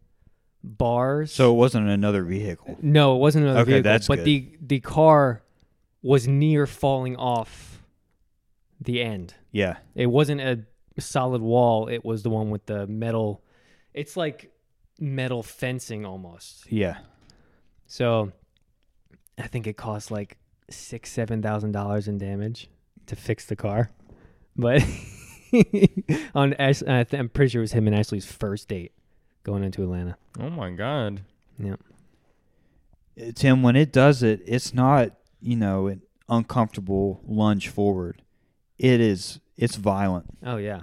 S4: bars.
S2: so it wasn't another vehicle.
S4: No, it wasn't another
S2: Okay,
S4: vehicle.
S2: that's
S4: but
S2: good.
S4: the the car was near falling off the end.
S2: Yeah.
S4: It wasn't a solid wall. It was the one with the metal. It's like metal fencing almost.
S2: Yeah.
S4: So I think it cost like six, seven thousand dollars in damage to fix the car. But on Ash, I th- I'm pretty sure it was him and Ashley's first date going into Atlanta.
S3: oh my god.
S2: Uh, Tim, when it does it, it's not, you know, an uncomfortable lunge forward. It is, it's violent.
S4: Oh yeah.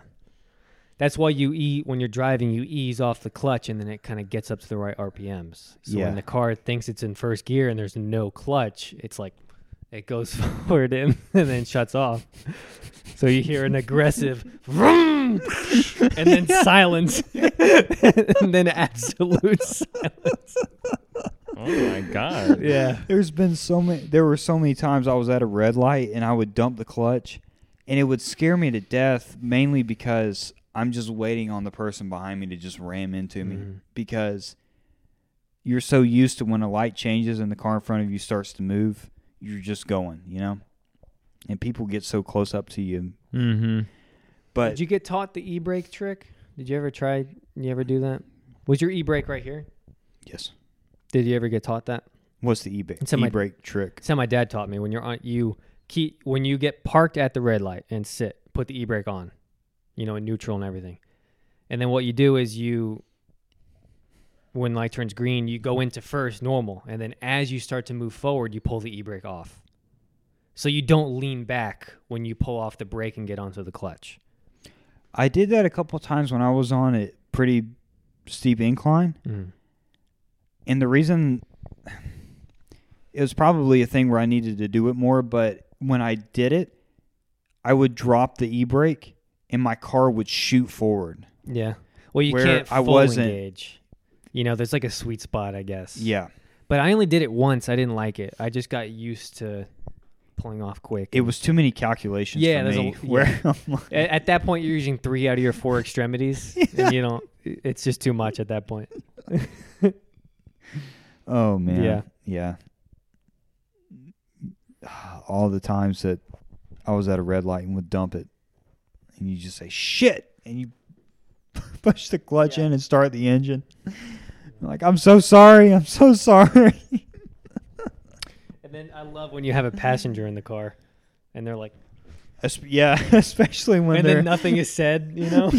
S4: That's why you e when you're driving, you ease off the clutch and then it kind of gets up to the right RPMs. So
S2: Yeah.
S4: when the car thinks it's in first gear and there's no clutch, it's like it goes forward and, and then shuts off. So you hear an aggressive vroom, and then silence and then absolute silence.
S3: Oh my god.
S4: Yeah.
S2: There's been so many. There were so many times I was at a red light and I would dump the clutch, and it would scare me to death. Mainly because Mm-hmm. I'm just waiting on the person behind me to just ram into me
S4: Mhm.
S2: because you're so used to when a light changes and the car in front of you starts to move, you're just going, you know? And people get so close up to you.
S3: Mm-hmm.
S2: But
S4: Did you get taught the e-brake trick? Did you ever try? You ever do that? Was your e-brake right here?
S2: yes.
S4: Did you ever get taught that?
S2: What's the e-brake,
S4: It's in my-
S2: e-brake trick?
S4: That's how my dad taught me. When you're on, you keep when you get parked at the red light and sit, put the e-brake on, you know, in neutral and everything. And then what you do is you, when light turns green, you go into first normal, and then as you start to move forward, you pull the e-brake off. So you don't lean back when you pull off the brake and get onto the clutch.
S2: I did that a couple times when I was on a pretty steep incline. And the reason it was probably a thing where I needed to do it more, but when I did it, I would drop the e-brake and my car would shoot forward.
S4: Yeah. Well, you
S2: Where
S4: can't.
S2: I
S4: full
S2: wasn't-
S4: Engage. You know, there's like a sweet spot, I guess.
S2: Yeah.
S4: But I only did it once. I didn't like it. I just got used to pulling off quick.
S2: It was too many calculations
S4: Yeah,
S2: for
S4: there's a-
S2: me.
S4: yeah.
S2: Where I'm like,
S4: A- at, that point, you're using three out of your four extremities, and you don't. It's just too much at that point.
S2: oh man,
S4: Yeah.
S2: yeah. All the times that I was at a red light and would dump it, and you just say shit, and you push the clutch in and start the engine. like I'm so sorry, I'm so sorry.
S4: And then I love when you have a passenger in the car, and they're like,
S2: Es- yeah, especially when
S4: and
S2: they're
S4: then nothing is said. You know.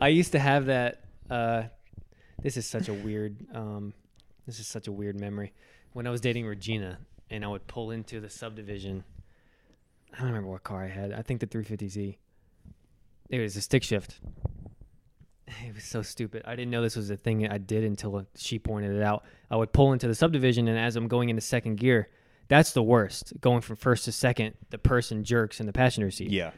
S4: I used to have that. Uh, this is such a weird. Um, this is such a weird memory. When I was dating Regina, and I would pull into the subdivision. I don't remember what car I had. I think the 350Z. It was a stick shift. It was so stupid. I didn't know this was a thing I did until she pointed it out. I would pull into the subdivision, and as I'm going into second gear, that's the worst. Going from first to second, the person jerks in the passenger seat.
S2: yeah.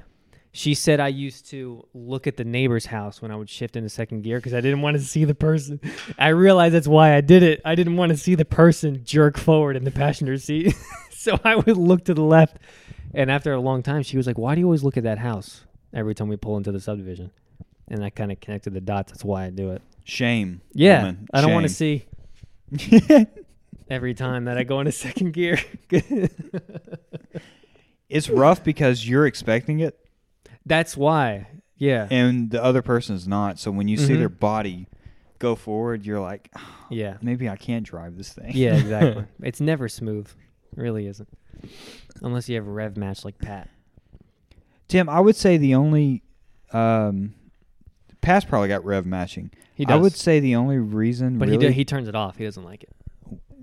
S4: She said I used to look at the neighbor's house when I would shift into second gear because I didn't want to see the person. I realized that's why I did it. I didn't want to see the person jerk forward in the passenger seat. so I would look to the left. And after a long time, she was like, Why do you always look at that house every time we pull into the subdivision? And I kind of connected the dots. That's why I do it.
S2: Shame.
S4: Yeah.
S2: woman,
S4: I don't want to
S2: shame.
S4: see every time that I go into second gear.
S2: it's rough because you're expecting it
S4: that's why. Yeah.
S2: and the other person's not. So when you see
S4: Mhm.
S2: their body go forward, you're like, "Ah,
S4: Yeah.
S2: maybe I can drive this thing.
S4: Yeah, exactly. it's never smooth. It really isn't. Unless you have a rev match like Pat.
S2: Tim, I would say the only um Pass probably got rev matching.
S4: He
S2: I would say the only reason
S4: but he
S2: really
S4: did, he turns it off. He doesn't like it.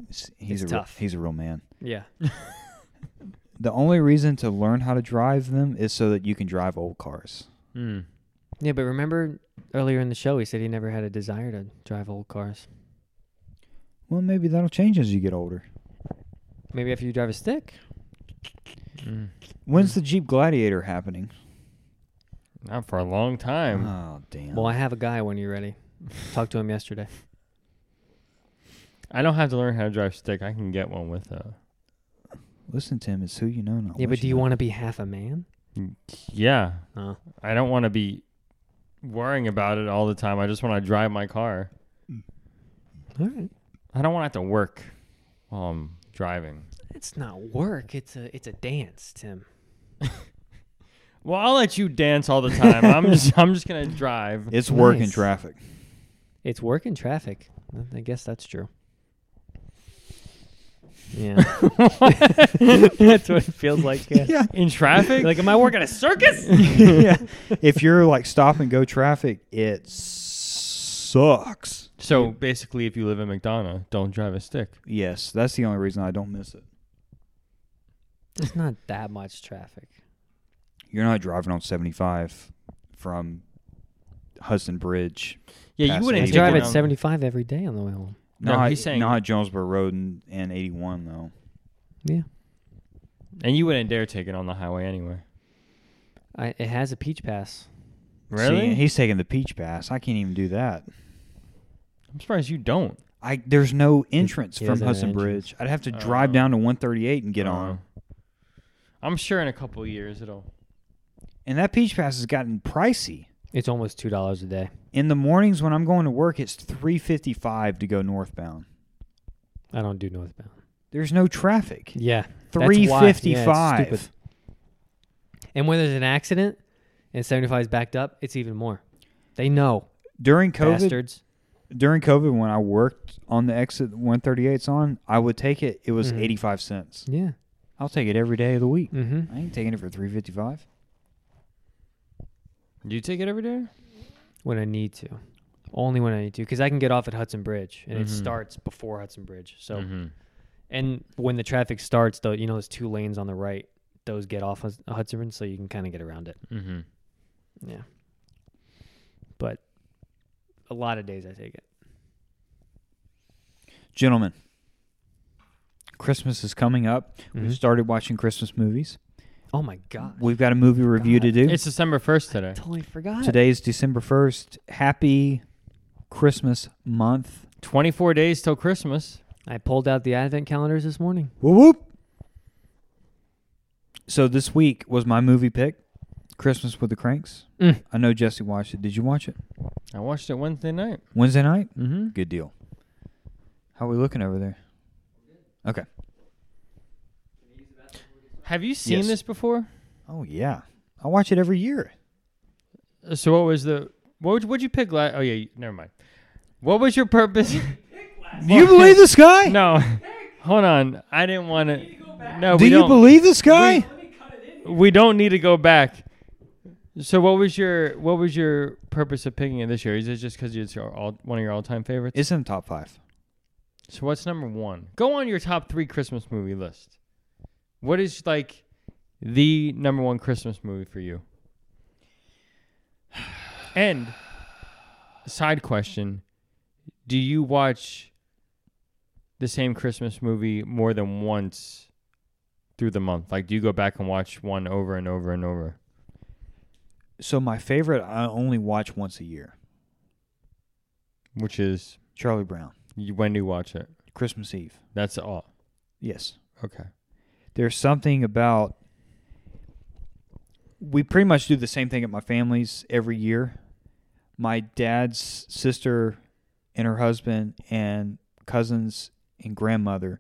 S2: he's, he's
S4: it's
S2: a real-
S4: tough.
S2: he's a real man.
S4: Yeah.
S2: The only reason to learn how to drive them is so that you can drive old cars. Hmm.
S3: Mm.
S4: Yeah, but remember earlier in the show he said he never had a desire to drive old cars.
S2: Well, maybe that'll change as you get older.
S4: Maybe after you drive a stick.
S2: Hmm.
S3: Mm.
S2: When's the Jeep Gladiator happening?
S3: Not for a long time.
S2: Oh damn!
S4: Well, I have a guy when you're ready. Talked to him yesterday.
S3: I don't have to learn how to drive stick. I can get one with uh, a.
S2: Listen, Tim, it's who you know. Not
S4: Yeah,
S2: what
S4: but do you
S2: know.
S4: want to be half a man?
S3: Yeah,
S4: Oh.
S3: I don't want to be worrying about it all the time. I just want to drive my car.
S4: All right.
S3: I don't want to have to work while I'm driving.
S4: It's not work. It's a it's a dance, Tim.
S3: Well, I'll let you dance all the time. I'm just I'm just gonna drive.
S2: It's work in
S4: Nice.
S2: traffic.
S4: It's work and traffic. I guess that's true. Yeah. that's what it feels like. Yeah.
S3: In traffic?
S4: Like, am I working a circus?
S2: yeah. If you're like stop and go traffic, it sucks.
S3: so basically, if you live in McDonough, don't drive a stick.
S2: Yes, that's the only reason I don't miss it.
S4: It's not that much traffic.
S2: You're not driving on 75 from Hudson Bridge.
S3: Yeah,
S2: Pass
S3: you
S2: it.
S3: wouldn't
S4: I
S2: Hey,
S4: drive
S2: you
S4: at
S2: know-
S4: 75 every day on the way home.
S3: No,
S2: not,
S3: he's saying-
S2: not Jonesboro Road and, and 81 though.
S4: Yeah.
S3: and you wouldn't dare take it on the highway anyway.
S4: I, it has a peach pass.
S2: See, he's taking the Peach Pass. I can't even do that.
S3: I'm surprised you don't
S2: I there's no entrance
S4: He
S2: from
S4: doesn't have
S2: Hudson
S4: entrance.
S2: Bridge. I'd have to
S3: Oh.
S2: drive down to 138 and get
S3: Uh,
S2: on.
S3: I'm sure in a couple of years it'll.
S2: And that Peach Pass has gotten pricey.
S4: It's almost $2 a day.
S2: In the mornings when I'm going to work, it's 3:55 to go northbound.
S4: I don't do northbound.
S2: There's no traffic.
S4: Yeah. That's why. Yeah, it's
S2: 355.
S4: stupid. And when there's an accident and 75 is backed up, it's even more. They know,
S2: during COVID,
S4: bastards.
S2: during COVID when I worked on the exit 138's on, I would take it. It was
S4: Mhm.
S2: 85 cents.
S4: Yeah.
S2: Mm-hmm. I'll take it every day of the week.
S4: Mm-hmm.
S2: I ain't taking it for 355.
S3: Do you take it every day?
S4: When I need to. Only when I need to. Because I can get off at Hudson Bridge and
S3: Mhm.
S4: it starts before Hudson Bridge. So,
S3: Mhm.
S2: Mm-hmm.
S4: and when the traffic starts, though, you know, there's two lanes on the right. Those get off Hus- Hudson Bridge, so you can kind of get around it.
S3: Mhm.
S2: Mm-hmm.
S4: Yeah. But a lot of days I take it.
S2: Gentlemen, Christmas is coming up.
S4: Mhm.
S2: We've started watching Christmas movies.
S4: Oh my God.
S2: We've got a movie review to do.
S3: It's December first today.
S4: totally forgot.
S2: Today is December 1st. Happy Christmas month.
S3: Twenty four days till Christmas.
S4: I pulled out the advent calendars this morning.
S2: Whoop whoop. So this week was my movie pick, Christmas with the Cranks.
S4: Mm.
S2: I know Jesse watched it. Did you watch it?
S3: I watched it Wednesday night.
S2: Wednesday night?
S3: Mm-hmm.
S2: Good deal. How are we looking over there? Okay.
S3: Have you seen
S2: Yes.
S3: this before?
S2: Oh yeah. I watch it every year.
S3: Uh, So what was the what would what'd you pick last? Oh yeah, you- never mind. What was your purpose?
S2: Do you believe this guy?
S3: no, hold on. I didn't want to. No,
S2: Do
S3: we
S2: you
S3: don't.
S2: believe this guy?
S3: we don't need to go back. So what was your what was your purpose of picking it this year? Is it just because it's your all one of your all time favorites?
S2: It's in the top five.
S3: so what's number one? Go on your top three Christmas movie list. What is like the number one Christmas movie for you? And side question: Do you watch the same Christmas movie more than once through the month? Like, do you go back and watch one over and over and over?
S2: So my favorite I only watch once a year.
S3: which is
S2: Charlie Brown.
S3: you- when do you watch it?
S2: Christmas Eve.
S3: That's all.
S2: Yes.
S3: Okay.
S2: there's something about we pretty much do the same thing at my family's every year. My dad's sister and her husband and cousins and grandmother,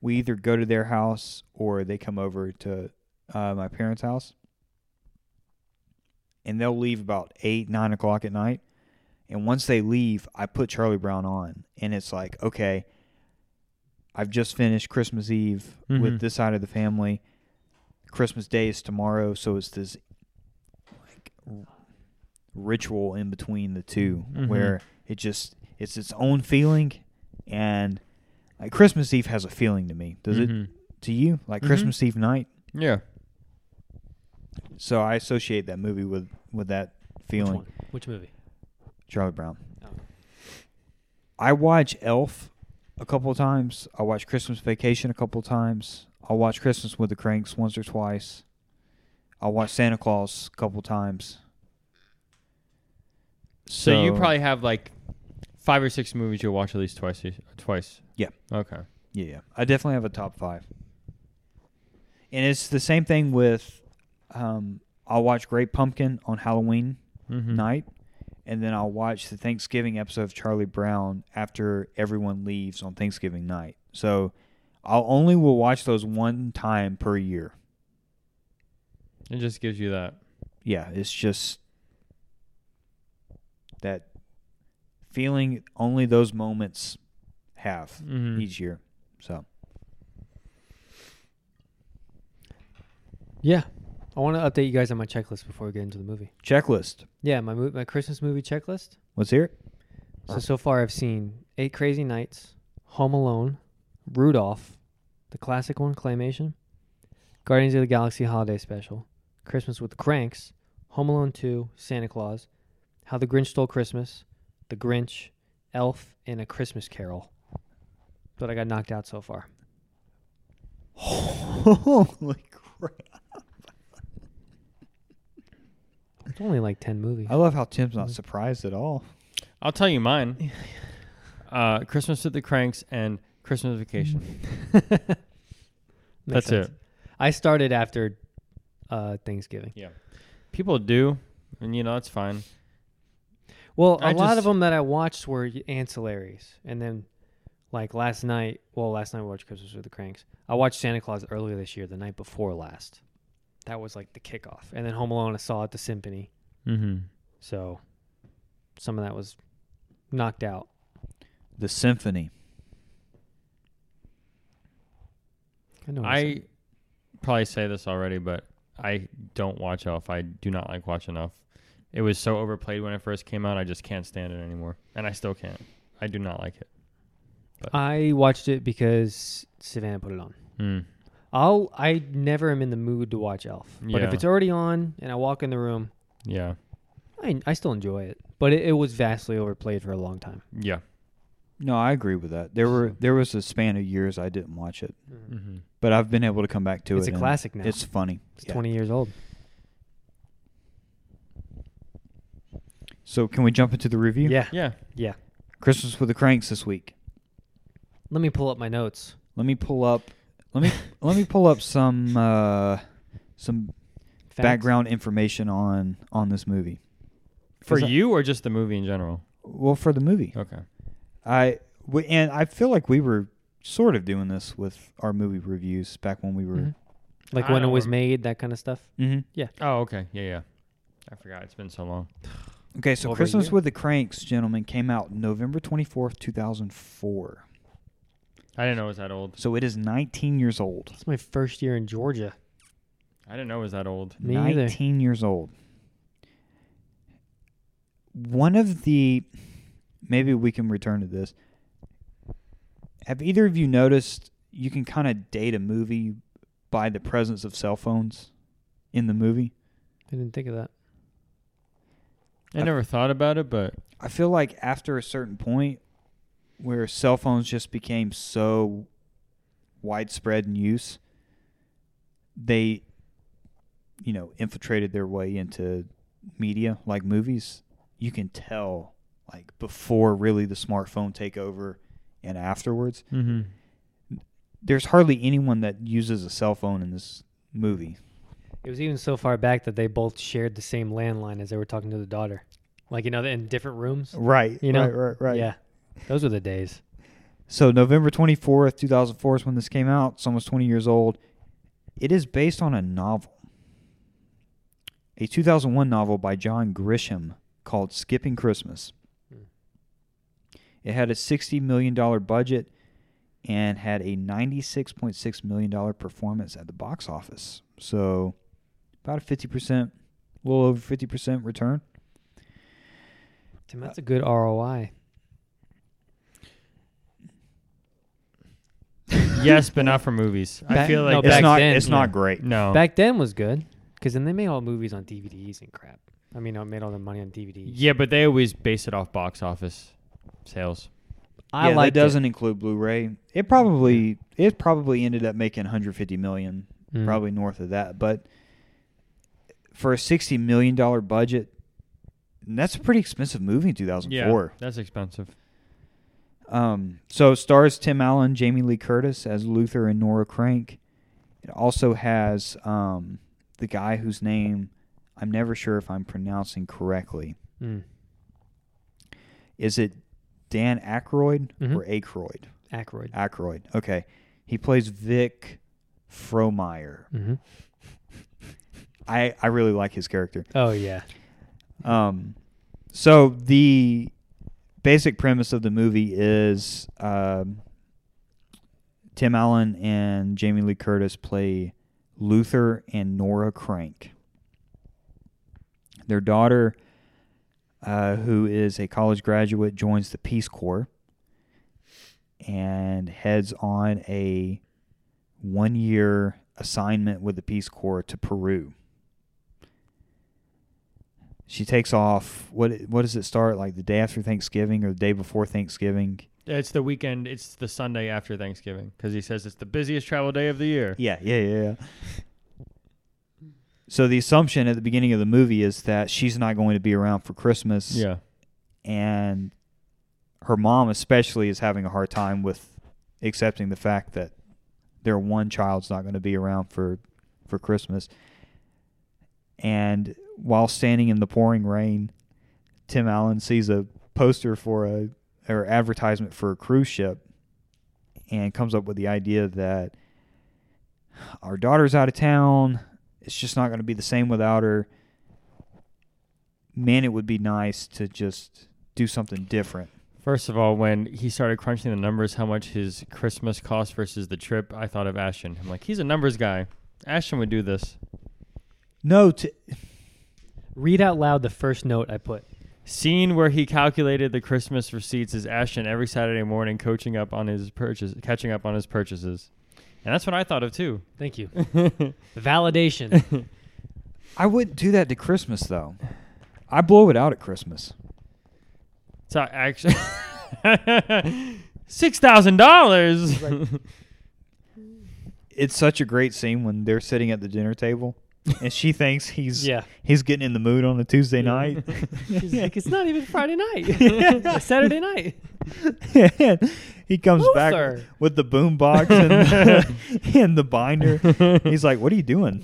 S2: we either go to their house or they come over to uh, my parents' house. And they'll leave about eight, nine o'clock at night. And once they leave, I put Charlie Brown on. And it's like, okay, I've just finished Christmas Eve
S3: Mhm.
S2: with this side of the family. Christmas Day is tomorrow, so it's this like r- ritual in between the 2
S3: Mhm.
S2: where it just it's its own feeling and like Christmas Eve has a feeling to me. Does
S3: Mm-hmm.
S2: it to you? Like
S3: Mhm.
S2: Christmas Eve night?
S3: Yeah.
S2: So I associate that movie with with that
S4: Which
S2: feeling.
S4: one? Which movie?
S2: Charlie Brown.
S4: Oh.
S2: I watch Elf a couple of times. I watch Christmas Vacation a couple of times. I watch Christmas with the Cranks once or twice. I watch Santa Claus a couple of times.
S3: So, you probably have like five or six movies you'll watch at least twice. a- Twice.
S2: Yeah.
S3: Okay.
S2: Yeah, yeah. I definitely have a top five. And it's the same thing with um, I'll watch Great Pumpkin on Halloween
S3: Mm-hmm.
S2: night, and then I'll watch the Thanksgiving episode of Charlie Brown after everyone leaves on Thanksgiving night. So I'll only will watch those one time per year.
S3: It just gives you that.
S2: Yeah, it's just that feeling only those moments have
S4: Mm-hmm.
S3: Mhm.
S2: each year. So
S4: Yeah. I want to update you guys on my checklist before we get into the movie.
S2: checklist.
S4: Yeah, my mo- my Christmas movie checklist.
S2: Let's hear it.
S4: So so far I've seen Eight Crazy Nights, Home Alone, Rudolph, the classic one, Claymation, Guardians of the Galaxy Holiday Special, Christmas with the Cranks, Home Alone 2, Santa Claus, How the Grinch Stole Christmas, The Grinch, Elf, and A Christmas Carol. But I got knocked out so far.
S2: Holy crap!
S4: It's only like 10 movies.
S2: I love how Tim's not surprised at all.
S3: I'll tell you mine. uh, Christmas with the Cranks and Christmas Vacation.
S4: Makes
S3: That's
S4: sense.
S3: it.
S4: I started after
S3: Mm-hmm.
S4: uh, Thanksgiving.
S3: People do, and you know that's fine.
S4: Well, a
S3: I
S4: lot of
S3: just-
S4: them that I watched were y- ancillaries, and then like last night. Well, last night we watched Christmas with the Cranks. I watched Santa Claus earlier this year, the night before last. That was like the kickoff, and then Home Alone I saw at the Symphony.
S3: Mm-hmm.
S4: So some of that was knocked out.
S2: The symphony.
S4: I know. what I'm saying.
S3: I probably say this already, but I don't watch Elf. I do not like watching Elf. It was so overplayed when it first came out. I just can't stand it anymore, and I still can't. I do not like it.
S4: I watched it because Savannah put it on.
S3: Mm.
S4: I'll I never am in the mood to watch Elf, but
S3: Yeah.
S4: if it's already on and I walk in the room,
S3: Yeah,
S4: I I still enjoy it. But it, it was vastly overplayed for a long time.
S3: yeah.
S2: No, I agree with that. There were there was a span of years I didn't watch it,
S3: Mm-hmm.
S2: but I've been able to come back to
S4: It's
S2: it.
S4: a
S2: and
S4: classic now.
S2: It's funny.
S4: It's
S2: Yeah.
S4: 20 years old.
S2: So can we jump into the review?
S4: Yeah.
S3: Yeah.
S4: Yeah.
S2: Christmas with the Cranks this week.
S4: Let me pull up my notes.
S2: Let me pull up. Let me let me pull up some uh, some
S4: Facts.
S2: background information on on this movie.
S3: For
S2: 'Cause I-
S3: you or just the movie in general?
S2: well, for the movie,
S3: Okay.
S2: I we, and I feel like we were sort of doing this with our movie reviews back when we were.
S4: Mhm. Like
S3: I
S4: when it
S3: don't
S4: was
S3: remem-
S4: made, that kind of stuff.
S2: Mm-hmm.
S3: Oh, okay. Yeah, yeah. I forgot. It's been so long.
S2: Okay, so
S4: Over a
S2: Christmas
S4: year.
S2: with the Cranks, gentlemen, came out November twenty fourth, two thousand four.
S3: I didn't know it was that old.
S2: So it is nineteen years old.
S4: It's my first year in Georgia.
S3: I didn't know it was that old.
S4: Me either.
S2: 19 years old. One of the maybe we can return to this. Have either of you noticed you can kind of date a movie by the presence of cell phones in the movie?
S4: I didn't think of that.
S3: I never thought about it, but
S2: I feel like after a certain point where cell phones just became so widespread in use, they, you know, infiltrated their way into media like movies. You can tell, like, before really the smartphone takeover and afterwards.
S3: mm-hmm.
S2: There's hardly anyone that uses a cell phone in this movie.
S4: It was even so far back that they both shared the same landline as they were talking to the daughter. Like, you know, in different rooms.
S2: Right.
S4: You know?
S2: right, right, right.
S4: Yeah. Those were the days.
S2: So November 24th, 2004 is when this came out. It's almost 20 years old. It is based on a novel. A 2001 novel by John Grisham called Skipping Christmas.
S4: Hmm.
S2: It had a $60 million budget and had a $96.6 million performance at the box office. So about a 50%, a little over 50% return.
S4: Tim, that's a good ROI.
S3: yes, but not for movies. I
S4: Back-
S3: feel like
S4: no,
S2: it's
S4: back
S3: that's
S2: not,
S4: then,
S2: it's not
S4: yeah.
S2: great.
S3: no.
S4: Back then was good because then they made all movies on DVDs and crap. I mean, I made all their money on DVDs.
S3: Yeah, but they always base it off box office sales.
S4: I
S2: yeah,
S4: like
S2: that doesn't include Blu-ray. It probably it probably ended up making 150 million,
S4: Mm.
S2: probably north of that. But for a 60 million dollar budget, that's a pretty expensive movie in 2004.
S3: that's expensive.
S2: Um, so it stars Tim Allen, Jamie Lee Curtis as Luther and Nora Crank. It also has um, the guy whose name I'm never sure if I'm pronouncing correctly.
S4: Mm.
S2: Is it Dan Aykroyd
S4: Mhm.
S2: or Aykroyd?
S4: Aykroyd.
S2: Aykroyd. Okay. He plays Vic Fromeyer.
S4: hmm
S2: I, I really like his character.
S4: Oh, yeah.
S2: Um, so the basic premise of the movie is um, Tim Allen and Jamie Lee Curtis play Luther and Nora Crank. Their daughter, uh, who is a college graduate, joins the Peace Corps and heads on a one year assignment with the Peace Corps to Peru she takes off what what does it start like the day after Thanksgiving or the day before Thanksgiving?
S3: It's the weekend. It's the Sunday after Thanksgiving because he says it's the busiest travel day of the year.
S2: Yeah, yeah, yeah. yeah. so the assumption at the beginning of the movie is that she's not going to be around for Christmas
S3: Yeah.
S2: and her mom especially is having a hard time with accepting the fact that their one child's not going to be around for for Christmas. And while standing in the pouring rain, Tim Allen sees a poster for a or advertisement for a cruise ship and comes up with the idea that our daughter's out of town. It's just not going to be the same without her. Man, it would be nice to just do something different.
S3: First of all, when he started crunching the numbers, how much his Christmas cost versus the trip, I thought of Ashton. I'm like, he's a numbers guy. Ashton would do this.
S2: No, t-
S4: Read out loud the first note I put.
S3: Scene where he calculated the Christmas receipts is Ashton every Saturday morning coaching up on his purchase, catching up on his purchases, and that's what I thought of too.
S4: Thank you. Validation.
S2: I wouldn't do that to Christmas though. I blow it out at Christmas.
S3: So actually, six thousand dollars.
S2: It's such a great scene when they're sitting at the dinner table and she thinks he's
S4: yeah.
S2: he's getting in the mood on a Tuesday night.
S4: She's like, it's not even Friday night. It's Saturday night.
S2: and he comes back
S4: Luther.
S2: with the boombox and the, and the binder. He's like, "What are you doing?"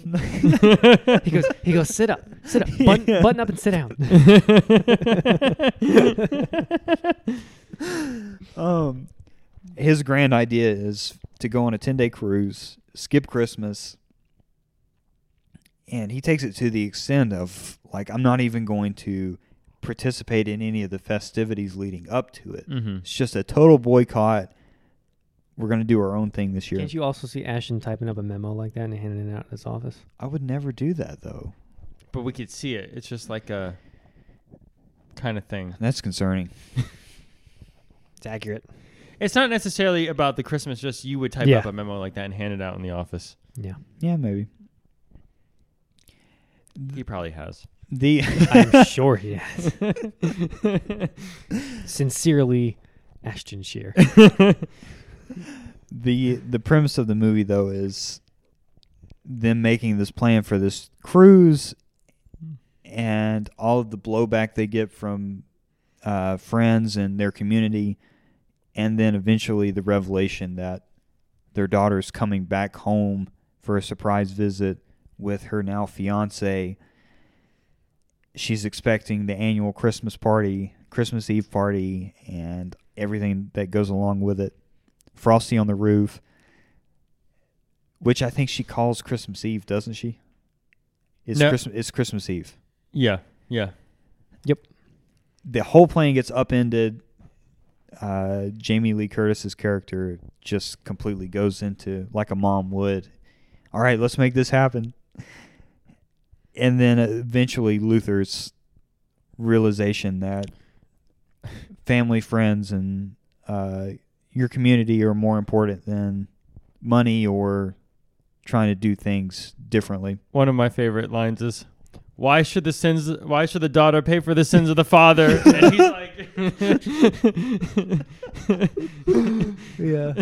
S4: He goes, he goes, sit up, sit up, button,
S2: Yeah.
S4: button up and sit down.
S2: um, his grand idea is to go on a ten day cruise, skip Christmas, and he takes it to the extent of like, "I'm not even going to participate in any of the festivities leading up to it.
S4: Mm.
S3: hmm
S2: It's just a total boycott. We're going to do our own thing this year."
S4: Can't you also see Ashton typing up a memo like that and handing it out in his office?
S2: I would never do that though.
S3: But we could see it. It's just like a kind of thing.
S2: That's concerning.
S4: It's accurate.
S3: It's not necessarily about the Christmas. Just you would type
S4: Yeah.
S3: up a memo like that and hand it out in the office.
S4: Yeah.
S2: Yeah, maybe.
S3: He probably has.
S2: The
S4: I'm sure he has. Sincerely, Ashton Shear.
S2: the the premise of the movie though is them making this plan for this cruise and all of the blowback they get from uh, friends and their community and then eventually the revelation that their daughter's coming back home for a surprise visit with her now fiance she's expecting the annual christmas party christmas eve party and everything that goes along with it Frosty on the Roof, which I think she calls Christmas Eve, doesn't she? It's
S3: No.
S2: Christmas. It's Christmas Eve.
S3: Yeah. Yeah.
S2: The whole plan gets upended. Uh, Jamie Lee Curtis's character just completely goes into like a mom would. All right, let's make this happen. And then eventually Luther's realization that family, friends, and uh, your community are more important than money or trying to do things differently.
S3: One of my favorite lines is, "Why should the sins? Why should the daughter pay for the sins of the father?" and he's like,
S2: Yeah.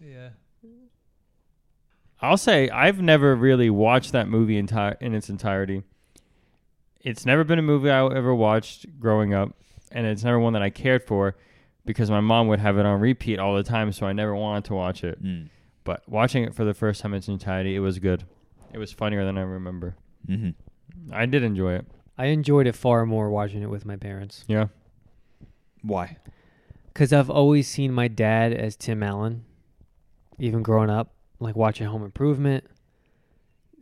S1: Yeah.
S3: "I'll say I've never really watched that movie entire in its entirety. It's never been a movie I ever watched growing up, and it's never one that I cared for." Because my mom would have it on repeat all the time, so I never wanted to watch it.
S2: Mm.
S3: But watching it for the first time in its entirety, it was good. It was funnier than I remember.
S2: Mm-hmm.
S3: I did enjoy it.
S4: I enjoyed it far more watching it with my parents
S3: Yeah.
S2: Why?
S4: because I've always seen my dad as Tim Allen, even growing up, like watching Home Improvement,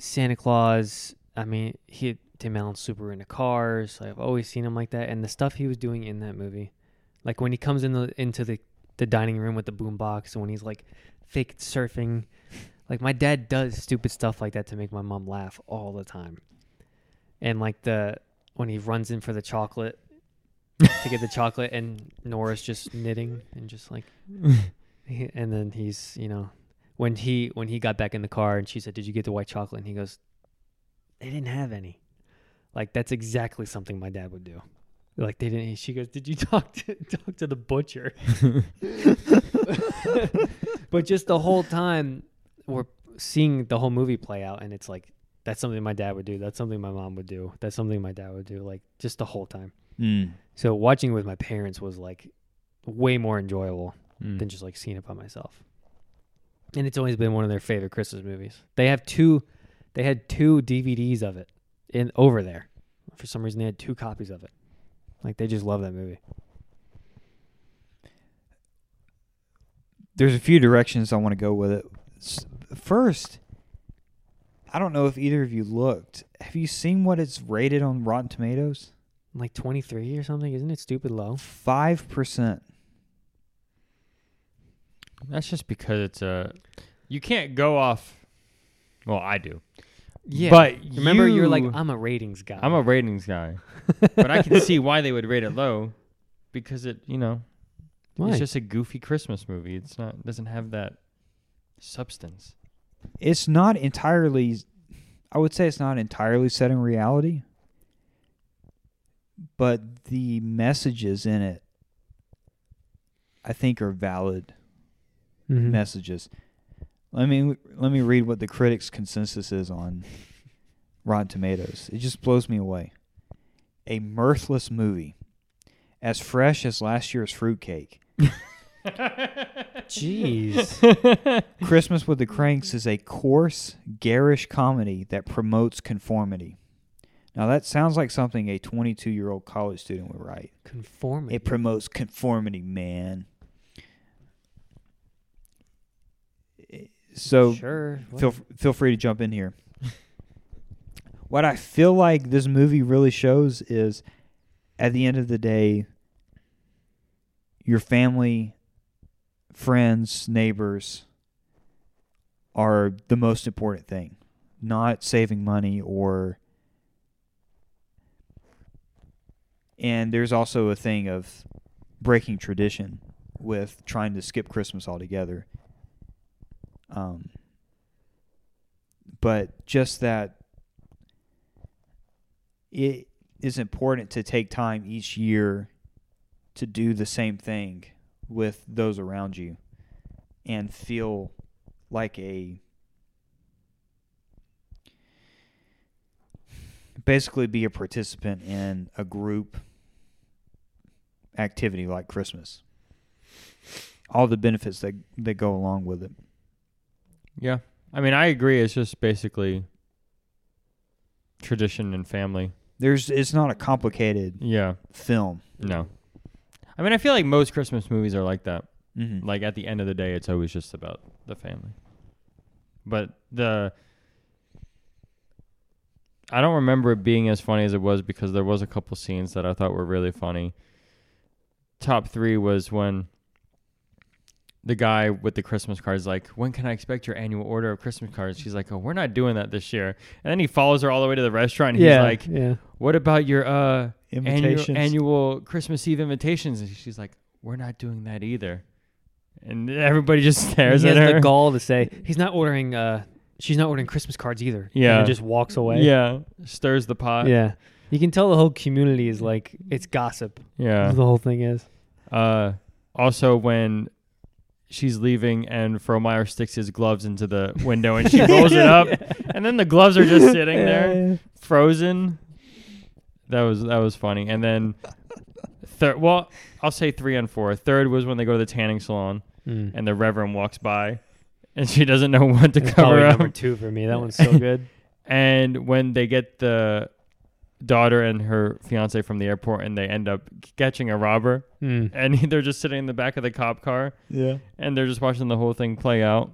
S4: Santa Claus. I mean, he Tim Allen's super into cars. I've always seen him like that, and the stuff he was doing in that movie, like when he comes in the into the the dining room with the boombox, and when he's like fake surfing, like my dad does stupid stuff like that to make my mom laugh all the time, and like the when he runs in for the chocolate to get the chocolate, and Nora's just knitting and just like, he- and then he's you know, when he when he got back in the car and she said, "Did you get the white chocolate?" and he goes, "They didn't have any." Like that's exactly something my dad would do. Like they didn't. She goes, "Did you talk to talk to the butcher?" but just the whole time we're seeing the whole movie play out, and it's like that's something my dad would do. That's something my mom would do. That's something my dad would do. Like just the whole time.
S2: Mm.
S4: So watching with my parents was like way more enjoyable
S3: Mm.
S4: than just like seeing it by myself. And it's always been one of their favorite Christmas movies. They have two they had two DVDs of it in over there. For some reason they had two copies of it. Like they just love that movie.
S2: There's a few directions I want to go with it. S- First, I don't know if either of you looked. Have you seen what it's rated on Rotten Tomatoes?
S4: Like 23 or something, isn't it stupid low?
S2: Five percent.
S3: That's just because it's a. You can't go off. Well, I do.
S4: Yeah.
S3: But
S4: remember you, were like
S3: you-
S4: I'm a ratings guy.
S3: I'm a ratings guy, but I can see why they would rate it low, because it you know
S4: Why?
S3: it's just a goofy Christmas movie. It's not doesn't have that substance.
S2: It's not entirely. I would say it's not entirely set in reality, but the messages in it, I think, are valid.
S4: Mhm.
S2: messages. Let me let me read what the critics' consensus is on Rotten Tomatoes. It just blows me away. A mirthless movie, as fresh as last year's fruitcake.
S4: Jeez.
S2: Christmas with the Cranks is a coarse, garish comedy that promotes conformity. Now that sounds like something a 22-year-old college student would write.
S4: Conformity.
S2: It promotes conformity, man. Eh, So
S4: sure. what-
S2: feel feel free to jump in here. what I feel like this movie really shows is, at the end of the day, your family, friends, neighbors are the most important thing, not saving money or. And there's also a thing of breaking tradition with trying to skip Christmas altogether. Um, but just that it is important to take time each year to do the same thing with those around you and feel like a basically be a participant in a group activity like Christmas. All the benefits that that go along with it.
S3: Yeah. I mean, I agree. It's just basically tradition and family.
S2: There's it's not a complicated
S3: Yeah.
S2: film.
S3: No. I mean, I feel like most Christmas movies are like that.
S2: Mm-hmm.
S3: Like at the end of the day, it's always just about the family. But the I don't remember it being as funny as it was because there was a couple scenes that I thought were really funny. Top 3 was when the guy with the Christmas cards like, "When can I expect your annual order of Christmas cards?" She's like, "Oh, we're not doing that this year." And then he follows her all the way to the restaurant and
S4: yeah.
S3: he's like,
S4: yeah.
S3: "What about your uh
S2: invitations.
S3: annual, annual Christmas Eve invitations. And she's like, we're not doing that either. And everybody just stares
S4: he
S3: at
S4: has
S3: her.
S4: the gall to say he's not ordering. uh She's not ordering Christmas cards either.
S3: Yeah.
S4: And then just walks away.
S3: Yeah. Stirs the pot.
S4: Yeah. You can tell the whole community is like it's gossip.
S3: Yeah.
S4: The whole thing is.
S3: Uh, also, when she's leaving and Frohmeyer sticks his gloves into the window and she rolls it up. And then the gloves are just sitting there. frozen. That was that was funny. And then third, well, I'll say three and four. Third was when they go to the tanning salon
S4: Mm.
S3: and the Reverend walks by, and she doesn't know what to
S4: That's
S3: cover
S4: probably
S3: up.
S4: number two for me. That one's so good.
S3: And when they get the daughter and her fiance from the airport, and they end up catching a robber,
S4: Mm.
S3: and they're just sitting in the back of the cop car,
S2: Yeah.
S3: and they're just watching the whole thing play out.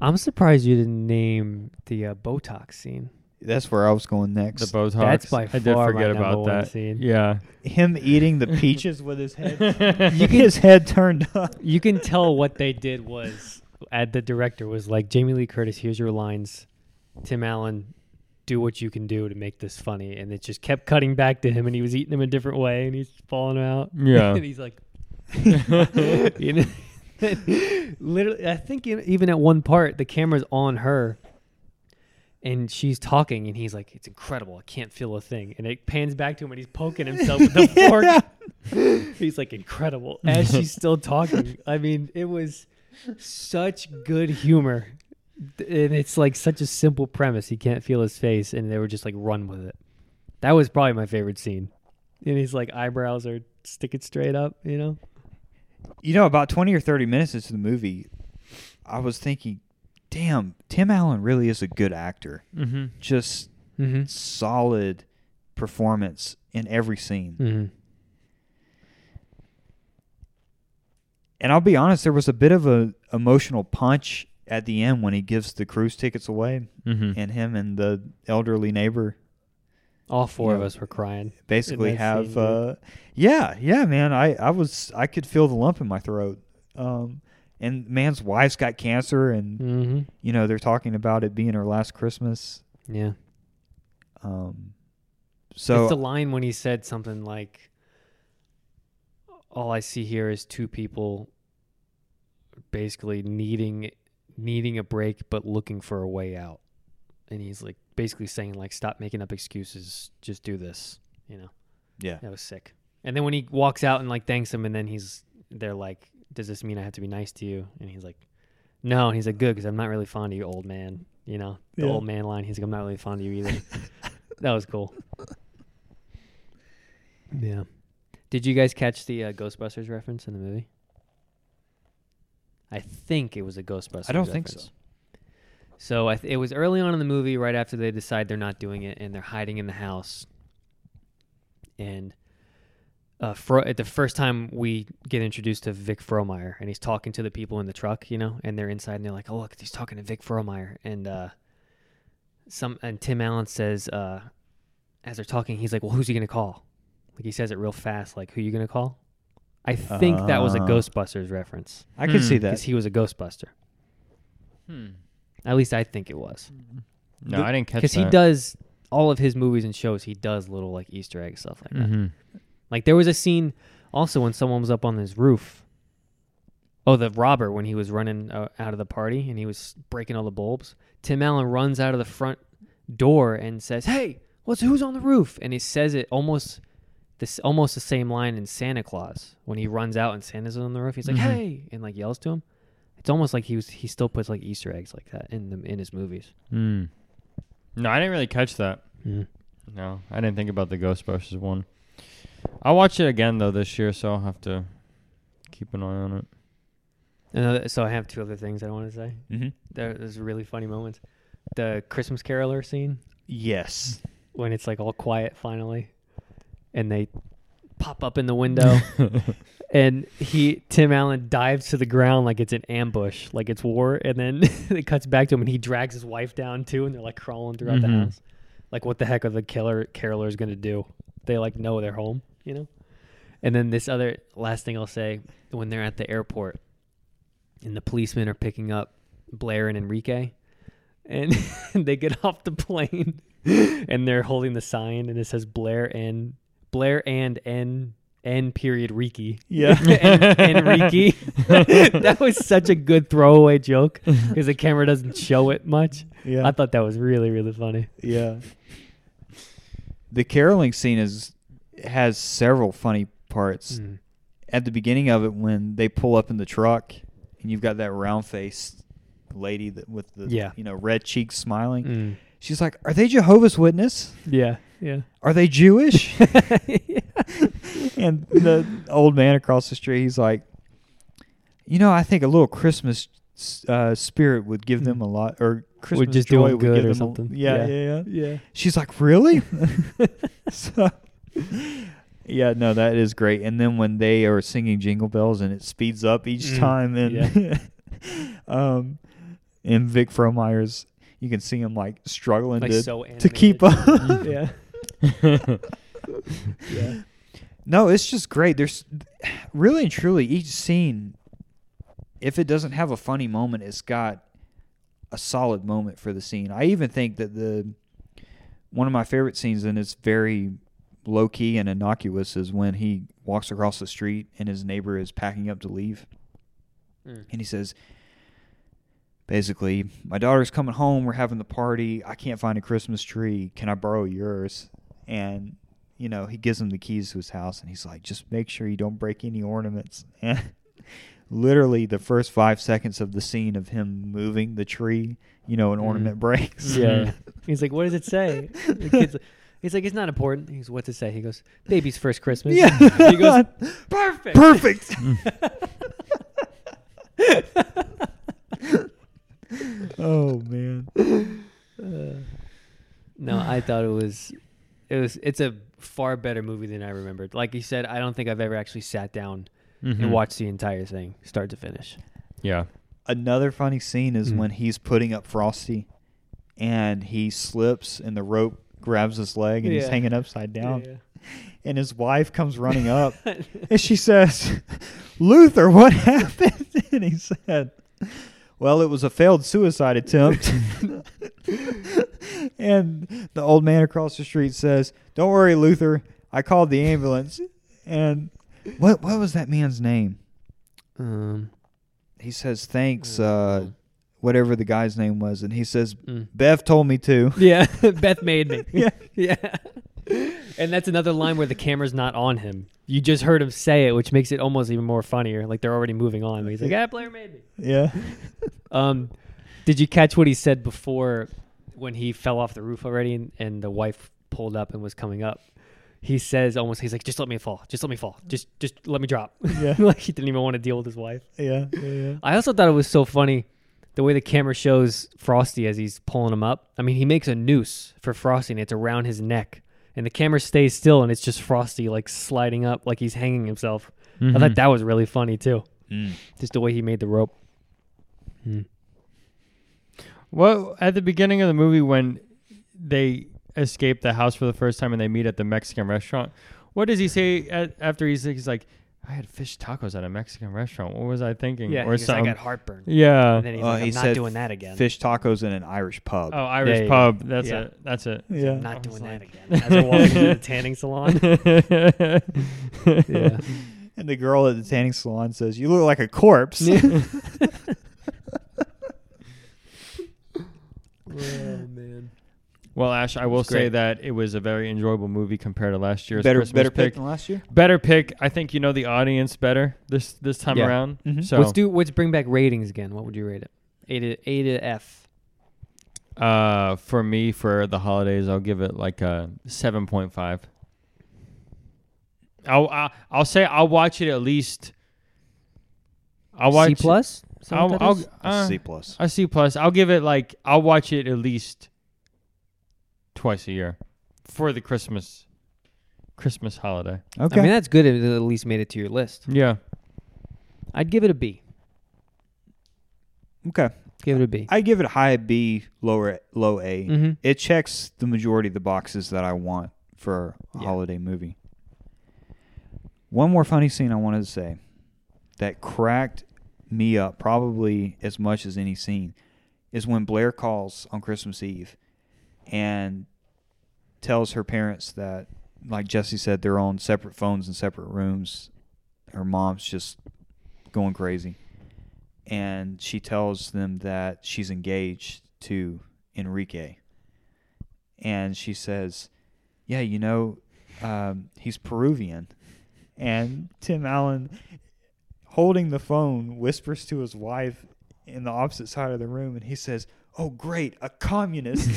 S4: I'm surprised you didn't name the uh, Botox scene.
S2: That's where I was going
S3: The
S2: next.
S3: Botox.
S4: That's by
S3: I did
S4: far my
S3: forget
S4: number
S3: about
S4: one
S3: that.
S4: scene.
S3: Yeah.
S2: Him eating the peaches with his head. his head turned up.
S4: You can tell what they did was, at the director was like Jamie Lee Curtis. Here's your lines, Tim Allen. Do what you can do to make this funny, and it just kept cutting back to him, and he was eating him a different way, and he's falling out.
S3: Yeah.
S4: and he's like, you know, literally, I think in- even at one part, the camera's on her and she's talking, and he's like, It's incredible. I can't feel a thing. And it pans back to him, and he's poking himself with the fork. he's like, Incredible. As she's still talking. I mean, it was such good humor. And it's like such a simple premise. He can't feel his face, and they were just like, Run with it. That was probably my favorite scene. And his like eyebrows are sticking straight up, you know?
S2: You know, about 20 or 30 minutes into the movie, I was thinking, damn, Tim Allen really is a good actor.
S3: mm-hmm.
S2: Just
S4: Mm-hmm.
S2: solid performance in every scene.
S4: Mm-hmm.
S2: And I'll be honest, there was a bit of a emotional punch at the end when he gives the cruise tickets away,
S3: Mm-hmm.
S2: and him and the elderly neighbor
S4: All four of
S2: Yeah.
S4: us were crying.
S2: basically
S4: that scene,
S2: have.
S4: dude.
S2: Uh, yeah, yeah, man. I I was I could feel the lump in my throat. Um, and man's wife's got cancer, and
S4: Mm-hmm.
S2: you know they're talking about it being her last Christmas.
S4: Yeah.
S2: Um, so
S4: it's the line when he said something like, "All I see here is two people, basically needing needing a break but looking for a way out," and he's like basically saying like, "Stop making up excuses, just do this." You know,
S2: yeah,
S4: that was sick. And then when he walks out and like thanks him, and then he's they're like, "Does this mean I have to be nice to you?" And he's like, "No," and he's like, "Good, because I'm not really fond of you, old man." You know, the
S2: Yeah.
S4: old man line. He's like, "I'm not really fond of you either." that was cool. Yeah. Did you guys catch the uh, Ghostbusters reference in the movie? I think it was a Ghostbusters.
S2: I don't think so.
S4: reference. So I th- it was early on in the movie, right after they decide they're not doing it and they're hiding in the house. And uh, Fro- at the first time we get introduced to Vic Frohmeyer, and he's talking to the people in the truck, you know, and they're inside, and they're like, "Oh, look, he's talking to Vic Frohmeyer," and uh, some and Tim Allen says, uh, as they're talking, he's like, "Well, who's he gonna call?" Like he says it real fast, like, "Who you gonna call?" I think that was a
S2: Ah.
S4: Ghostbusters reference
S2: I could
S3: Hmm.
S2: see that.
S4: because he was a Ghostbuster. At least I think it was
S3: No,
S2: The-
S3: I didn't catch
S4: because he does all of his movies and shows. He does little like Easter egg stuff like that.
S3: Mm-hmm.
S4: Like there was a scene also when someone was up on his roof. Oh, the robber when he was running uh, out of the party and he was breaking all the bulbs. Tim Allen runs out of the front door and says, "Hey, what's who's on the roof?" And he says it almost this almost the same line in Santa Claus when he runs out and Santa's on the roof. He's like,
S3: Mhm.
S4: "Hey," and like yells to him. It's almost like he was he still puts like Easter eggs like that in the in his movies.
S3: Mm. No, I didn't really catch that.
S4: Mm.
S3: No, I didn't think about the Ghostbusters one. I'll watch it again though this year, so I'll have to keep an eye on it.
S4: Another, uh, so I have two other things I want to say.
S2: hmm
S4: There- There's really funny moments. The Christmas Caroler scene.
S2: Yes.
S4: when it's like all quiet finally and they pop up in the window and he Tim Allen dives to the ground like it's an ambush, like it's war, and then it cuts back to him and he drags his wife down too and they're like crawling throughout the
S3: Mhm.
S4: house. Like what the heck are the killer carolers gonna do? They like know they're home, you know? And then this other last thing I'll say, when they're at the airport and the policemen are picking up Blair and Enrique and they get off the plane and they're holding the sign and it says Blair and Blair and N N period Riki.
S2: Yeah.
S4: En- Enrique. that was such a good throwaway joke because the camera doesn't show it much.
S2: yeah.
S4: I thought that was really, really funny.
S2: yeah. The caroling scene is has several funny parts.
S4: Hmm. Mm.
S2: At the beginning of it, when they pull up in the truck, and you've got that round faced lady that with the
S4: Yeah.
S2: you know red cheeks smiling,
S4: Mm.
S2: she's like, "Are they Jehovah's Witness?
S4: Yeah, yeah.
S2: Are they Jewish?" and the old man across the street, he's like, "You know, I think a little Christmas." Uh, spirit would give them a lot, or Christmas
S4: just do
S2: joy
S4: them
S2: would give
S4: good or
S2: them a-
S4: something.
S2: yeah,
S4: Yeah.
S2: yeah, yeah.
S4: yeah.
S2: She's like, really? so, yeah, no, that is great. And then when they are singing Jingle Bells and it speeds up each
S4: Mm,
S2: time, and um, and Vic Frohmeyer's, you can see him like struggling
S4: Like
S2: to
S4: so
S2: to keep
S4: animated.
S2: up.
S4: yeah.
S2: no, it's just great. There's really and truly each scene, if it doesn't have a funny moment, it's got a solid moment for the scene. I even think that the one of my favorite scenes and it's very low key and innocuous is when he walks across the street and his neighbor is packing up to leave
S4: Mm.
S2: and he says basically my daughter's coming home we're having the party i can't find a christmas tree can i borrow yours and you know he gives him the keys to his house and he's like just make sure you don't break any ornaments and literally the first five seconds of the scene of him moving the tree you know an
S4: Mm.
S2: ornament breaks
S4: Yeah. He's like, what does it say? The kid's like- he's like, it's not important. He's, what's it say? He goes, baby's first Christmas.
S2: Yeah.
S4: he goes, perfect.
S2: perfect oh man
S4: No, I thought it was it was it's a far better movie than I remembered. Like you said, I don't think I've ever actually sat down
S2: Mm-hmm.
S4: and watched the entire thing, start to finish.
S3: Yeah.
S2: Another funny scene is
S4: Mm.
S2: when he's putting up Frosty, and he slips, and the rope grabs his leg, and he's
S4: Yeah.
S2: hanging upside down. And his wife comes running up,
S4: Yeah.
S2: and she says, "Luther, what happened?" And he said, "Well, it was a failed suicide attempt." and the old man across the street says, "Don't worry, Luther. I called the ambulance." And what what was that man's name?
S4: um,
S2: He says, "Thanks, uh, whatever the guy's name was," and he says,
S4: mm.
S2: "Bev told me to."
S4: Yeah, Beth made me.
S2: Yeah.
S4: yeah. And that's another line where the camera's not on him. You just heard him say it, which makes it almost even more funnier. Like they're already moving on. But he's like, "Yeah, player made me."
S2: Yeah,
S4: Um, did you catch what he said before when he fell off the roof already and, and the wife pulled up and was coming up? He says almost, he's like, "Just let me fall. Just let me fall. Just, just let me drop."
S2: yeah,
S4: like he didn't even want to deal with his wife.
S2: yeah, yeah.
S4: I also thought it was so funny the way the camera shows Frosty as he's pulling him up. I mean, he makes a noose for Frosty and it's around his neck. And the camera stays still and it's just Frosty like sliding up like he's hanging himself. I
S3: Mm-hmm.
S4: thought that was really funny too. Just the way he made the rope.
S3: Hmm. Well, at the beginning of the movie, when they escape the house for the first time and they meet at the Mexican restaurant, what does he say at, after he's, he's like, I had fish tacos at a Mexican restaurant. What was I thinking? or
S4: I
S3: something.
S4: got heartburn.
S3: yeah.
S4: And then he's
S2: Oh,
S4: like, I'm
S2: he
S4: not
S2: said
S4: doing that again.
S2: Fish tacos in an Irish pub.
S3: Oh, Irish
S4: Yeah, yeah,
S3: pub. That's
S4: Yeah.
S3: it. That's it.
S2: yeah,
S4: I'm not
S3: I was
S4: doing that
S3: like-
S4: again. As we're walking through the tanning salon. yeah.
S2: And the girl at the tanning salon says, "You look like a corpse."
S4: Oh man.
S3: Well, Ash, I will
S4: It's
S3: say
S4: great.
S3: that it was a very enjoyable movie compared to last year's
S2: better,
S3: Christmas
S2: better pick
S3: pick.
S2: than last year.
S3: Better pick. I think you know the audience better this this time
S4: Yeah. Mm-hmm.
S3: around.
S2: Mhm.
S3: So
S4: Let's do let's bring back ratings again. What would you rate it? A to A to F.
S3: Uh, for me, for the holidays, I'll give it like a seven point five. I'll, I'll I'll say I'll watch it at least. I'll watch.
S4: C plus? Is that
S3: I'll,
S4: what that
S3: I'll,
S4: is?
S3: uh,
S2: C plus.
S3: a C plus. I'll give it like I'll watch it at least twice a year for the Christmas Christmas holiday.
S2: Okay.
S4: I mean, that's good. It at least made it to your list.
S3: Yeah.
S4: I'd give it a B.
S2: okay.
S4: Give it a B.
S2: I give it a high B, lower low A.
S4: Mhm.
S2: It checks the majority of the boxes that I want for a
S4: Yeah.
S2: holiday movie. One more funny scene I wanted to say that cracked me up probably as much as any scene is when Blair calls on Christmas Eve and tells her parents that, like Jesse said, they're on separate phones in separate rooms. Her mom's just going crazy. And she tells them that she's engaged to Enrique. And she says, Yeah, you know, um, he's Peruvian. And Tim Allen, holding the phone, whispers to his wife in the opposite side of the room, and he says, Oh, great, a communist.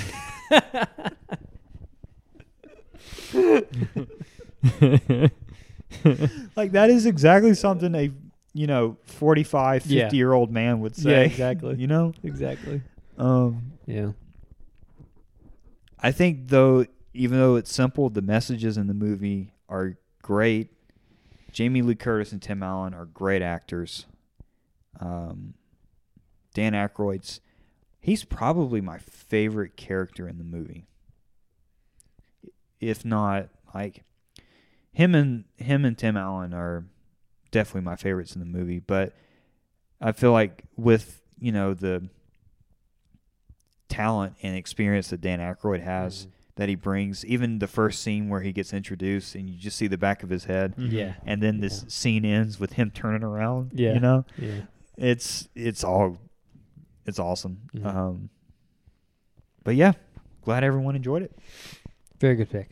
S2: like, that is exactly something a, you know, 45, 50
S4: Yeah.
S2: year old man would say.
S4: Yeah, exactly.
S2: you know?
S4: exactly.
S2: Um,
S4: Yeah.
S2: I think though, even though it's simple, the messages in the movie are great. Jamie Lee Curtis and Tim Allen are great actors. Um, Dan Aykroyd's he's probably my favorite character in the movie. If not, like him and him and Tim Allen are definitely my favorites in the movie, but I feel like with, you know, the talent and experience that Dan Aykroyd has,
S3: Mm-hmm.
S2: that he brings. Even the first scene where he gets introduced and you just see the back of his head,
S4: Yeah.
S2: and then this
S4: Yeah.
S2: scene ends with him turning around.
S4: Yeah.
S2: you know,
S4: Yeah.
S2: it's it's all it's awesome.
S3: Mm-hmm.
S4: Mhm.
S2: Um, but yeah, glad everyone enjoyed it.
S4: Very good pick.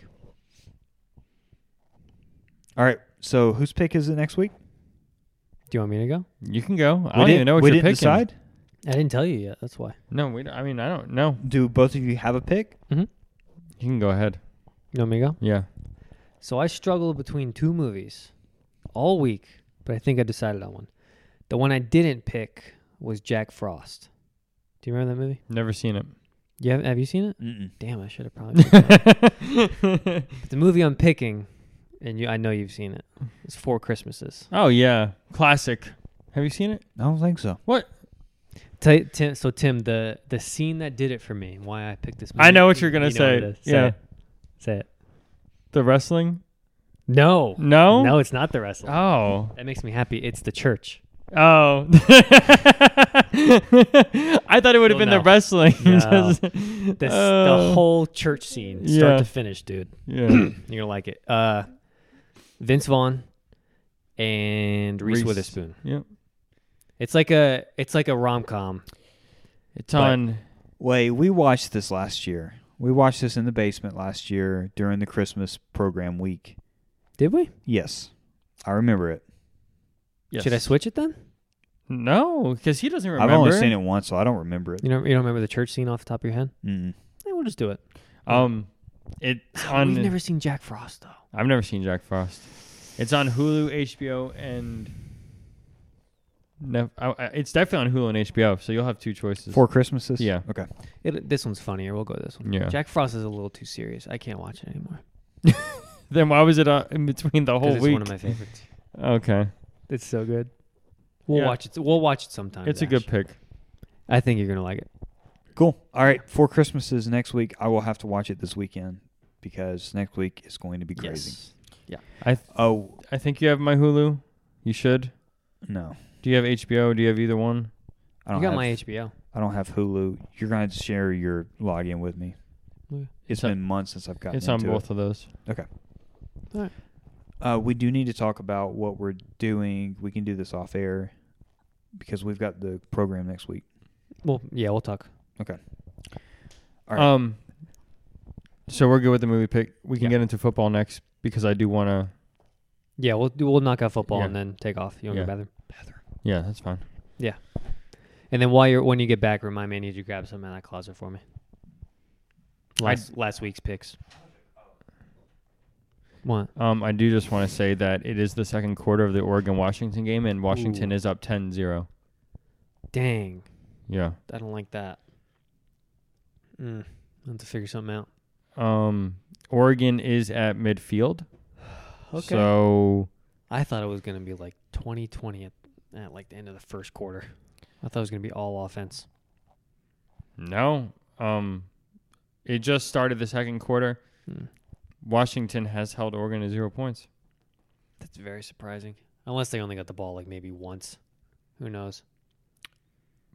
S2: All right, so whose pick is it next week?
S4: Do you want me to go?
S3: You can go. I
S2: We
S3: don't
S2: didn't-
S3: even know what
S2: we
S3: you're
S2: didn't
S3: picking.
S2: decide.
S4: I didn't tell you yet. That's why.
S3: No, we. Don't, I mean, I don't know.
S2: Do both of you have a pick?
S3: You can go ahead.
S4: You want me to go?
S3: Yeah.
S4: So I struggled between two movies all week, but I think I decided on one. The one I didn't pick was Jack Frost. Do you remember that movie?
S3: Never seen it.
S4: You have, have you seen it?
S2: Mm-mm.
S4: Damn, I should have probably. looked it up. But the movie I'm picking, and you, I know you've seen it. It's Four Christmases.
S3: oh yeah, classic. Have you seen it?
S2: I don't think so.
S4: Ti- Tim, so Tim, the the scene that did it for me, and why I picked this. movie.
S3: I know what you're gonna
S4: you know what
S3: say.
S4: it is. Say
S3: yeah,
S4: it. say it.
S3: the wrestling.
S4: No,
S3: No.
S4: no, it's not the wrestling.
S3: Oh.
S4: That makes me happy. It's the church.
S3: Oh. I thought it would have
S4: Well,
S3: been
S4: no.
S3: the wrestling.
S4: No.
S3: Just-
S4: The, s- the
S3: Oh.
S4: whole church scene, start
S3: Yeah.
S4: to finish, dude.
S3: yeah.
S4: You're gonna like it. Uh, Vince Vaughn and Reese,
S3: Reese.
S4: Witherspoon.
S3: Yep.
S4: It's like a it's like a rom com.
S3: It's on.
S2: Wait, we watched this last year. We watched this in the basement last year during the Christmas program week.
S4: Did we?
S2: Yes, I remember it.
S3: Yes.
S4: Should I switch it then?
S3: No, because he doesn't remember.
S2: I've only seen it once, so I don't remember it.
S4: You don't you don't remember the church scene off the top of your head?
S2: Mm-mm.
S4: Yeah, we'll just do it.
S3: Um, it's on.
S4: We've never seen Jack Frost though.
S3: I've never seen Jack Frost. It's on Hulu, HBO, and. No, I, I- it's definitely on Hulu and HBO. So you'll have two choices.
S2: Four Christmases.
S3: Yeah.
S2: Okay.
S4: It, this one's funnier. We'll go this one.
S3: Yeah.
S4: Jack Frost is a little too serious. I can't watch it anymore.
S3: Then why was it uh, in between the
S4: 'Cause
S3: whole
S4: it's
S3: week?
S4: one of my favorites.
S3: okay,
S4: it's so good. We'll
S3: Yeah.
S4: watch it. We'll watch it sometime.
S3: it's a good
S4: Ash.
S3: pick.
S4: I think you're gonna like it.
S2: Cool. All right. Four Christmases next week. I will have to watch it this weekend because next week is going to be crazy.
S4: Yes.
S3: I th-
S2: Oh
S3: I think you have my Hulu. You should.
S2: no,
S3: Do you have HBO? Do you have either one?
S2: I
S4: You
S2: don't
S4: got
S2: have.
S4: my HBO.
S2: I don't have Hulu. You're going to share your login with me.
S4: Okay.
S2: It's
S3: It's on-
S2: been months since I've gotten
S3: it's on
S2: into
S3: both of those.
S2: It. Uh, we do need to talk about what we're doing. We can do this off air because we've got the program next week.
S4: Well, yeah, we'll talk.
S2: All right.
S3: Um. So we're good with the movie pick. We can get into football next because I do want to.
S4: Yeah, we'll do, we'll knock out football
S3: Yeah.
S4: and then take off. You want to
S3: Yeah.
S4: go bathroom?
S3: Yeah, that's fine.
S4: And then while you're when you get back, remind me I need you to grab something out of that closet for me.
S3: I-
S4: Last last week's picks. What?
S3: Um, I do just want to say that it is the second quarter of the Oregon Washington game, and Washington
S4: Ooh.
S3: is up 10-0.
S4: Dang,
S3: Yeah.
S4: I don't like that. Mm, I have to figure something out.
S3: Um, Oregon is at midfield. So
S4: I thought it was gonna be like 20-20 at, at like the end of the first quarter. I thought it was gonna be all offense.
S3: no. Um, it just started the second quarter.
S4: Hmm.
S3: Washington has held Oregon to zero points.
S4: That's very surprising. Unless they only got the ball like maybe once. Who knows?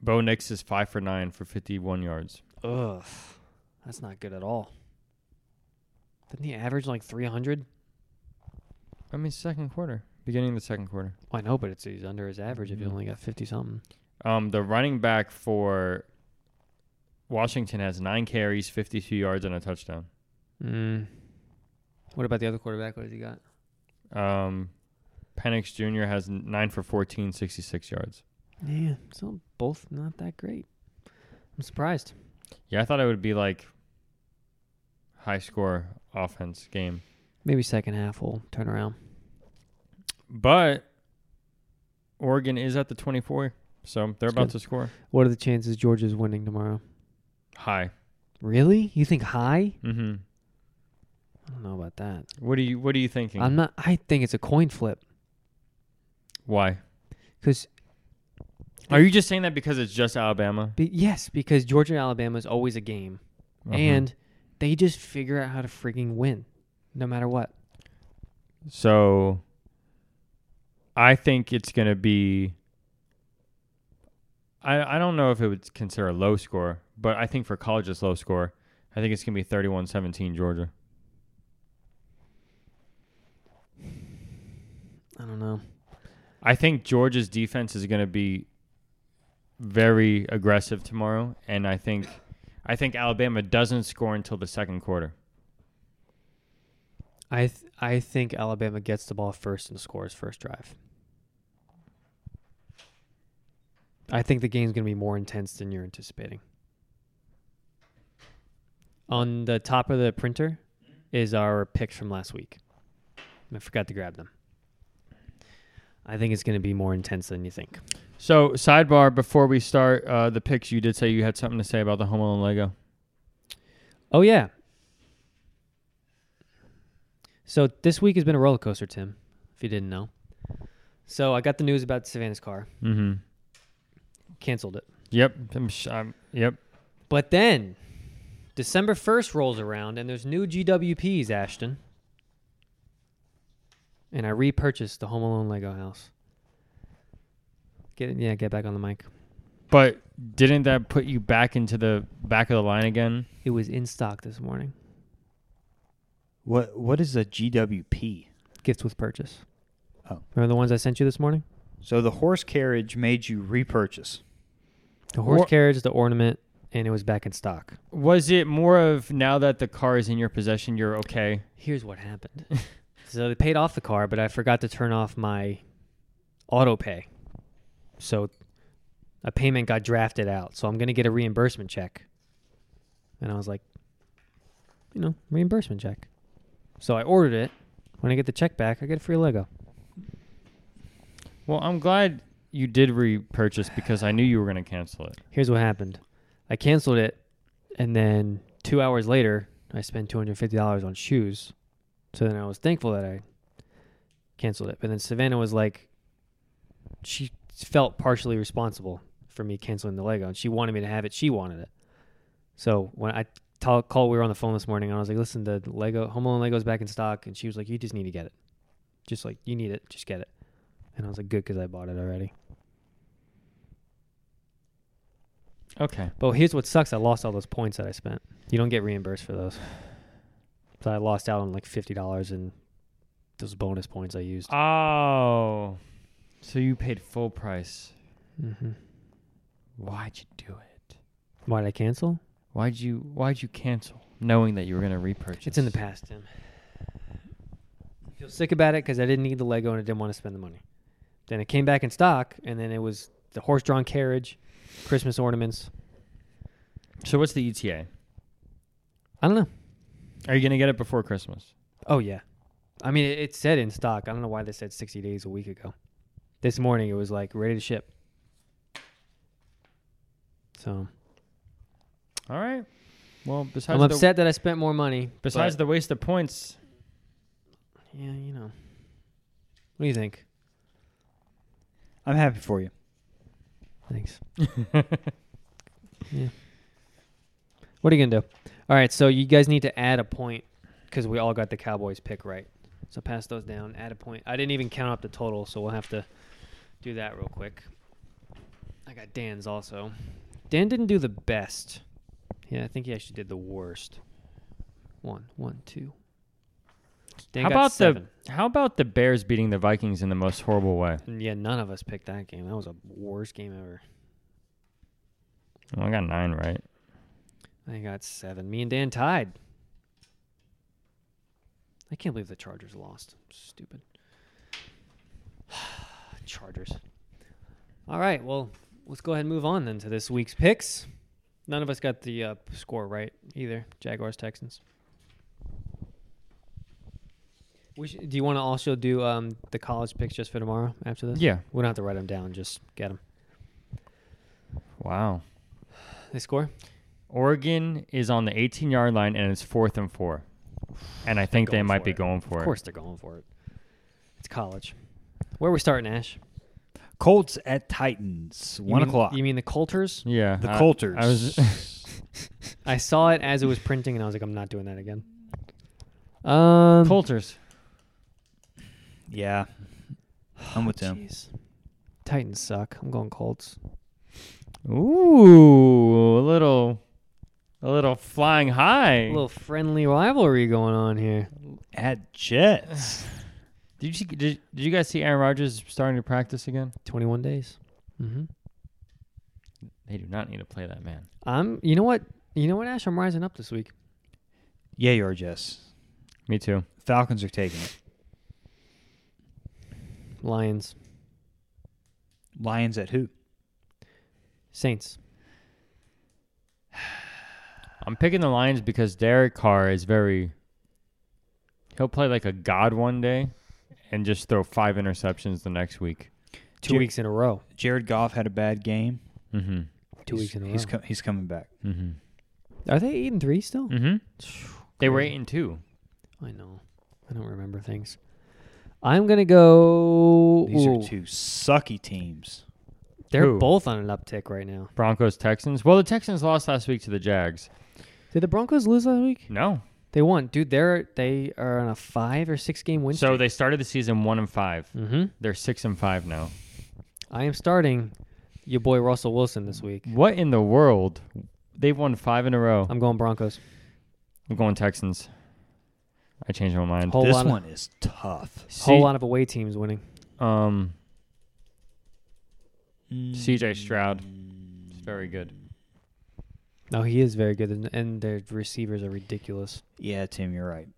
S3: Bo Nix is five for nine for 51 yards.
S4: Ugh, that's not good at all. Didn't he average like three hundred?
S3: I mean, second quarter, beginning of the second quarter.
S4: Well, I know, but it's he's under his average if you
S3: Mhm.
S4: only got fifty something.
S3: Um, the running back for Washington has nine carries, 52 yards, and a touchdown.
S4: Mm. What about the other quarterback? What has he got?
S3: Um, Penix Jr. has n- nine for 14, 66 yards.
S4: Yeah, so both not that great. I'm surprised.
S3: Yeah, I thought it would be like high score offense game,
S4: Maybe second half will turn around.
S3: but Oregon is at the 24, so they're about
S4: good.
S3: to score
S4: What are the chances Georgia's winning tomorrow?
S3: high.
S4: Really? You think high?
S3: hmm
S4: I don't know about that.
S3: What do you What are you thinking?
S4: I'm not. I think it's a coin flip
S3: Why
S4: because
S3: are you just saying that because it's just Alabama?
S4: be, yes, because Georgia and Alabama is always a game,
S3: Uh-huh.
S4: and they just figure out how to freaking win, no matter what.
S3: So I think it's going to be I I don't know if it would consider a low score, but I think for college it's low score. I think it's going to be 31-17 Georgia.
S4: I don't know.
S3: I think Georgia's defense is going to be very aggressive tomorrow and I think I think Alabama doesn't score until the second quarter.
S4: I th- I think Alabama gets the ball first and scores first drive. I think the game's going to be more intense than you're anticipating. On the top of the printer is our picks from last week. I forgot to grab them. I think it's going to be more intense than you think.
S3: So, sidebar before we start uh, the picks, you did say you had something to say about the Home Alone Lego.
S4: Oh yeah. So this week has been a roller coaster, Tim. If you didn't know. So I got the news about Savannah's car.
S3: Mm-hmm.
S4: Canceled it.
S3: Yep. I'm sh- I'm, yep.
S4: But then December 1st rolls around and there's new GWPs, Ashton. And I repurchased the Home Alone Lego house. Get yeah, get back on the mic.
S3: But didn't that put you back into the back of the line again?
S4: It was in stock this morning.
S2: What What is a GWP?
S4: Gifts with purchase.
S2: Oh.
S4: Remember the ones I sent you this morning?
S2: So the horse carriage made you repurchase.
S4: The horse
S3: Or-
S4: carriage, the ornament, and it was back in stock.
S3: Was it more of now that the car is in your possession, you're okay?
S4: Here's what happened. so they paid off the car, but I forgot to turn off my auto pay. So a payment got drafted out. So I'm going to get a reimbursement check. And I was like, you know, reimbursement check. So I ordered it. When I get the check back, I get a free Lego.
S3: Well, I'm glad you did repurchase because I knew you were going to cancel it.
S4: Here's what happened. I canceled it, and then two hours later, I spent two hundred fifty dollars on shoes. So then I was thankful that I canceled it. But then Savannah was like, she felt partially responsible for me canceling the Lego, and she wanted me to have it. She wanted it. So when I t- called, we were on the phone this morning, and I was like, "Listen, the Lego Home Alone Lego's back in stock," and she was like, "You just need to get it. Just like you need it, just get it." And I was like, "Good, because I bought it already."
S3: Okay.
S4: But here's what sucks: I lost all those points that I spent. You don't get reimbursed for those, so I lost out on like fifty dollars and those bonus points I used.
S3: Oh. So you paid full price.
S4: Mm-hmm.
S3: Why'd you do it?
S4: Why did I cancel?
S3: Why'd you why'd you cancel knowing that you were going to repurchase?
S4: It's in the past, Tim. Feel sick about it because I didn't need the Lego and I didn't want to spend the money. Then it came back in stock, and then it was the horse-drawn carriage, Christmas ornaments.
S3: So what's the ETA?
S4: I don't know.
S3: Are you going to get it before Christmas?
S4: Oh yeah, I mean it, it said in stock. I don't know why they said sixty days a week ago. This morning it was like ready to ship. So
S3: All right. Well, besides
S4: I'm
S3: the
S4: upset that I spent more money.
S3: besides the waste of points,
S4: the yeah, you know. What do you think?
S2: I'm happy for you.
S4: Thanks. yeah. What are you gonna do? All right, so you guys need to add a point because we all got the Cowboys pick right. So pass those down. Add a point. I didn't even count up the total, so we'll have to do that real quick. I got Dan's also. Dan didn't do the best. Yeah, I think he actually did the worst. One, one, two. Dan
S3: how
S4: got
S3: about
S4: seven.
S3: the how about the Bears beating the Vikings in the most horrible way?
S4: And yeah, none of us picked that game. That was the worst game ever.
S3: Oh, I got nine right.
S4: I got seven. Me and Dan tied. I can't believe the Chargers lost. Stupid. Chargers. All right. Well, let's go ahead and move on then to this week's picks. None of us got the uh, score right either. Jaguars, Texans. We sh- do you want to also do um, the college picks just for tomorrow after this?
S3: Yeah.
S4: We don't have to write them down. Just get them.
S3: Wow.
S4: They score?
S3: Oregon is on the 18 yard line and it's fourth and four, and I think they
S4: going
S3: might
S4: for
S3: be
S4: it.
S3: going for
S4: Of
S3: it.
S4: course they're going for it. It's college. Where are we starting, Ash?
S2: Colts at Titans,
S4: You
S2: one
S4: mean-
S2: o'clock.
S4: You mean the Coulters?
S3: Yeah. Uh,
S2: the
S3: I-
S2: Colters.
S3: I was
S4: I saw it as it was printing, and I was like, I'm not doing that again. Um,
S3: Coulters.
S2: yeah, I'm with Tim.
S4: jeez. Titans suck. I'm going Colts.
S3: Ooh, a little, a little flying high.
S4: A little friendly rivalry going on here.
S2: At Jets.
S3: Did you see, did, did you guys see Aaron Rodgers starting to practice again?
S4: 21 days. Mm-hmm.
S3: They do not need to play that man.
S4: I'm. You know what? You know what, Ash? I'm rising up this week.
S2: Yay or Jets.
S3: Me too.
S2: Falcons are taking it.
S4: Lions,
S2: Lions at who?
S4: Saints.
S3: I'm picking the Lions because Derek Carr is very. He'll play like a god one day, and just throw five interceptions the next week.
S4: Two
S2: Dude.
S4: weeks in a row.
S2: Jared Goff had a bad game.
S3: Mm-hmm.
S4: Two
S2: He's-
S4: weeks in a row.
S2: he's, co- he's coming back.
S3: Mm-hmm.
S4: Are they eight and three still?
S2: Mm-hmm.
S3: They were eight and two.
S4: I know. I don't remember things. I'm gonna go.
S2: These
S4: ooh,
S2: are two sucky teams.
S4: They're
S3: Who?
S4: both on an uptick right now.
S3: Broncos, Texans. Well, the Texans lost last week to the Jags.
S4: Did the Broncos lose last week?
S3: No,
S4: They won, dude. They're they are on a five or six game win.
S3: so they started the season one and five.
S4: mm-hmm.
S3: They're six and five now.
S4: I am starting your boy Russell Wilson this week.
S3: What in the world? They've won five in a row.
S4: I'm going Broncos.
S3: I'm going Texans. I changed my mind.
S4: Whole
S2: this
S4: lot,
S2: one is tough.
S4: Of, whole lot of away teams winning.
S3: Um,
S4: Mm.
S2: Mm.
S3: CJ Stroud. It's very good.
S4: No, Oh, he is very good, and, and their receivers are ridiculous.
S2: Yeah, Tim, you're right.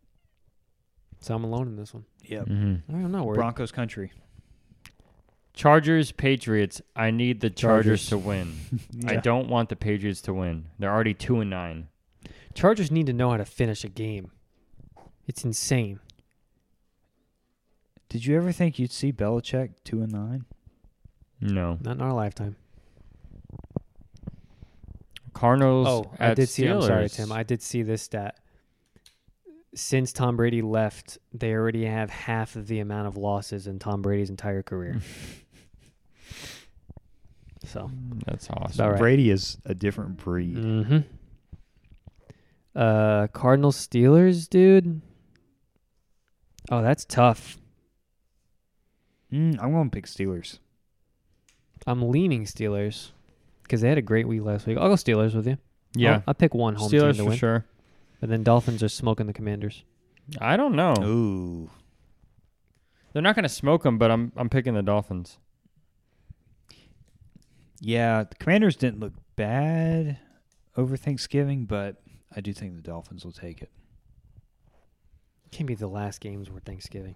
S4: So I'm alone in this one.
S2: Yep.
S3: Mm-hmm.
S4: All right, I'm not worried.
S2: Broncos country.
S3: Chargers, Patriots. I need the Chargers,
S4: Chargers.
S3: to win. I
S2: Yeah.
S3: don't want the Patriots to win. They're already two and nine.
S4: Chargers need to know how to finish a game. It's insane.
S2: Did you ever think you'd see Belichick two and nine?
S3: No.
S4: Not in our lifetime.
S3: Cardinals.
S4: Oh, I
S3: at
S4: did see. I'm sorry,
S3: Steelers.
S4: Tim. I did see this stat. Since Tom Brady left, they already have half of the amount of losses in Tom Brady's entire career. so,
S3: That's
S4: It's all
S3: awesome.
S4: right.
S2: Brady is a different breed.
S3: Mm.
S4: mm-hmm. uh, Cardinals Steelers, dude. Oh, that's tough.
S2: Mm, I'm going to pick Steelers.
S4: I'm leaning Steelers because they had a great week last week. I'll go Steelers with you.
S3: Yeah.
S4: I'll, I'll pick one home team
S3: Steelers
S4: to
S3: for
S4: win,
S3: sure.
S4: and then Dolphins are smoking the Commanders.
S3: I don't know.
S2: Ooh.
S3: They're not going to smoke them, but I'm I'm picking the Dolphins.
S2: Yeah, the Commanders didn't look bad over Thanksgiving, but I do think the Dolphins will take it.
S4: Can't be the last games were Thanksgiving.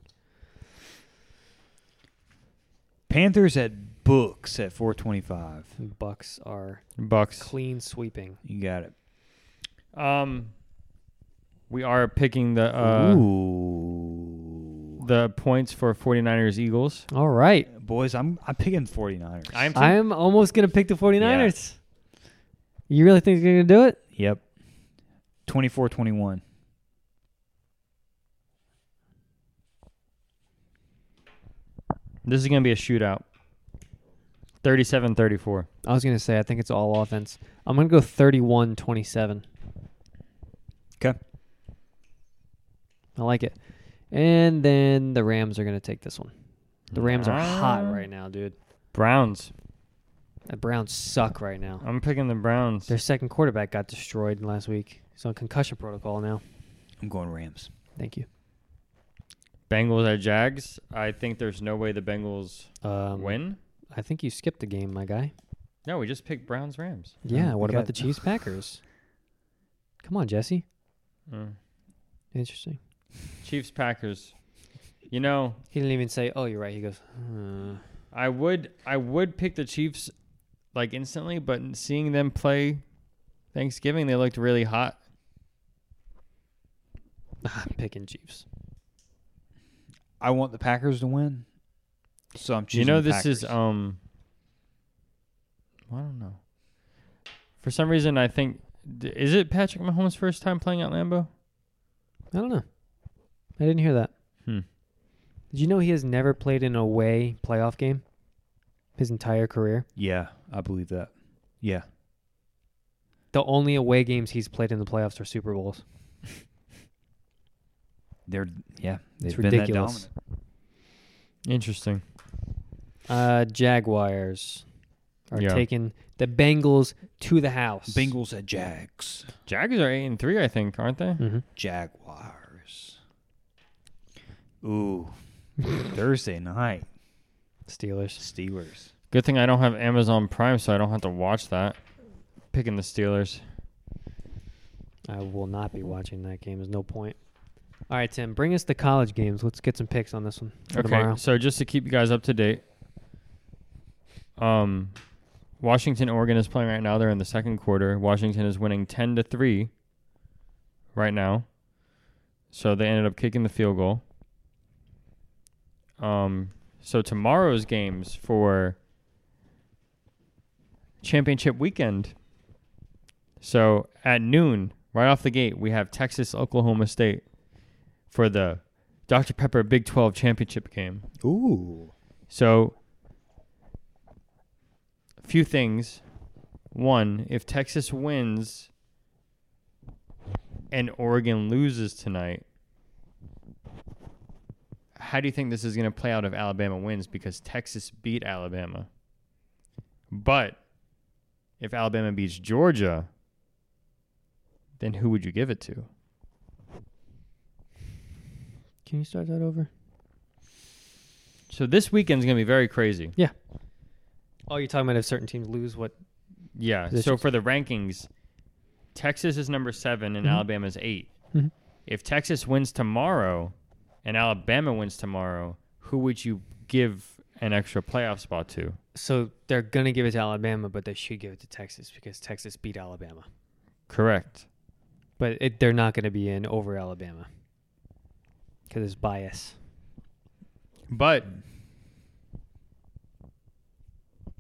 S2: Panthers at books at 425.
S4: Bucks are
S3: Bucks.
S4: clean sweeping.
S2: You got it.
S3: Um, we are picking the uh,
S2: Ooh.
S3: the points for 49ers Eagles.
S4: All right.
S2: Boys, I'm I'm picking 49ers.
S3: I'm
S4: I'm almost going to pick the 49ers. You really think they're going to do it?
S2: Yep. 24-21.
S3: This is going to be a shootout. 37-34.
S4: I was going to say, I think it's all offense. I'm going to go 31 27.
S2: Okay.
S4: I like it. And then the Rams are going to take this one. The Rams are hot right now, dude.
S3: Browns.
S4: The Browns suck right now.
S3: I'm picking the Browns.
S4: Their second quarterback got destroyed last week. He's on concussion protocol now.
S2: I'm going Rams.
S4: Thank you.
S3: Bengals at Jags. I think there's no way the Bengals
S4: Um,
S3: win.
S4: I think you skipped the game, my guy.
S3: No, we just picked Browns Rams.
S4: Yeah.
S2: we
S4: What
S2: got-
S4: about the Chiefs Packers? Come on, Jesse.
S3: Mm.
S4: Interesting.
S3: Chiefs Packers. You know,
S4: He didn't even say, "Oh, you're right." He goes, "Hmm."
S3: I would I would pick the Chiefs like instantly, but seeing them play Thanksgiving, they looked really hot.
S4: "I'm picking ah, Chiefs."
S2: I want the Packers to win. So I'm choosing
S3: you know,
S2: the
S3: this is
S2: Packers.
S3: um. I don't know. For some reason, I think d- is it Patrick Mahomes' first time playing at Lambeau?
S4: I don't know. I didn't hear that.
S3: Hmm.
S4: Did you know he has never played an away playoff game his entire career?
S2: Yeah, I believe that. Yeah.
S4: The only away games he's played in the playoffs are Super Bowls.
S2: They're yeah, they've
S4: It's
S2: been
S4: ridiculous.
S2: that dominant.
S3: Interesting.
S4: Uh, Jaguars are
S3: Yeah.
S4: taking the Bengals to the house.
S2: Bengals at Jags.
S3: Jags are eight and three, I think, aren't they?
S4: hmm
S2: Jaguars. Ooh. Thursday night.
S4: Steelers.
S2: Steelers.
S3: Good thing I don't have Amazon Prime, so I don't have to watch that. Picking the Steelers.
S4: I will not be watching that game. There's no point. All right, Tim, bring us the college games. Let's get some picks on this one for
S3: okay,
S4: tomorrow.
S3: so just to keep you guys up to date, um, Washington, Oregon is playing right now. They're in the second quarter. Washington is winning ten to three right now. So they ended up kicking the field goal. Um, so tomorrow's games for championship weekend. So at noon, right off the gate, we have Texas Oklahoma State for the Dr. Pepper Big 12 championship game.
S2: Ooh.
S3: So, a few things. One, if Texas wins and Oregon loses tonight, how do you think this is going to play out if Alabama wins? Because Texas beat Alabama. But if Alabama beats Georgia, then who would you give it to?
S4: Can you start that over?
S3: So this weekend's going to be very crazy.
S4: Oh, you're talking about if certain teams lose what?
S3: Yeah. So
S4: positions.
S3: for the rankings, Texas is number seven and
S4: Mhm.
S3: Alabama's 8
S4: Mhm.
S3: If Texas wins tomorrow and Alabama wins tomorrow, who would you give an extra playoff spot to?
S4: So they're gonna give it to Alabama, but they should give it to Texas because Texas beat Alabama.
S3: Correct.
S4: But it, they're not gonna be in over Alabama because it's bias.
S3: But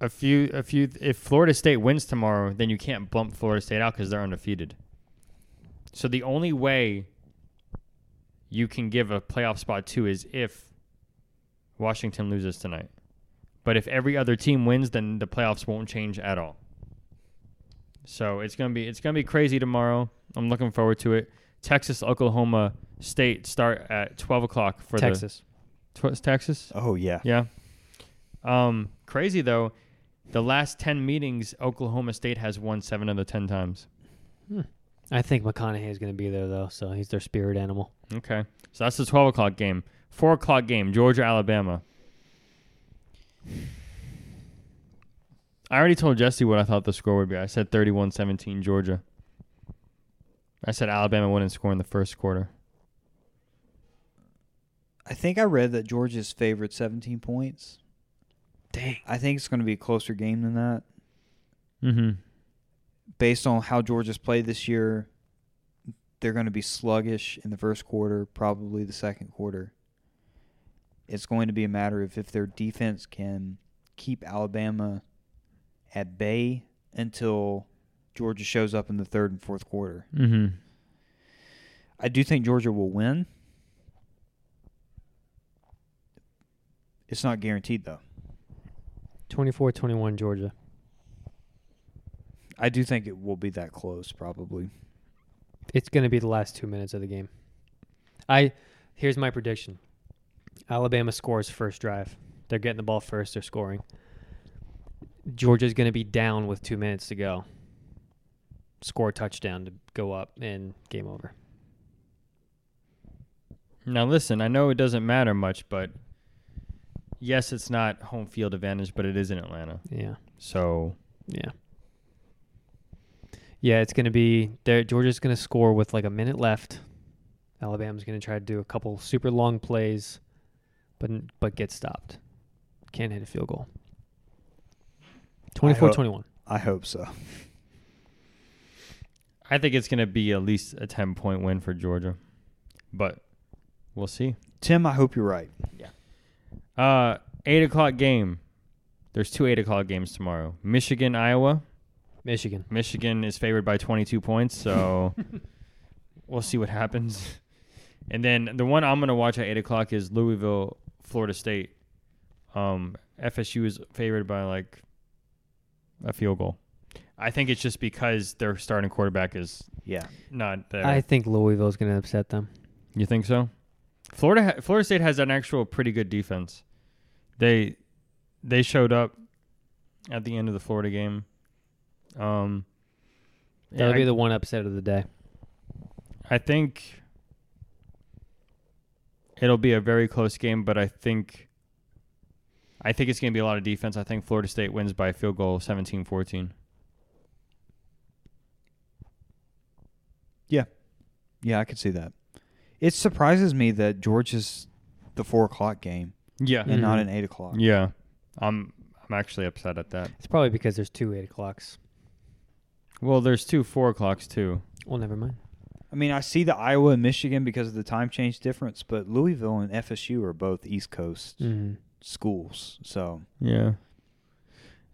S3: a few, a few. If Florida State wins tomorrow, then you can't bump Florida State out because they're undefeated. So the only way you can give a playoff spot to is if Washington loses tonight. But if every other team wins, then the playoffs won't change at all. So it's gonna be it's gonna be crazy tomorrow. I'm looking forward to it. Texas, Oklahoma State start at 12 o'clock for
S4: Texas.
S3: the tw- Texas.
S2: Oh yeah.
S3: Yeah. Um, crazy though, the last ten meetings, Oklahoma State has won seven of the ten times.
S4: I think McConaughey is gonna be there though, so he's their spirit animal.
S3: Okay, so that's the twelve o'clock game. Four o'clock game, Georgia Alabama. I already told Jesse what I thought the score would be. I said 31-17 Georgia. I said Alabama wouldn't score in the first quarter.
S2: I think I read that Georgia's favored 17 points.
S4: Dang.
S2: I think it's going to be a closer game than that,
S3: Mm-hmm.
S2: based on how Georgia's played this year. They're going to be sluggish in the first quarter, probably the second quarter. It's going to be a matter of if their defense can keep Alabama at bay until Georgia shows up in the third and fourth quarter.
S3: Mm-hmm.
S2: I do think Georgia will win. It's not guaranteed though.
S4: 24-21 Georgia.
S2: I do think it will be that close probably.
S4: It's going to be the last two minutes of the game. I here's my prediction. Alabama scores first drive. They're getting the ball first. They're scoring. Georgia's going to be down with two minutes to go. Score a touchdown to go up and game over.
S3: Now, listen, I know it doesn't matter much, but yes, it's not home field advantage, but it is in Atlanta.
S4: Yeah,
S3: So
S4: yeah, yeah. It's going to be there. Georgia's going to score with like a minute left. Alabama's going to try to do a couple super long plays, but but get stopped. Can't hit a field goal.
S2: I hope-
S4: 24-21.
S2: I hope so.
S3: I think it's going to be at least a 10 point win for Georgia, but we'll see.
S2: Tim, I hope you're right.
S3: Uh, 8 o'clock game. There's two 8 o'clock games tomorrow. Michigan, Iowa.
S4: Michigan.
S3: Michigan is favored by 22 points, so we'll see what happens. And then the one I'm going to watch at 8 o'clock is Louisville, Florida State. Um, FSU is favored by like a field goal. I think it's just because their starting quarterback is
S2: Yeah.
S3: not there.
S4: I think Louisville's going to upset them.
S3: You think so? Florida ha- Florida State has an actual pretty good defense. They they showed up at the end of the Florida game. Um
S4: That
S3: I-
S4: would be the one upset of the day.
S3: I think it'll be a very close game, but I think I think it's going to be a lot of defense. I think Florida State wins by a field goal 17-14.
S2: Yeah, I could see that. It surprises me that Georgia's the four o'clock game
S3: Yeah.
S2: and not
S4: Mhm.
S2: an eight o'clock.
S3: Yeah. I'm I'm actually upset at that.
S4: It's probably because there's two eight o'clocks.
S3: Well, there's two four o'clocks too.
S4: Well, never mind.
S2: I mean, I see the Iowa and Michigan because of the time change difference, but Louisville and FSU are both East Coast
S4: Mm-hmm.
S2: schools. So
S3: Yeah.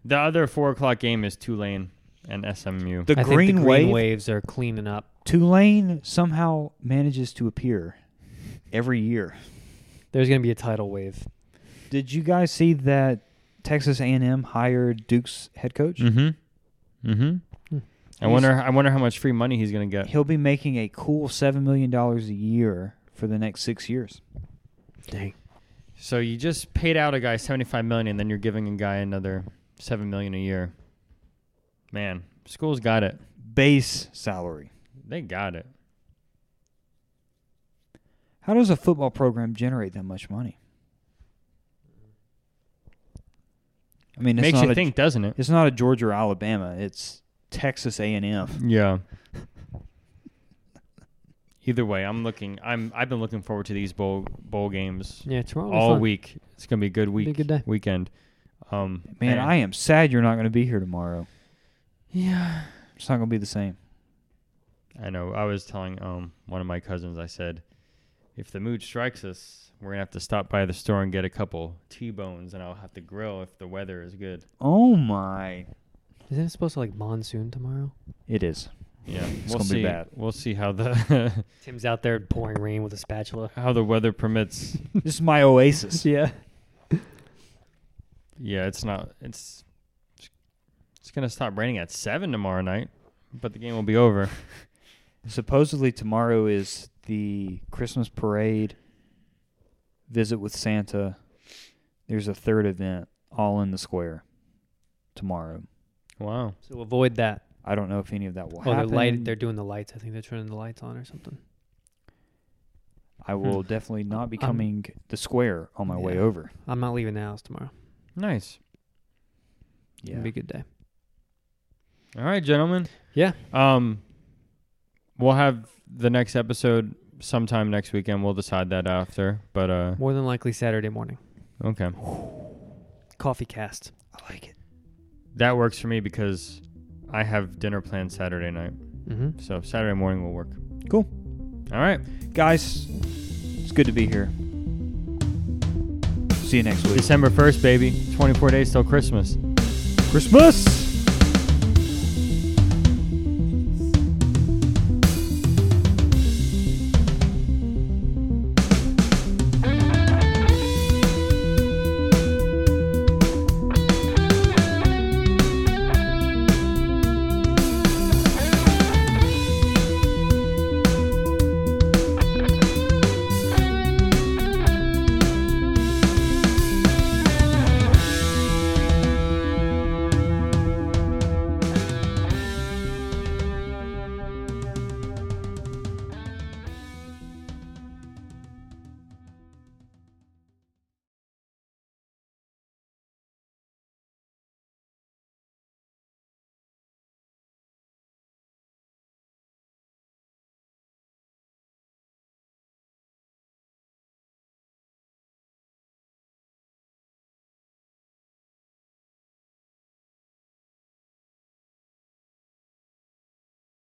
S3: The other four o'clock game is Tulane and SMU.
S2: The
S4: I think
S2: green
S4: the green
S2: wave,
S4: waves are cleaning up.
S2: Tulane somehow manages to appear every year.
S4: There's going to be a tidal wave.
S2: Did you guys see that Texas A&M hired Duke's head coach?
S3: mm-hmm. Mm-hmm.
S4: Hmm.
S3: I wonder. I wonder how much free money he's gonna get.
S2: He'll be making a cool seven million dollars a year for the next six years.
S4: Dang.
S3: So you just paid out a guy seventy-five million, and then you're giving a guy another seven million a year. Man, school's got it.
S2: Base salary.
S3: They got it.
S2: How does a football program generate that much money? I mean, it's
S3: Makes
S2: not
S3: you
S2: a,
S3: think, doesn't it?
S2: It's not a Georgia or Alabama. It's Texas A&M.
S3: Yeah. Either way, I'm looking. I'm. I've been looking forward to these bowl bowl games
S4: Yeah, tomorrow.
S3: all
S4: week.
S3: week. It's gonna be a good week.
S4: a good day.
S3: Weekend. Um,
S2: Man,
S3: and-
S2: I am sad you're not going to be here tomorrow.
S3: Yeah.
S2: It's not going to be the same.
S3: I know. I was telling um one of my cousins. I said, if the mood strikes us, we're gonna have to stop by the store and get a couple T-bones, and I'll have to grill if the weather is good.
S2: Oh my!
S4: Isn't it supposed to like monsoon tomorrow?
S2: It is.
S3: Yeah,
S2: It's
S3: we'll
S2: gonna
S3: see.
S2: be bad.
S3: We'll see how the
S4: Tim's out there pouring rain with a spatula.
S3: how the weather permits.
S2: this is my oasis.
S4: Yeah.
S3: yeah, it's not. It's it's gonna stop raining at seven tomorrow night, but the game will be over.
S2: Supposedly tomorrow is the Christmas parade, visit with Santa. There's a third event, all in the square, tomorrow.
S3: Wow.
S4: So avoid that.
S2: I don't know if any of that will
S4: oh, they're
S2: happen.
S4: light. They're doing the lights. I think they're turning the lights on or something.
S2: I will definitely not be
S4: Hmm. I'm-
S2: coming the square on my way
S4: Yeah.
S2: over.
S4: I'm not leaving the house tomorrow.
S3: Nice.
S4: Yeah. It'll be a good day.
S3: All right, gentlemen.
S4: Yeah.
S3: Um, we'll have the next episode sometime next weekend. We'll decide that after. But uh,
S4: More than likely Saturday morning.
S3: okay,
S4: Coffee cast.
S2: I like it.
S3: that works for me because I have dinner planned Saturday night.
S4: Mm-hmm.
S3: So Saturday morning will work.
S2: Cool.
S3: All right.
S2: Guys, it's good to be here. See you next week.
S3: December first, baby. Twenty-four days till Christmas.
S2: Christmas!